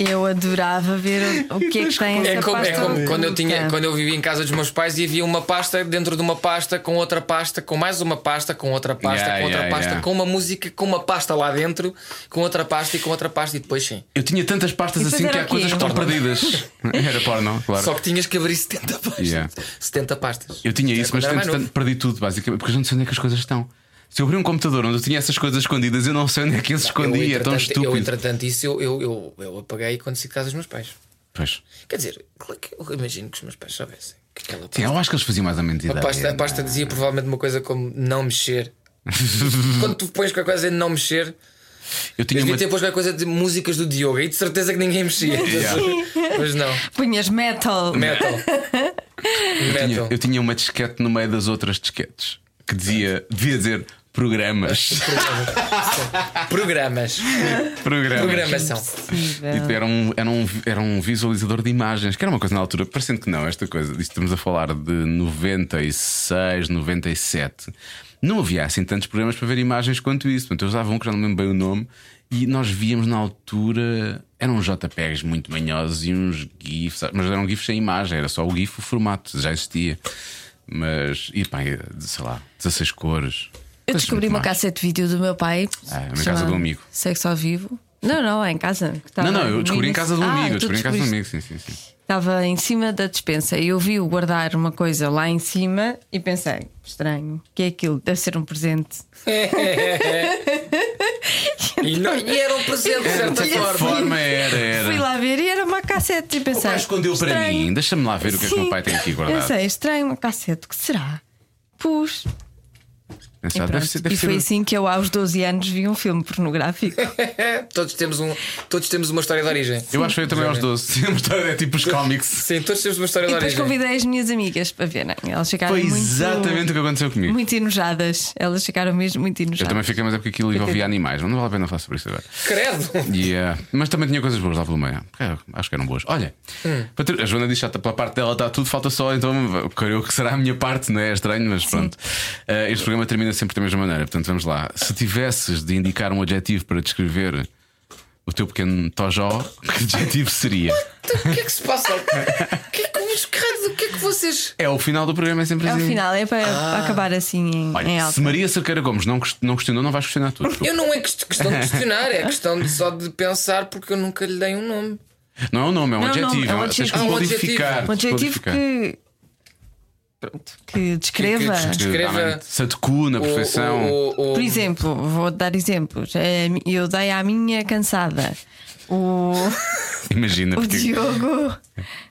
Eu adorava ver o, o que é que tem É essa como, é pasta como oculta. quando, eu tinha, quando eu vivia em casa dos meus pais e havia uma pasta dentro de uma pasta, com outra pasta, com mais uma pasta, com outra pasta, Yeah, com outra yeah, pasta, yeah. com uma música, com uma pasta lá dentro, com outra pasta e com outra pasta, e depois sim. Eu tinha tantas pastas E depois assim que era há o quê? coisas que estão Porno. perdidas. Era porno, claro. Só que tinhas que abrir 70 pastas. Yeah. 70 pastas. Eu tinha Era isso, mas quando era mais entretanto, novo. perdi tudo, basicamente, porque eu não sei onde é que as coisas estão. Se eu abrir um computador onde eu tinha essas coisas escondidas, eu não sei onde é que eu se Eu, escondia, é tão entretanto, Eu, estúpido. entretanto, isso eu, eu, eu, eu apaguei quando saí de casa dos meus pais. Pois. Quer dizer, claro que eu imagino que os meus pais soubessem que aquela Sim, eu acho que eles faziam mais ou menos A ideia. pasta, a pasta dizia provavelmente uma coisa como não mexer. Quando tu pões qualquer coisa de não mexer, Eu eu tinha devia uma... ter posto qualquer coisa de músicas do Diogo e de certeza que ninguém mexia. Mas não. Punhas metal. Metal. tinha- Metal. eu tinha uma disquete no meio das outras disquetes que dizia, devia dizer programas. Programas. programas. Programação. E era um, era, um, era um visualizador de imagens, que era uma coisa na altura, parecendo que não, esta coisa, isto estamos a falar de 96, 97. Não havia assim tantos programas para ver imagens quanto isso. Portanto, eu usava um que já não me lembro bem o nome, e nós víamos na altura. Eram uns JPEGs muito manhosos e uns GIFs, mas eram GIFs sem imagem, era só o GIF, o formato, já existia. Mas, e pá, sei lá, 16 cores. Eu descobri uma cassete de vídeo do meu pai. Ah, na chamado casa do amigo. Sexo ao vivo. Não, não, é em casa. que estava Não, não, eu no descobri em início. casa de um Ah, amigo, eu tu descobri em casa de um descobriste. amigo, sim, sim, sim. Estava em cima da despensa e eu vi-o guardar uma coisa lá em cima e pensei: estranho, o que é aquilo? Deve ser um presente. E, não- e era um presente, de certa Tinha Essa sido. forma. forma era, era. Fui lá ver e era uma cassete e O pensei. pai escondeu para estranho. mim. Deixa-me lá ver o que é que o Sim. meu pai tem aqui guardado. Pensei, estranho, uma cassete, o que será? Pus. E, Pensava, pronto. deve ser, deve E foi ser- um- assim que eu, aos 12 anos, vi um filme pornográfico. Todos temos, um, todos temos uma história de origem. Eu acho que eu também aos 12. Sim, uma história é tipo os cómics. Sim, todos temos uma história e de depois origem. convidei as minhas amigas para verem. Elas ficaram Foi muito, exatamente o que aconteceu comigo. muito enojadas. Elas ficaram mesmo muito Eu enojadas. também fiquei, mas é porque aquilo envolvia animais. Mas Não vale a pena falar sobre isso agora. Credo. E, eh, mas também tinha coisas boas lá pelo meio. É, Acho que eram boas. Olha, Hum. para ter- a Joana diz que já está- pela parte dela está tudo, falta só, então creio que será a minha parte, não é? É estranho, mas pronto. Eh, este programa termina sempre da mesma maneira. Portanto, vamos lá. Se tivesses de indicar um adjetivo para descrever o teu pequeno Tojó, que adjetivo seria? Então, o que é que se passa? O que é que, os caralhos, o que é que vocês. É o final do programa, é sempre É o assim. final, é para para acabar assim em, em Olha, alta. se Maria Cerqueira Gomes não, quest- não questionou, não vais questionar tudo. Eu não é quest- questão de questionar, é questão de- só de pensar porque eu nunca lhe dei um nome. Não é um nome, é um Não, não, adjetivo. é um uma- Tens que adjetivo. Ah, um adjetivo. modificar. Um adjetivo modificar. que. Pronto, que descreva. Que- que Que descreva- realmente Se adequa na O- perfeição. o- o- o- Por exemplo, vou dar exemplos. É, Eu dei à minha cansada. O, Imagina, o porque Diogo.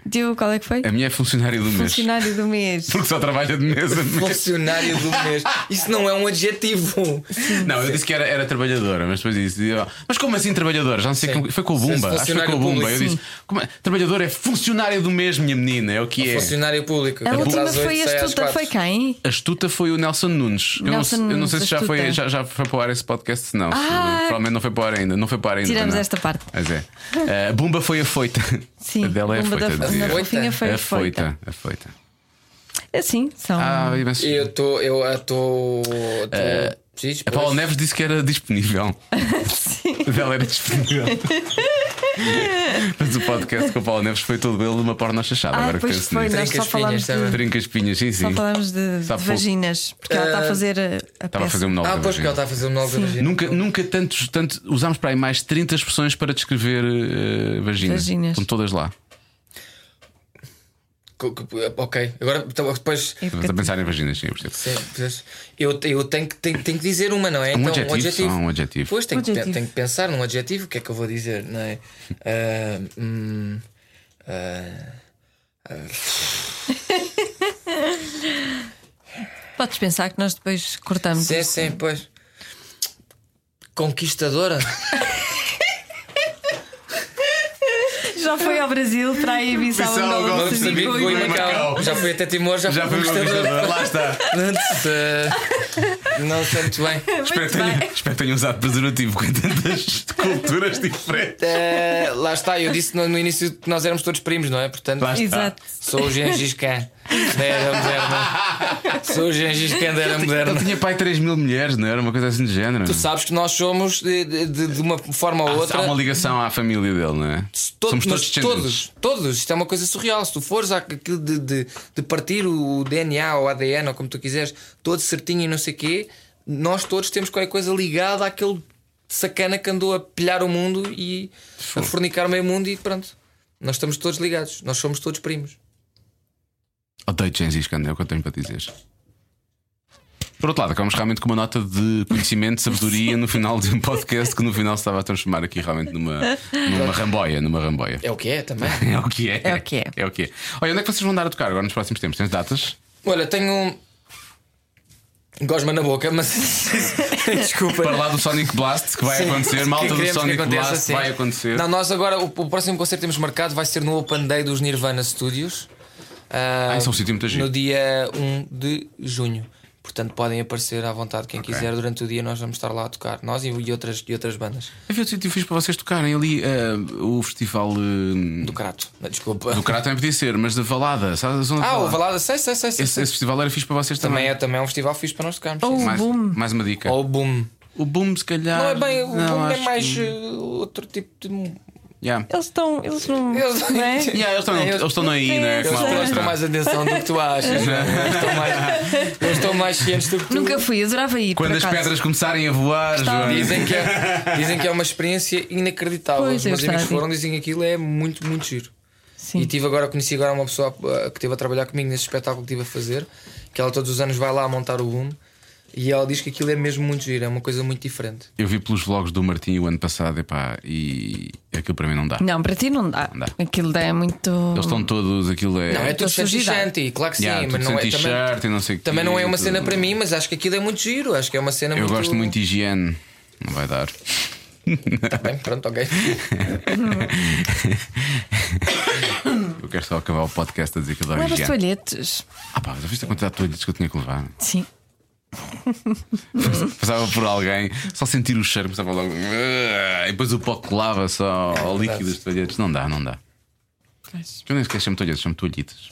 Diogo, qual é que foi? a minha é funcionária do mês. Funcionário do mês. Porque só trabalha de mês é. a mês. Funcionário do mês. Isso não é um adjetivo. Não, eu disse que era, era trabalhadora, mas depois disse. eu, Mas como assim trabalhadora? Já não sei Sim. como. Foi com o Bumba. Sim, Acho que foi com o funcionário Bumba. Eu público. disse: como é? trabalhadora é funcionária do mês, minha menina, é o que é. Funcionário público. A Entra última às oito, foi sai às a estuta, quatro. foi quem? Astuta foi o Nelson Nunes. Eu, Nelson não, eu não sei Nunes, se já foi, astuta. já, já foi para o ar esse podcast, se não. se- Ah! provavelmente não foi para o ar ainda. Não foi para o ar ainda. Tiramos não. esta parte. Mas é. Ah, Bumba foi a foita. Sim, A dela é a Bomba foita. da, dizia. na fofinha foi a a foita. foita. A foita. Assim, são. Ah, imenso. Eu estou. Eu estou. A Paula Eh, é Neves disse que era disponível. Sim. A dela era disponível. Mas o podcast com a Paula Neves foi todo ele numa porno chachada. Ah, agora que pois penso foi, nisso. nós só Trincas falámos finhas também. de, Trinca espinhas, sim, sim. só falámos de, de Está pouco. vaginas, porque ela está a fazer a, Estava a a peça. fazer um monólogo. Ah, da pois que vagina. ela está a fazer um novo Nunca, nunca tantos, tanto, usámos para aí mais 30 expressões para descrever eh, vagina. Vaginas. Estão todas lá. Ok, agora então, depois. É Estamos porque- a um- pensar em vaginas, sim, eu percebo. Sim, pois, eu, eu tenho, que, tenho, tenho que dizer uma, não é? Um adjetivo, só um adjetivo. Pois tenho, que pe- Adjetivo. tenho que pensar num adjetivo, o que é que eu vou dizer, não é? Ah, hum, ah, Podes pensar que nós depois cortamos. sim, sim, pois. Conquistadora? Já foi ao Brasil para aí Bissau, Bissau, Angola, Angola, Moçambique, Moçambique, Goiânia. Goiânia. Macau. Já fui até Timor, já, Já foi fui uma conquistadora, conquistadora. lá está. Antes, ah, não sei muito bem. Espero que, tenha, espero que tenha usado preservativo com tantas culturas diferentes. Ah, lá está, eu disse no, no início que nós éramos todos primos, não é? Portanto, Lá está. Exato. sou o Gengis Khan da era moderna. Sou o Gengis Khan da era moderna. Ele tinha pai 3 mil mulheres, não era uma coisa assim de género. Tu sabes que nós somos de, de- de- de uma forma ou outra. Há uma ligação à família dele, não é? to- Somos todos mas descendentes. todos, todos, isto é uma coisa surreal. Se tu fores àquilo de, de, de partir o DNA ou ADN ou como tu quiseres, todo certinho e não sei o quê, nós todos temos qualquer coisa ligada àquele sacana que andou a pilhar o mundo e a fornicar o meio mundo e pronto. Nós estamos todos ligados, nós somos todos primos. Odeio Gengis Khan, é o que eu tenho para dizer. Por outro lado, acabamos realmente com uma nota de conhecimento, sabedoria no final de um podcast que no final se estava a transformar aqui realmente numa, numa ramboia, numa ramboia. É o que é também. É o que é. É o que é. É o que é. Olha, onde é que vocês vão dar a tocar agora nos próximos tempos? Tens datas? Olha, tenho um. Gosma na boca, mas. Desculpa. Para lá do Sonic Blast, que vai Sim. acontecer, Que malta do queremos que Sonic aconteça, Blast sim. vai acontecer. Não, nós agora, o, o próximo concerto que temos marcado vai ser no Open Day dos Nirvana Studios. ah, Ah, isso é um sítio muito giro. No dia 1 de junho. Portanto, podem aparecer à vontade quem quiser durante o dia. Nós vamos estar lá a tocar, nós e, e outras, e outras bandas. Havia outro sítio fixe para vocês tocarem ali ah, o festival ah, Do Crato, desculpa. do Crato também podia ser, mas da Valada, sabe? A zona da ah, o Valada. Valada, sei, sei, sei. sei, Esse, sei. esse festival era fixe para vocês Também, também. é, também é um festival fixe para nós tocarmos. Ou sim. o mais, boom. mais uma dica. Ou o Boom. O boom, se calhar. Não é bem, o Boom é Ah, acho mais que- uh, outro tipo de. Yeah. Eles estão. Eles não. Eles- não é? Yeah, eles estão, Eu- eles estão aí, não é? Eu Como sei. a outra. Eles prestam mais atenção do que tu achas. não é? Eles estão mais- Eles estão mais cientes do que tu. Nunca fui, eu adorava ir. Quando por as acaso. pedras começarem a voar, Gostava. Joana. Dizem que, é, dizem que é uma experiência inacreditável. Pois, Os eu meus gostava amigos de foram, dizem que aquilo é muito, muito giro. Sim. E tive agora, conheci agora uma pessoa ah, que esteve a trabalhar comigo nesse espetáculo que estive a fazer, que ela todos os anos vai lá a montar o boom. E ela diz que aquilo é mesmo muito giro, é uma coisa muito diferente. Eu vi pelos vlogs do Martim o ano passado epá, e aquilo para mim não dá. Não, para ti não dá. dá. Aquilo é muito. Eles estão todos, aquilo é. Não, é Estou tudo shanty sujidade. shanty, claro que sim, Yeah, mas tudo não é, sem também, t-shirt e não sei o quê, também não é uma tudo. cena para mim, mas acho que aquilo é muito giro, acho que é uma cena Eu muito. gosto muito de higiene. Não vai dar. Bem, pronto, ok. Eu quero só acabar o podcast a dizer que adoro Levas higiene. toalhetes. Ah, pá, já viste a quantidade de toalhetes que eu tinha que levar? Sim. Passava por alguém, só sentir o cheiro, começava logo. "Ugh", E depois o pó colava só ao líquido dos toalhetes. Não dá, não dá. Eu nem sequer chamo toalhetes, chamo toalhitas.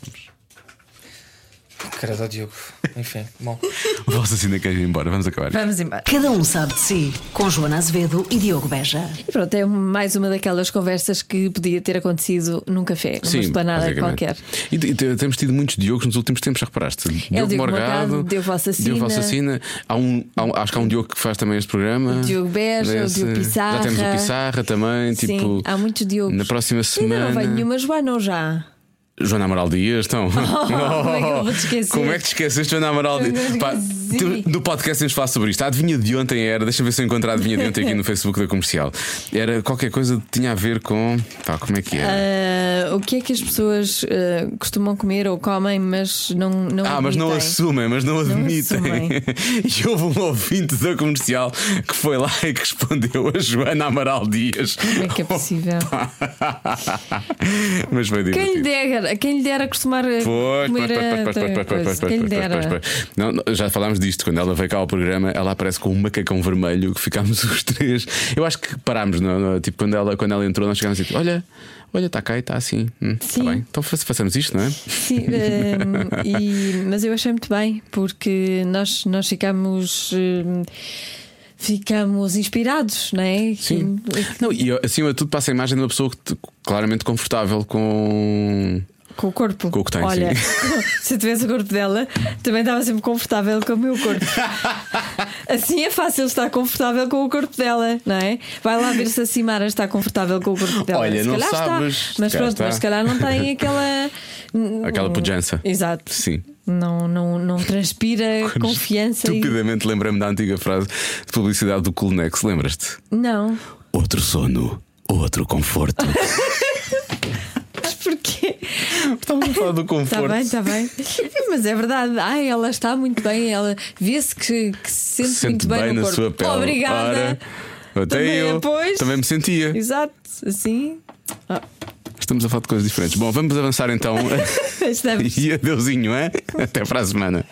Cara do Diogo. Enfim, bom. Vós assim ainda querem ir embora, vamos acabar. Vamos embora. Cada um sabe de si, com Joana Azevedo e Diogo Beja. E pronto, é mais uma daquelas conversas que podia ter acontecido num café, numa esplanada basicamente. qualquer. E, te- te- temos tido muitos Diogos nos últimos tempos, já reparaste? Diogo Morgado, Diogo Valsacina. Diogo Valsacina. Há um, há um- acho que há um Diogo que faz também este programa. O Diogo Beja, o Diogo Já temos o Pissarra. Pissarra também. Sim, tipo, há muitos Diogos. Na próxima Ainda não semana. vem nenhuma Joana ou já? Joana Amaral Dias, então. como é que eu vou te esquecer? é Como é que te esqueceste, Joana Amaral Dias? Eu Pá, esqueci. tu- no podcast temos de falar sobre isto. A adivinha de ontem era, deixa eu ver se eu encontro a adivinha de ontem aqui no Facebook da comercial. Era qualquer coisa que tinha a ver com. Pá, como é que era? Ah, o que é que as pessoas ah, costumam comer ou comem, mas não não Ah, mas não admitem? assumem, mas não admitem. assumem. e houve um ouvinte da comercial que foi lá e que respondeu a Joana Amaral Dias. Como é que é possível? mas foi divertido. Quem lhe dera, quem lhe dera acostumar a Pois, pois, comer pois, a pois, pois, pois, pois, pois, coisa. pois, Quem lhe pois, dera. pois, pois, pois. Não, não, Já falámos disto, quando ela veio cá ao programa, ela aparece com um macacão vermelho que ficámos os três. Eu acho que parámos, não, não, tipo, quando ela, quando ela entrou, nós chegámos e tipo, olha, olha, está cá e está assim. Hum, está Sim. bem. Então fa- façamos isto, não é? Sim, hum, e- mas eu achei muito bem porque nós, nós ficamos. hum, Ficamos inspirados, não é? Sim. Não, e acima de tudo passa a imagem de uma pessoa que te- claramente confortável com. Com o corpo. Com o que tem, Olha, se eu tivesse o corpo dela, também estava sempre confortável com o meu corpo. Assim é fácil estar confortável com o corpo dela, não é? Vai lá ver se a Simara está confortável com o corpo dela. Olha, se não calhar sabes, se está. Mas calhar pronto, está. mas se calhar não tem aquela. Aquela pujança. Exato. Sim. Não, não, não transpira confiança. E... Estupidamente lembrei-me da antiga frase de publicidade do Coolnex, lembras-te? Não. Outro sono, outro conforto. Mas porquê? Estávamos a falar do Está conforto. Tá bem, está bem. Mas é verdade. Ai, ela está muito bem. Ela vê-se que, que se sente, se muito sente bem, bem, no na corpo. sua pele. Obrigada. Ora, até Também, eu pois. também me sentia. Exato. Assim. Estamos a falar de coisas diferentes. Bom, vamos avançar então. Estamos. e adeusinho, é? Até para a semana.